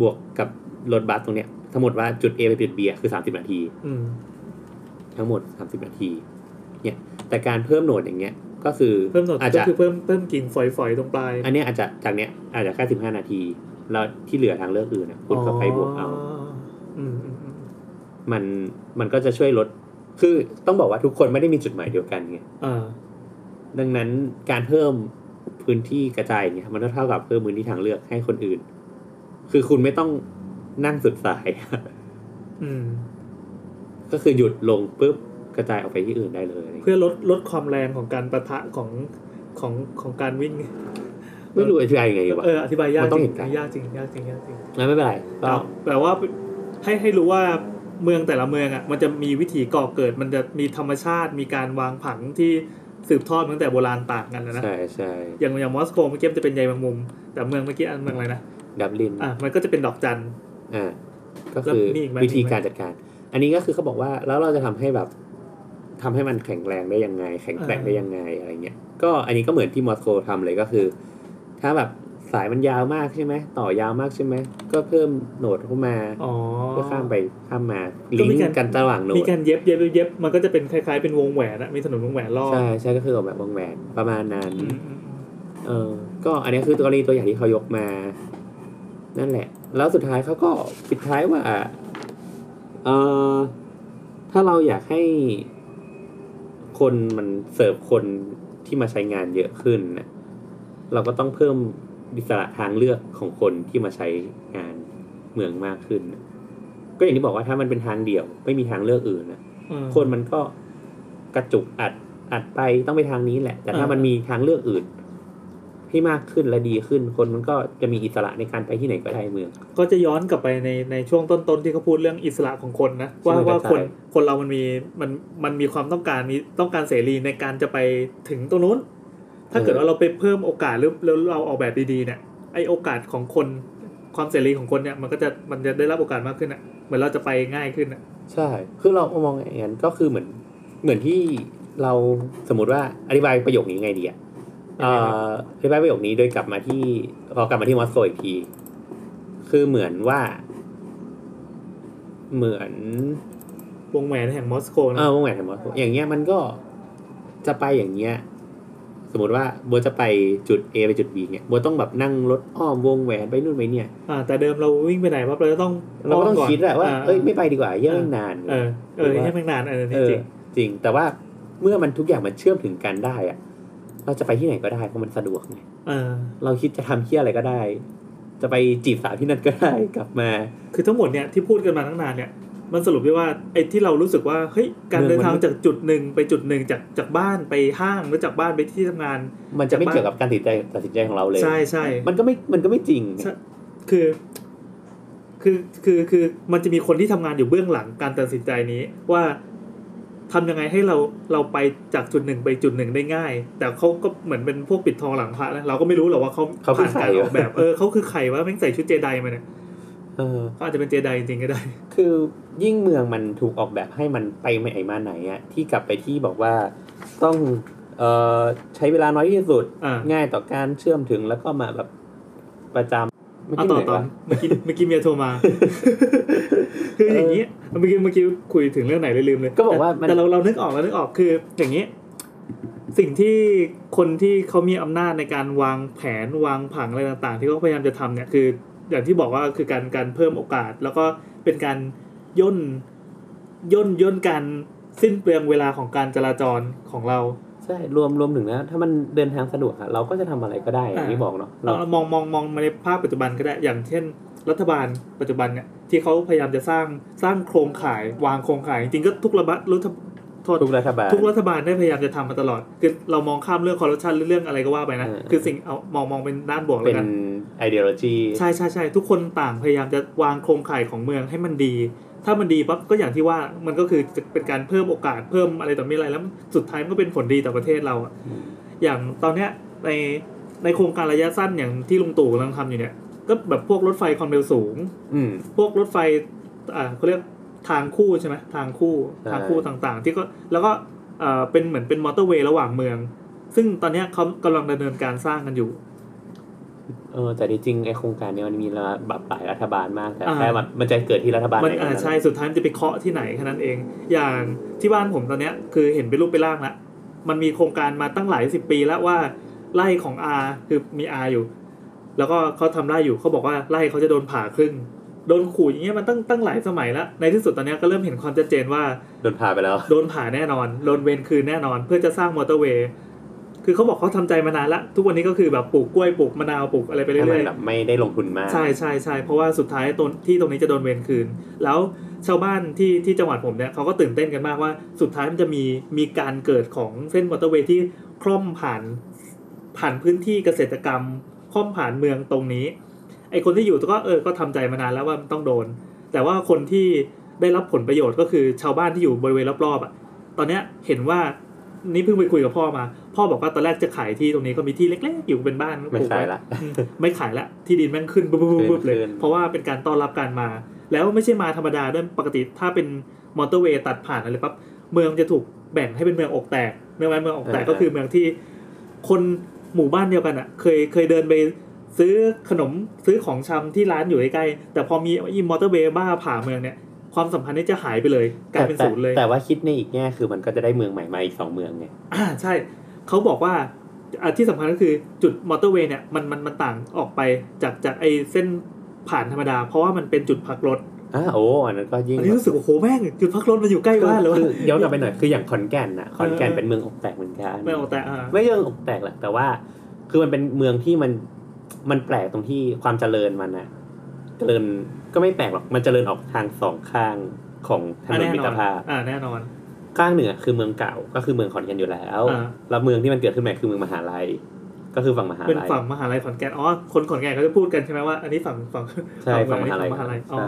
Speaker 3: บวกกับรถบัสตรงเนี้ยทั้งหมดว่าจุด A ไปจุด B อะคือ 30 นาที
Speaker 2: อืม
Speaker 3: ทั้งหมด 30 นาที เนี่ย แต่การเพิ่มโหนดอย่างเงี้ย ก็คือ
Speaker 2: เพิ่มหนวด
Speaker 3: อาจ
Speaker 2: ก็
Speaker 3: จะ
Speaker 2: คือเพิ่มเพิ่มกิ่งฝอยๆตรงปลาย
Speaker 3: อันเนี้ยอาจจะจากเนี้ยอาจจะแค่15 นาที แล้วที่เหลือทางเลือกอื่นนะคุณก็ไปบวกเอา
Speaker 2: อืมอืมอืม
Speaker 3: มัน มันก็จะช่วยลด คือต้องบอกว่าทุกคนไม่ได้มีจุดหมายเดียวกันไง
Speaker 2: เออ
Speaker 3: ดังนั้นการเพิ่มพื้นที่กระจายอย่างเงี้ย มันก็เท่ากับเพิ่มพื้นที่ทางเลือกให้คนอื่น คือคุณไม่ต้องนั่งสุดสาย
Speaker 2: อืม
Speaker 3: ก็คือหยุดลงปุ๊บกระจายออกไปที่อื่นได้เลยอะไรเงี้ย
Speaker 2: เพื่อลดลดความแรงของการประทะของของของการวิ่ง
Speaker 3: ไม่รู้อธิบายยังไงดีวะ
Speaker 2: เอออธิบายยาก
Speaker 3: มันต้อง
Speaker 2: จ
Speaker 3: เห็
Speaker 2: ริ
Speaker 3: น
Speaker 2: ง
Speaker 3: กัน
Speaker 2: ยากจริงยากจริงยากจริง
Speaker 3: งั้นไม่เป็นไรก็
Speaker 2: แต่ว่าให้ให้รู้ว่าเมืองแต่ละเมืองอ่ะมันจะมีวิถีก่อเกิด มันจะมีธรรมชาติมีการวางผังที่สืบทอดมาตั้งแต่โบราณต่างกันนะนะ
Speaker 3: ใช่ใช่
Speaker 2: อย่างอย่างมอสโกเมื่อกี้มันจะเป็นใยแมงมุม แต่เมืองเมื่อกี้อันเมืองอะไรนะ
Speaker 3: ดับลิน
Speaker 2: อ่ะมันก็จะเป็นดอกจัน
Speaker 3: อ่าก็คือ
Speaker 2: แล้วมีอีกไหม
Speaker 3: วิธีการจัดการ อันนี้ก็คือเขาบอกว่าแล้วเราจะทำให้แบบทำให้มันแข็งแรงได้ยังไง แข็งแกร่งได้ยังไงอะไรเงี้ยก็อันนี้ก็เหมือนที่มอสโกทำเลยก็คือ ถ้าแบบสายมันยาวมากใช่ไหมต่อยาวมากใช่ไหมก็เพิ่มโหนดเข้ามา
Speaker 2: อ๋อ
Speaker 3: ก็ข้ามไปข้ามมา
Speaker 2: ก็
Speaker 3: ลิง
Speaker 2: มีการ
Speaker 3: ก์กันระหว่างโหน
Speaker 2: มี
Speaker 3: ด
Speaker 2: การเย็บเย็บเย็บเย็บมันก็จะเป็นคล้ายๆเป็นวงแหวนอะมีถนนวงแหวนรอบ
Speaker 3: ใช่ใช่ก็คือออกแบบวงแหวนประมาณนั้น
Speaker 2: อืมอืมอืม
Speaker 3: เออก็อันนี้คือกรณีตัวอย่างที่เขายกมา นั่นแหละ แล้วสุดท้ายเขาก็ปิดท้ายว่าเออถ้าเราอยากให้คนมันเสิร์ฟคนที่มาใช้งานเยอะขึ้นนะเราก็ต้องเพิ่ม อิสระทางเลือกของคนที่มาใช้งานเมืองมากขึ้น ก็อย่างที่บอกว่าถ้ามันเป็นทางเดี่ยว ไม่มีทางเลือกอื่นนะ
Speaker 2: อืม
Speaker 3: คนมันก็กระจุกอัดอัดไปต้องไปทางนี้แหละ แต่ถ้า
Speaker 2: อ่ามั
Speaker 3: มันมีทางเลือกอื่น ที่มากขึ้นและดีขึ้น คนมันก็จะมีอิสระในการไปที่ไหนก็ได้เมือง
Speaker 2: ก็จะย้อนกลับไปในในช่วงต้นๆที่เขาพูดเรื่องอิสระของคนนะว่า
Speaker 3: ใช่
Speaker 2: ว่า
Speaker 3: ใช่
Speaker 2: คนคนเรามันมีมันมันมีความต้องการมีต้องการเสรีในการจะไปถึงตรงนู้น ถ้าเกิดว่าเราไปเพิ่มโอกาสหรือหรือเราออกแบบดีๆเนี่ยไอโอกาสของคนความเสรีของคนเนี่ยมันก็จะมันจะได้รับโอกาสมากขึ้นอ่ะเหมือนเราจะไปง่ายขึ้นอ่ะ
Speaker 3: ใช่ คือเรามองอย่างนั้นก็คือเหมือน เหมือนที่เราสมมติว่าอธิบายประโยคนี้ไงดีอะเอ่ออธิบายประโยคนี้โดยกลับมาที่พอกลับมาที่มอสโกอีกที คือเหมือนว่า เหมือน
Speaker 2: วงแหวนแห่งมอสโกนะ
Speaker 3: เออวงแหวนแห่งมอสโกอย่างเงี้ยมันก็จะไปอย่างเงี้ย สมมติว่าบัวจะไปจุด A ไปจุด B เนี่ยบัวต้องแบบนั่งรถอ้อมวงแหวนไปนู่นไปเนี่ย
Speaker 2: อ่าแต่เดิมเราวิ่งไปไหนปั๊บเราจะต้อง
Speaker 3: เราก็ต้องคิดแหละว่า เอ้ยไม่ไปดีกว่าเหี้ยอะนาน
Speaker 2: เออเออยังไม่นานเออ
Speaker 3: เอ
Speaker 2: จ
Speaker 3: อ
Speaker 2: ริง
Speaker 3: จริงแต่ว่าเมื่อมันทุกอย่างมันเชื่อมถึงกันได้อะเราจะไปที่ไหนก็ได้เพราะมันสะดวกไง
Speaker 2: ๆเออ
Speaker 3: เราคิดจะทำเที่ยอะไรก็ได้ จะไปจีบสาวที่นั่นก็ได้ กลับมา
Speaker 2: คือทั้งหมดเนี่ยที่พูดกันมาตั้งนานเนี่ย มันสรุปได้ว่าไอ้ที่เรารู้สึกว่าเฮ้ยการเดินทางจากจุดหนึ่งไปจุดหนึ่งจากจากบ้านไปห้างแล้วจากบ้านไปที่ทำงาน
Speaker 3: มันจะไม่
Speaker 2: จะบ้า
Speaker 3: เกี่ยวกับการตัดสินใจตัดสินใจของเราเลย
Speaker 2: ใช่ใช่
Speaker 3: มันก็ไม่มันก็ไม่จริง
Speaker 2: ใช่ คือคือคือคือมันจะมีคนที่ทำงานอยู่เบื้องหลังการตัดสินใจนี้ว่าทำยังไงให้เราเราไปจากจุดหนึ่งไปจุดหนึ่งได้ง่าย แต่เขาก็เหมือนเป็นพวกปิดทองหลังพระนะเราก็ไม่รู้หรอกว่าเขา
Speaker 3: เขาคื
Speaker 2: ผ่า
Speaker 3: อน ใคร
Speaker 2: การออก
Speaker 3: วะ
Speaker 2: แบบเออเขาคือใครว่าแม่งใส่ชุดเจไดมาเนี่ย
Speaker 3: เออ
Speaker 2: เขาอาจจะเป็นเจไดจริงๆก็ได้
Speaker 3: คือยิ่งเมืองมันถูกออกแบบให้มันไปไหนมาไหนอะที่กลับไปที่บอกว่าต้องเออใช้เวลาน้อยที่สุด
Speaker 2: อ่า
Speaker 3: ง่ายต่อการเชื่อมถึงแล้วก็มาแบบประจำไม่
Speaker 2: เอา
Speaker 3: คิด
Speaker 2: ต่อ
Speaker 3: ไหน
Speaker 2: ต่อ
Speaker 3: วะ
Speaker 2: เมื่อกี้เมื่อกี้เมียโทรมา คืออย่างนี้เมื่อกี้เมื่อกี้คุยถึงเรื่องไหนเลยลืมเลย
Speaker 3: ก็บอกว่ามัน
Speaker 2: แต่แต่เราเรานึกออกเรานึกออกคือ อย่างนี้ สิ่งที่คนที่เขามีอำนาจในการวางแผนวางผังอะไรต่าง ๆ ที่เขาพยายามจะทำเนี่ยคือ อย่างที่บอกว่าคือการการเพิ่มโอกาส แล้วก็เป็นการย่นย่นย่นการสิ้นเปลืองเวลาของการจราจรของเรา
Speaker 3: ใช่รวมรวมถึงนะ ถ้ามันเดินทางสะดวกอะเราก็จะทำอะไรก็ได้อะอย่างที่บอกเนาะเรา
Speaker 2: เรามองมองมองมาในภาพปัจจุบันก็ได้ อย่างเช่น รัฐบาลปัจจุบันเนี่ยที่เขาพยายามจะสร้างสร้างโครงข่ายวางโครงข่าย จริงๆก็ทุกระบะรัฐโทษ
Speaker 3: ทุกรัฐบาล
Speaker 2: ทุกรัฐบาลได้พยายามจะทำมาตลอด คือเรามองข้ามเรื่องคอร์รัปชันเรื่องอะไรก็ว่าไปนะ
Speaker 3: เออ
Speaker 2: คือสิ่งเอามองมองเป็นด้านบวกแล้
Speaker 3: เป็น
Speaker 2: วกัน
Speaker 3: ไอเดียโลจี
Speaker 2: ใช่ใช่ใช่ทุกคนต่างพยายามจะวางโครงข่ายของเมืองให้มันดี ถ้ามันดีปั๊บก็อย่างที่ว่ามันก็คือจะเป็นการเพิ่มโอกาสเพิ่มอะไรต่อมีอะไรแล้วสุดท้ายมันก็เป็นผลดีต่อประเทศเราอะอย่างตอนเนี้ยในในโครงการระยะสั้นอย่างที่ลุงตู่กำลังทำอยู่เนี่ยก็แบบพวกรถไฟความเร็วสูง
Speaker 3: อืม
Speaker 2: พวกรถไฟอ่าเขาเรียกทางคู่ใช่ไหมทางคู่
Speaker 3: ใช่
Speaker 2: ทางคู่ต่างๆ ที่ก็แล้วก็เอ่อเป็นเหมือนเป็นมอเตอร์เวย์ระหว่างเมือง ซึ่งตอนเนี้ยเขากำลังดำเนินการสร้างกันอยู่
Speaker 3: เออแต่ที่จริงไอโครงการเนี้ยมันมีระบบหลายรัฐบาลมากแต่
Speaker 2: อ่า
Speaker 3: แค่มันมันจะเกิดที่รัฐบาล
Speaker 2: มัน
Speaker 3: ไหน
Speaker 2: อ่า
Speaker 3: เท่านั้น
Speaker 2: ใช่สุดท้ายมันจะไปเคาะที่ไหนแค่นั้นเอง อย่างที่บ้านผมตอนเนี้ยคือเห็นเป็นรูปเป็นร่างละมันมีโครงการมาตั้งหลายสิบปีแล้วว่าไร่ของอาคือมีอาอยู่ แล้วก็เขาทำไร่อยู่เขาบอกว่าไร่เขาจะโดนผ่าครึ่งโดนขู่อย่างเงี้ยมันตั้งตั้งหลายสมัยแล้วในที่สุดตอนเนี้ยก็เริ่มเห็นความชัดเจนว่า
Speaker 3: โดนพาไปแล้ว
Speaker 2: โดนผ่าแน่นอน โดนเวนคืนแน่นอน เพื่อจะสร้างมอเตอร์เวย์ คือเขาบอกเขาทำใจมานานละ ทุกวันนี้ก็คือแบบปลูกกล้วยปลูกมะนาวปลูกอะไรไปเรื่
Speaker 3: ถ้ามัน
Speaker 2: อย
Speaker 3: แบบไม่ได้ลงทุนมาก
Speaker 2: ๆ ใช่ใช่ใช่เพราะว่าสุดท้ายตนที่ตรงนี้จะโดนเวนคืน แล้วชาวบ้านที่ที่จังหวัดผมเนี่ยเขาก็ตื่นเต้นกันมากว่า สุดท้ายมันจะมีมีการเกิดของเส้นมอเตอร์เวย์ที่คล่อมผ่านผ่านพื้นที่เกษตรกรรม คล่อมผ่านเมืองตรงนี้ ไอคนที่อยู่ก็เออ ก็ทำใจมานานแล้วว่ามันต้องโดน แต่ว่าคนที่ได้รับผลประโยชน์ก็คือชาวบ้านที่อยู่บริเวณรอบๆอ่ะ ตอนเนี้ยเห็นว่า นี่เพิ่งไปคุยกับพ่อมา พ่อบอกว่าตอนแรกจะขายที่ตรงนี้ก็มีที่เล็กๆ อยู่เป็นบ้าน
Speaker 3: ไม่ใช่ละ
Speaker 2: อืม ไม่ขายละ ที่ดินแม่งขึ้นปุ๊บ
Speaker 3: ขึ้น
Speaker 2: ๆๆเลย
Speaker 3: ขึ้น
Speaker 2: เพราะว่าเป็นการต้อนรับการมา แล้วไม่ใช่มาธรรมดาด้วยปกติถ้าเป็นมอเตอร์เวย์ตัดผ่านอะไรปั๊บ เมืองจะถูกแบ่งให้เป็นเมืองอกแตกเมืองไม้เมืองอกแตก
Speaker 3: อ่า
Speaker 2: ก็คือเมืองที่คนหมู่บ้านเดียวกันอ่ะ เคยเคยเดินไปซื้อขนมซื้อของชำที่ร้านอยู่ใกล้ๆแต่พอมีอีมอเตอร์เวย์บ้าผ่าเมืองเนี่ย ความสัมพันธ์นี่จะหายไปเลยกลายเป็น
Speaker 3: แต่
Speaker 2: ศูนย์เลย
Speaker 3: แต่ว่าคิดในอีกแง่คือมันก็จะได้เมืองใหม่มาอีกสองเมืองไง
Speaker 2: อ่า ใช่เขาบอกว่าอ่ะที่สำคัญก็คือจุดมอเตอร์เวย์เนี่ยมันมันมันต่างออกไปจากจากไอเส้นผ่านธรรมดา เพราะว่ามันเป็นจุดพักรถ
Speaker 3: อ่าโอ้อันนั้นก็ยิ่ง
Speaker 2: อันนี้รู้สึกโอ้โหแม่งจุดพักรถมันอยู่ใกล้บ้านเลยวะ
Speaker 3: คือย้อนกลับไปหน่อยคืออย่างขอนแก่นน่ะขอนแก่น
Speaker 2: เออ
Speaker 3: เป็นเมืองอกแตกเหมือนกัน
Speaker 2: ไม่ออกแต่อ่า
Speaker 3: ไม่เรื่องอกแตกแหละแต่ว่า คือมันเป็นเมืองที่มัน มันแปลกตรงที่ความเจริญมันอะเจริญก็ไม่แปลกหรอกมันเจริญออกทางสองข้างของถนนมิตรภาพ
Speaker 2: อ่าแน่นอน
Speaker 3: ข้างหนึ่งอะคือเมืองเก่าก็คือเมืองขอนแก่นอยู่แล้ว
Speaker 2: อ่า
Speaker 3: แล้วเมืองที่มันเกิดขึ้นใหม่คือเมืองมหาลัย ก็คือฝั่งมหา
Speaker 2: เป็น
Speaker 3: ลัย
Speaker 2: ฝั่งมหาลัยขอนแก่นอ๋อคนขอนแก่นก็จะพูดกันใช่ไหมว่าอันนี้ฝั่งฝั่ง
Speaker 3: ใช่ฝั่งมหาลัย
Speaker 2: ฝั่งมหาลัย
Speaker 3: ใช่
Speaker 2: อ๋อ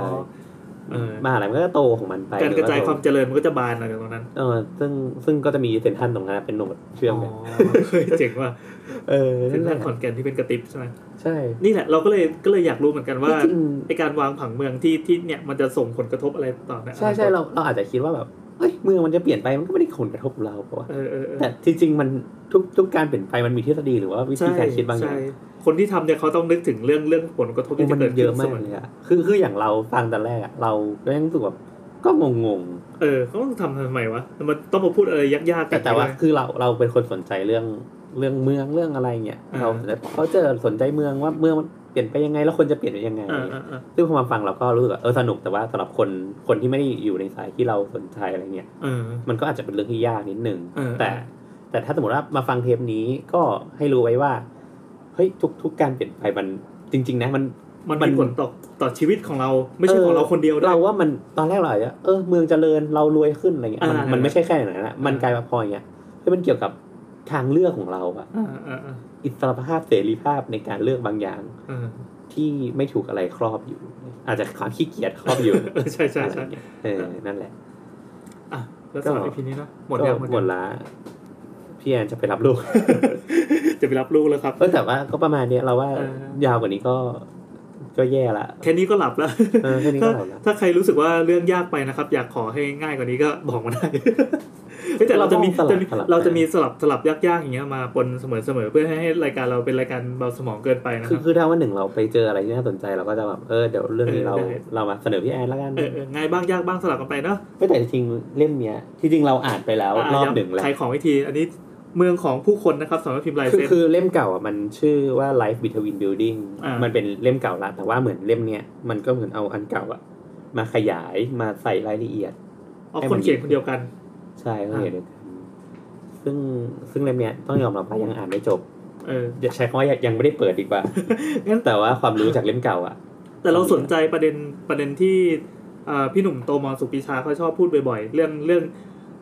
Speaker 2: เออ
Speaker 3: มหาลัยมันก็จะโตของมันไป
Speaker 2: การกระจาย
Speaker 3: หอ
Speaker 2: ความเจริญมันก็จะบานอะไรตรงนั้น
Speaker 3: เออซึ่งซึ่งก็จะมีเซ็นทรันตรงนั้นเป็นโหนดเชื่อมกัน
Speaker 2: อ๋อเฮ้ยเจ๋งว่ะ
Speaker 3: เออ
Speaker 2: เส้นทางขอนแก่นที่เป็นกระติบใช่ไหม
Speaker 3: ใช่
Speaker 2: นี่แหละเราก็เลยก็เลยอยากรู้เหมือนกันว่า
Speaker 3: จริง
Speaker 2: ไอการวางผังเมืองที่ที่เนี่ยมันจะส่งผลกระทบอะไรต่อในอ
Speaker 3: ๆ
Speaker 2: นาคต
Speaker 3: ใช่ใช่เราเราอาจจะคิดว่าแบบเอ้ยเมืองมันจะเปลี่ยนไปมันก็ไม่ได้ขนกระทบเราปะวะ
Speaker 2: เออเออเออ
Speaker 3: แต่จริงๆมันทุกทุกการเปลี่ยนไปมันมีทฤษฎีหรือว่าวิธีการคิดบางอย่าง
Speaker 2: ใช่คนที่ทำเนี่ยเขาต้องนึกถึงเรื่องเรื่องผลกระทบที่
Speaker 3: มั
Speaker 2: จะ
Speaker 3: น
Speaker 2: เกิด
Speaker 3: เย
Speaker 2: ขึ้
Speaker 3: อะ
Speaker 2: น
Speaker 3: มา
Speaker 2: เส
Speaker 3: ก
Speaker 2: มอ
Speaker 3: เลยอะคือคืออย่างเราฟังตอนแรกอะเราก็ยังรู้สึกแบบก็งง
Speaker 2: เออเขาต้องทำทำไมวะมันต้องมาพูดอะไรยากๆ
Speaker 3: ๆ
Speaker 2: กั
Speaker 3: แต่
Speaker 2: น
Speaker 3: แต่ว่าคือเราเราเป็นคนสนใจเรื่องเรื่องเมืองเรื่องอะไรเงี้ย
Speaker 2: อ่า
Speaker 3: เราเขาจะสนใจเมืองว่าเมืองมันเปลี่ยนไปยังไงแล้วคนจะเปลี่ยนไปยังไง
Speaker 2: เออเออเออ
Speaker 3: ซึ่งพอมาฟังเราก็รู้สึกว่าเออสนุกแต่ว่าสำหรับคนคนที่ไม่ได้อยู่ในสายที่เราสนใจอะไรเงี้ย
Speaker 2: เออ
Speaker 3: มันก็อาจจะเป็นเรื่องที่ยากนิดนึง
Speaker 2: เออ
Speaker 3: แต่
Speaker 2: เออ
Speaker 3: แต่ถ้าสมมติว่ามาฟังเทปนี้ก็ให้รู้ไว้ว่าเฮ้ยทุกทุกการเปลี่ยนไปมันจริง ๆ นะมัน
Speaker 2: มัน
Speaker 3: มัน
Speaker 2: มีผลต่อต่อชีวิตของเราไม่ใช่ของเราคนเดียวด้วย
Speaker 3: เราว่ามันตอนแรกเราอาจจะเออเมืองเจริญเรารวยขึ้นอะไรเงี้ยมัน
Speaker 2: อ่ามั
Speaker 3: มันไม่ใช่แค่นั้นนะมันกลายมาพออย่างเงี้ยคือมันเกี่ยวกับทางเลือกของเราอะ
Speaker 2: เออเออเออ
Speaker 3: อิสรภาพเสรีภาพในการเลือกบางอย่าง
Speaker 2: เออ
Speaker 3: ที่ไม่ถูกอะไรครอบอยู่ อาจจะความขี้เกียจครอบอยู่
Speaker 2: เออใช่ใช่
Speaker 3: อะไร
Speaker 2: ใช่
Speaker 3: เงี้ยเออนั่นแหละ
Speaker 2: อ่ะแล้วสำหรับ
Speaker 3: ก็
Speaker 2: อีพีนี้เนอะหมด
Speaker 3: ก็
Speaker 2: แล้ว
Speaker 3: หม
Speaker 2: หม
Speaker 3: ด
Speaker 2: ดแล้ว
Speaker 3: ละพี่แอนจะไปรับลูก
Speaker 2: จะไปรับลูกแล้วครับ
Speaker 3: เออแต่ว่าก็ประมาณเนี้ยเราว่า
Speaker 2: เออ
Speaker 3: ยาวกว่านี้ก็ก็แย่ละ
Speaker 2: แค่นี้ก็หลับแล้ว
Speaker 3: เออแค่นี้ก็
Speaker 2: ถ้า
Speaker 3: หลับละ
Speaker 2: ถ้าใครรู้สึกว่าเรื่องยากไปนะครับ อยากขอให้ง่ายกว่านี้ก็บอกมาได้ เฮ้ยแต่เราจะมี
Speaker 3: เราต้องสลั
Speaker 2: จะมี
Speaker 3: บสลับ
Speaker 2: เราจะมีสลับสลับยากๆอย่างเงี้ยมาปนเสมอเสมอเพื่อให้ให้รายการเราเป็นรายการเบาสมองเกินไปนะค
Speaker 3: คื
Speaker 2: รั
Speaker 3: อ
Speaker 2: บ
Speaker 3: คือถ้าวันหนึ่งเราไปเจออะไรที่น่าสนใจเราก็จะแบบเออเดี๋ยวเรื่องนี้เรา
Speaker 2: เออได้
Speaker 3: เรามาเสนอพี่แอนละกัน
Speaker 2: เออเออง่ายบ้างยากบ้างสลับกันไปเนาะ
Speaker 3: ไม่แต่จริงๆเล่มเนี้ยที่จริงเราอ่านไปแล้ว
Speaker 2: ะ
Speaker 3: รอบ
Speaker 2: ย้ำ
Speaker 3: หนึ่งแล้ว
Speaker 2: ขายของวิธี อันนี้เมืองของผู้คนนะครับสำนักพิมพ์ลาย
Speaker 3: คือ
Speaker 2: เซ็น
Speaker 3: คือเล่มเก่าอ่ะมันชื่อว่า Life Between Building
Speaker 2: อ่ามั
Speaker 3: มันเป็นเล่มเก่าละแต่ว่าเหมือนเล่มเนี้ยมันก็เหมือนเอาอันเก่าอ่ะมาขยายมาใส่รายละเอียด
Speaker 2: เอาคนเขียนคนเดียวกัน
Speaker 3: ใช่ก็เห็นเดียวกันซึ่งซึ่งเล่มเนี้ยต้องยอมรับว่ายังอ่านไม่จบ
Speaker 2: เออ
Speaker 3: อย่าใช้คำว่ายังยังไม่ได้เปิดดีกว่า
Speaker 2: งั้น
Speaker 3: แต่ว่าความรู้จากเล่มเก่าอ่ะ
Speaker 2: แต่เราสนใจประเด็นประเด็นที่เอ่อพี่หนุ่มโตมอนสุปีชาเขาชอบพูดบ่อยๆ เรื่องเรื่อง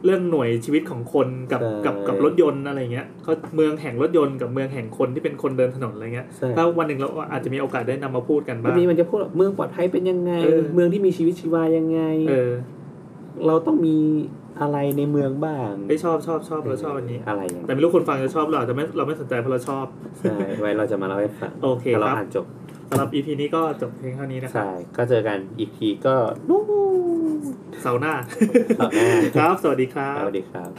Speaker 2: เรื่องหน่วยชีวิตของคนกับ
Speaker 3: ใช่
Speaker 2: กับกับรถยนต์อะไรเงี้ยเขาเมืองแห่งรถยนต์กับเมืองแห่งคนที่เป็นคนเดินถนนอะไรเงี้ย
Speaker 3: ใช่
Speaker 2: ถ้าวันหนึ่งเราอาจจะมีโอกาสได้นำมาพูดกัน
Speaker 3: มั
Speaker 2: บ้าน ง
Speaker 3: มีมันจะพูดว่าเมืองปลอดภัยเป็นยังไง
Speaker 2: เออ
Speaker 3: เมืองที่มีชีวิตชีวายังไง
Speaker 2: เออ
Speaker 3: เราต้องมีอะไรในเมืองบ้าง
Speaker 2: ไม่ชอบชอบชอบเราชอบอันนี้
Speaker 3: อะไรอย่างเงี้ย
Speaker 2: แต่ไม่รู้คนฟังจะชอบหรือเปล่าแต่ไม่เราไม่สนใจเพราะเราชอบ
Speaker 3: ใช่ไว้เราจะมาเล่าให้ฟัง
Speaker 2: โอเค
Speaker 3: ถ้าเรา
Speaker 2: ครับ
Speaker 3: อ่านจบ
Speaker 2: สำหรับ EP นี้ก็จบเพียงเท่านี้นะครับ
Speaker 3: ใช่ก็เจอกันอีกทีก็นู่น
Speaker 2: เสาร์หน้า
Speaker 3: ต่อหน้า
Speaker 2: ครับ สวัสดีครั
Speaker 3: ส
Speaker 2: บ
Speaker 3: วัสดีครับ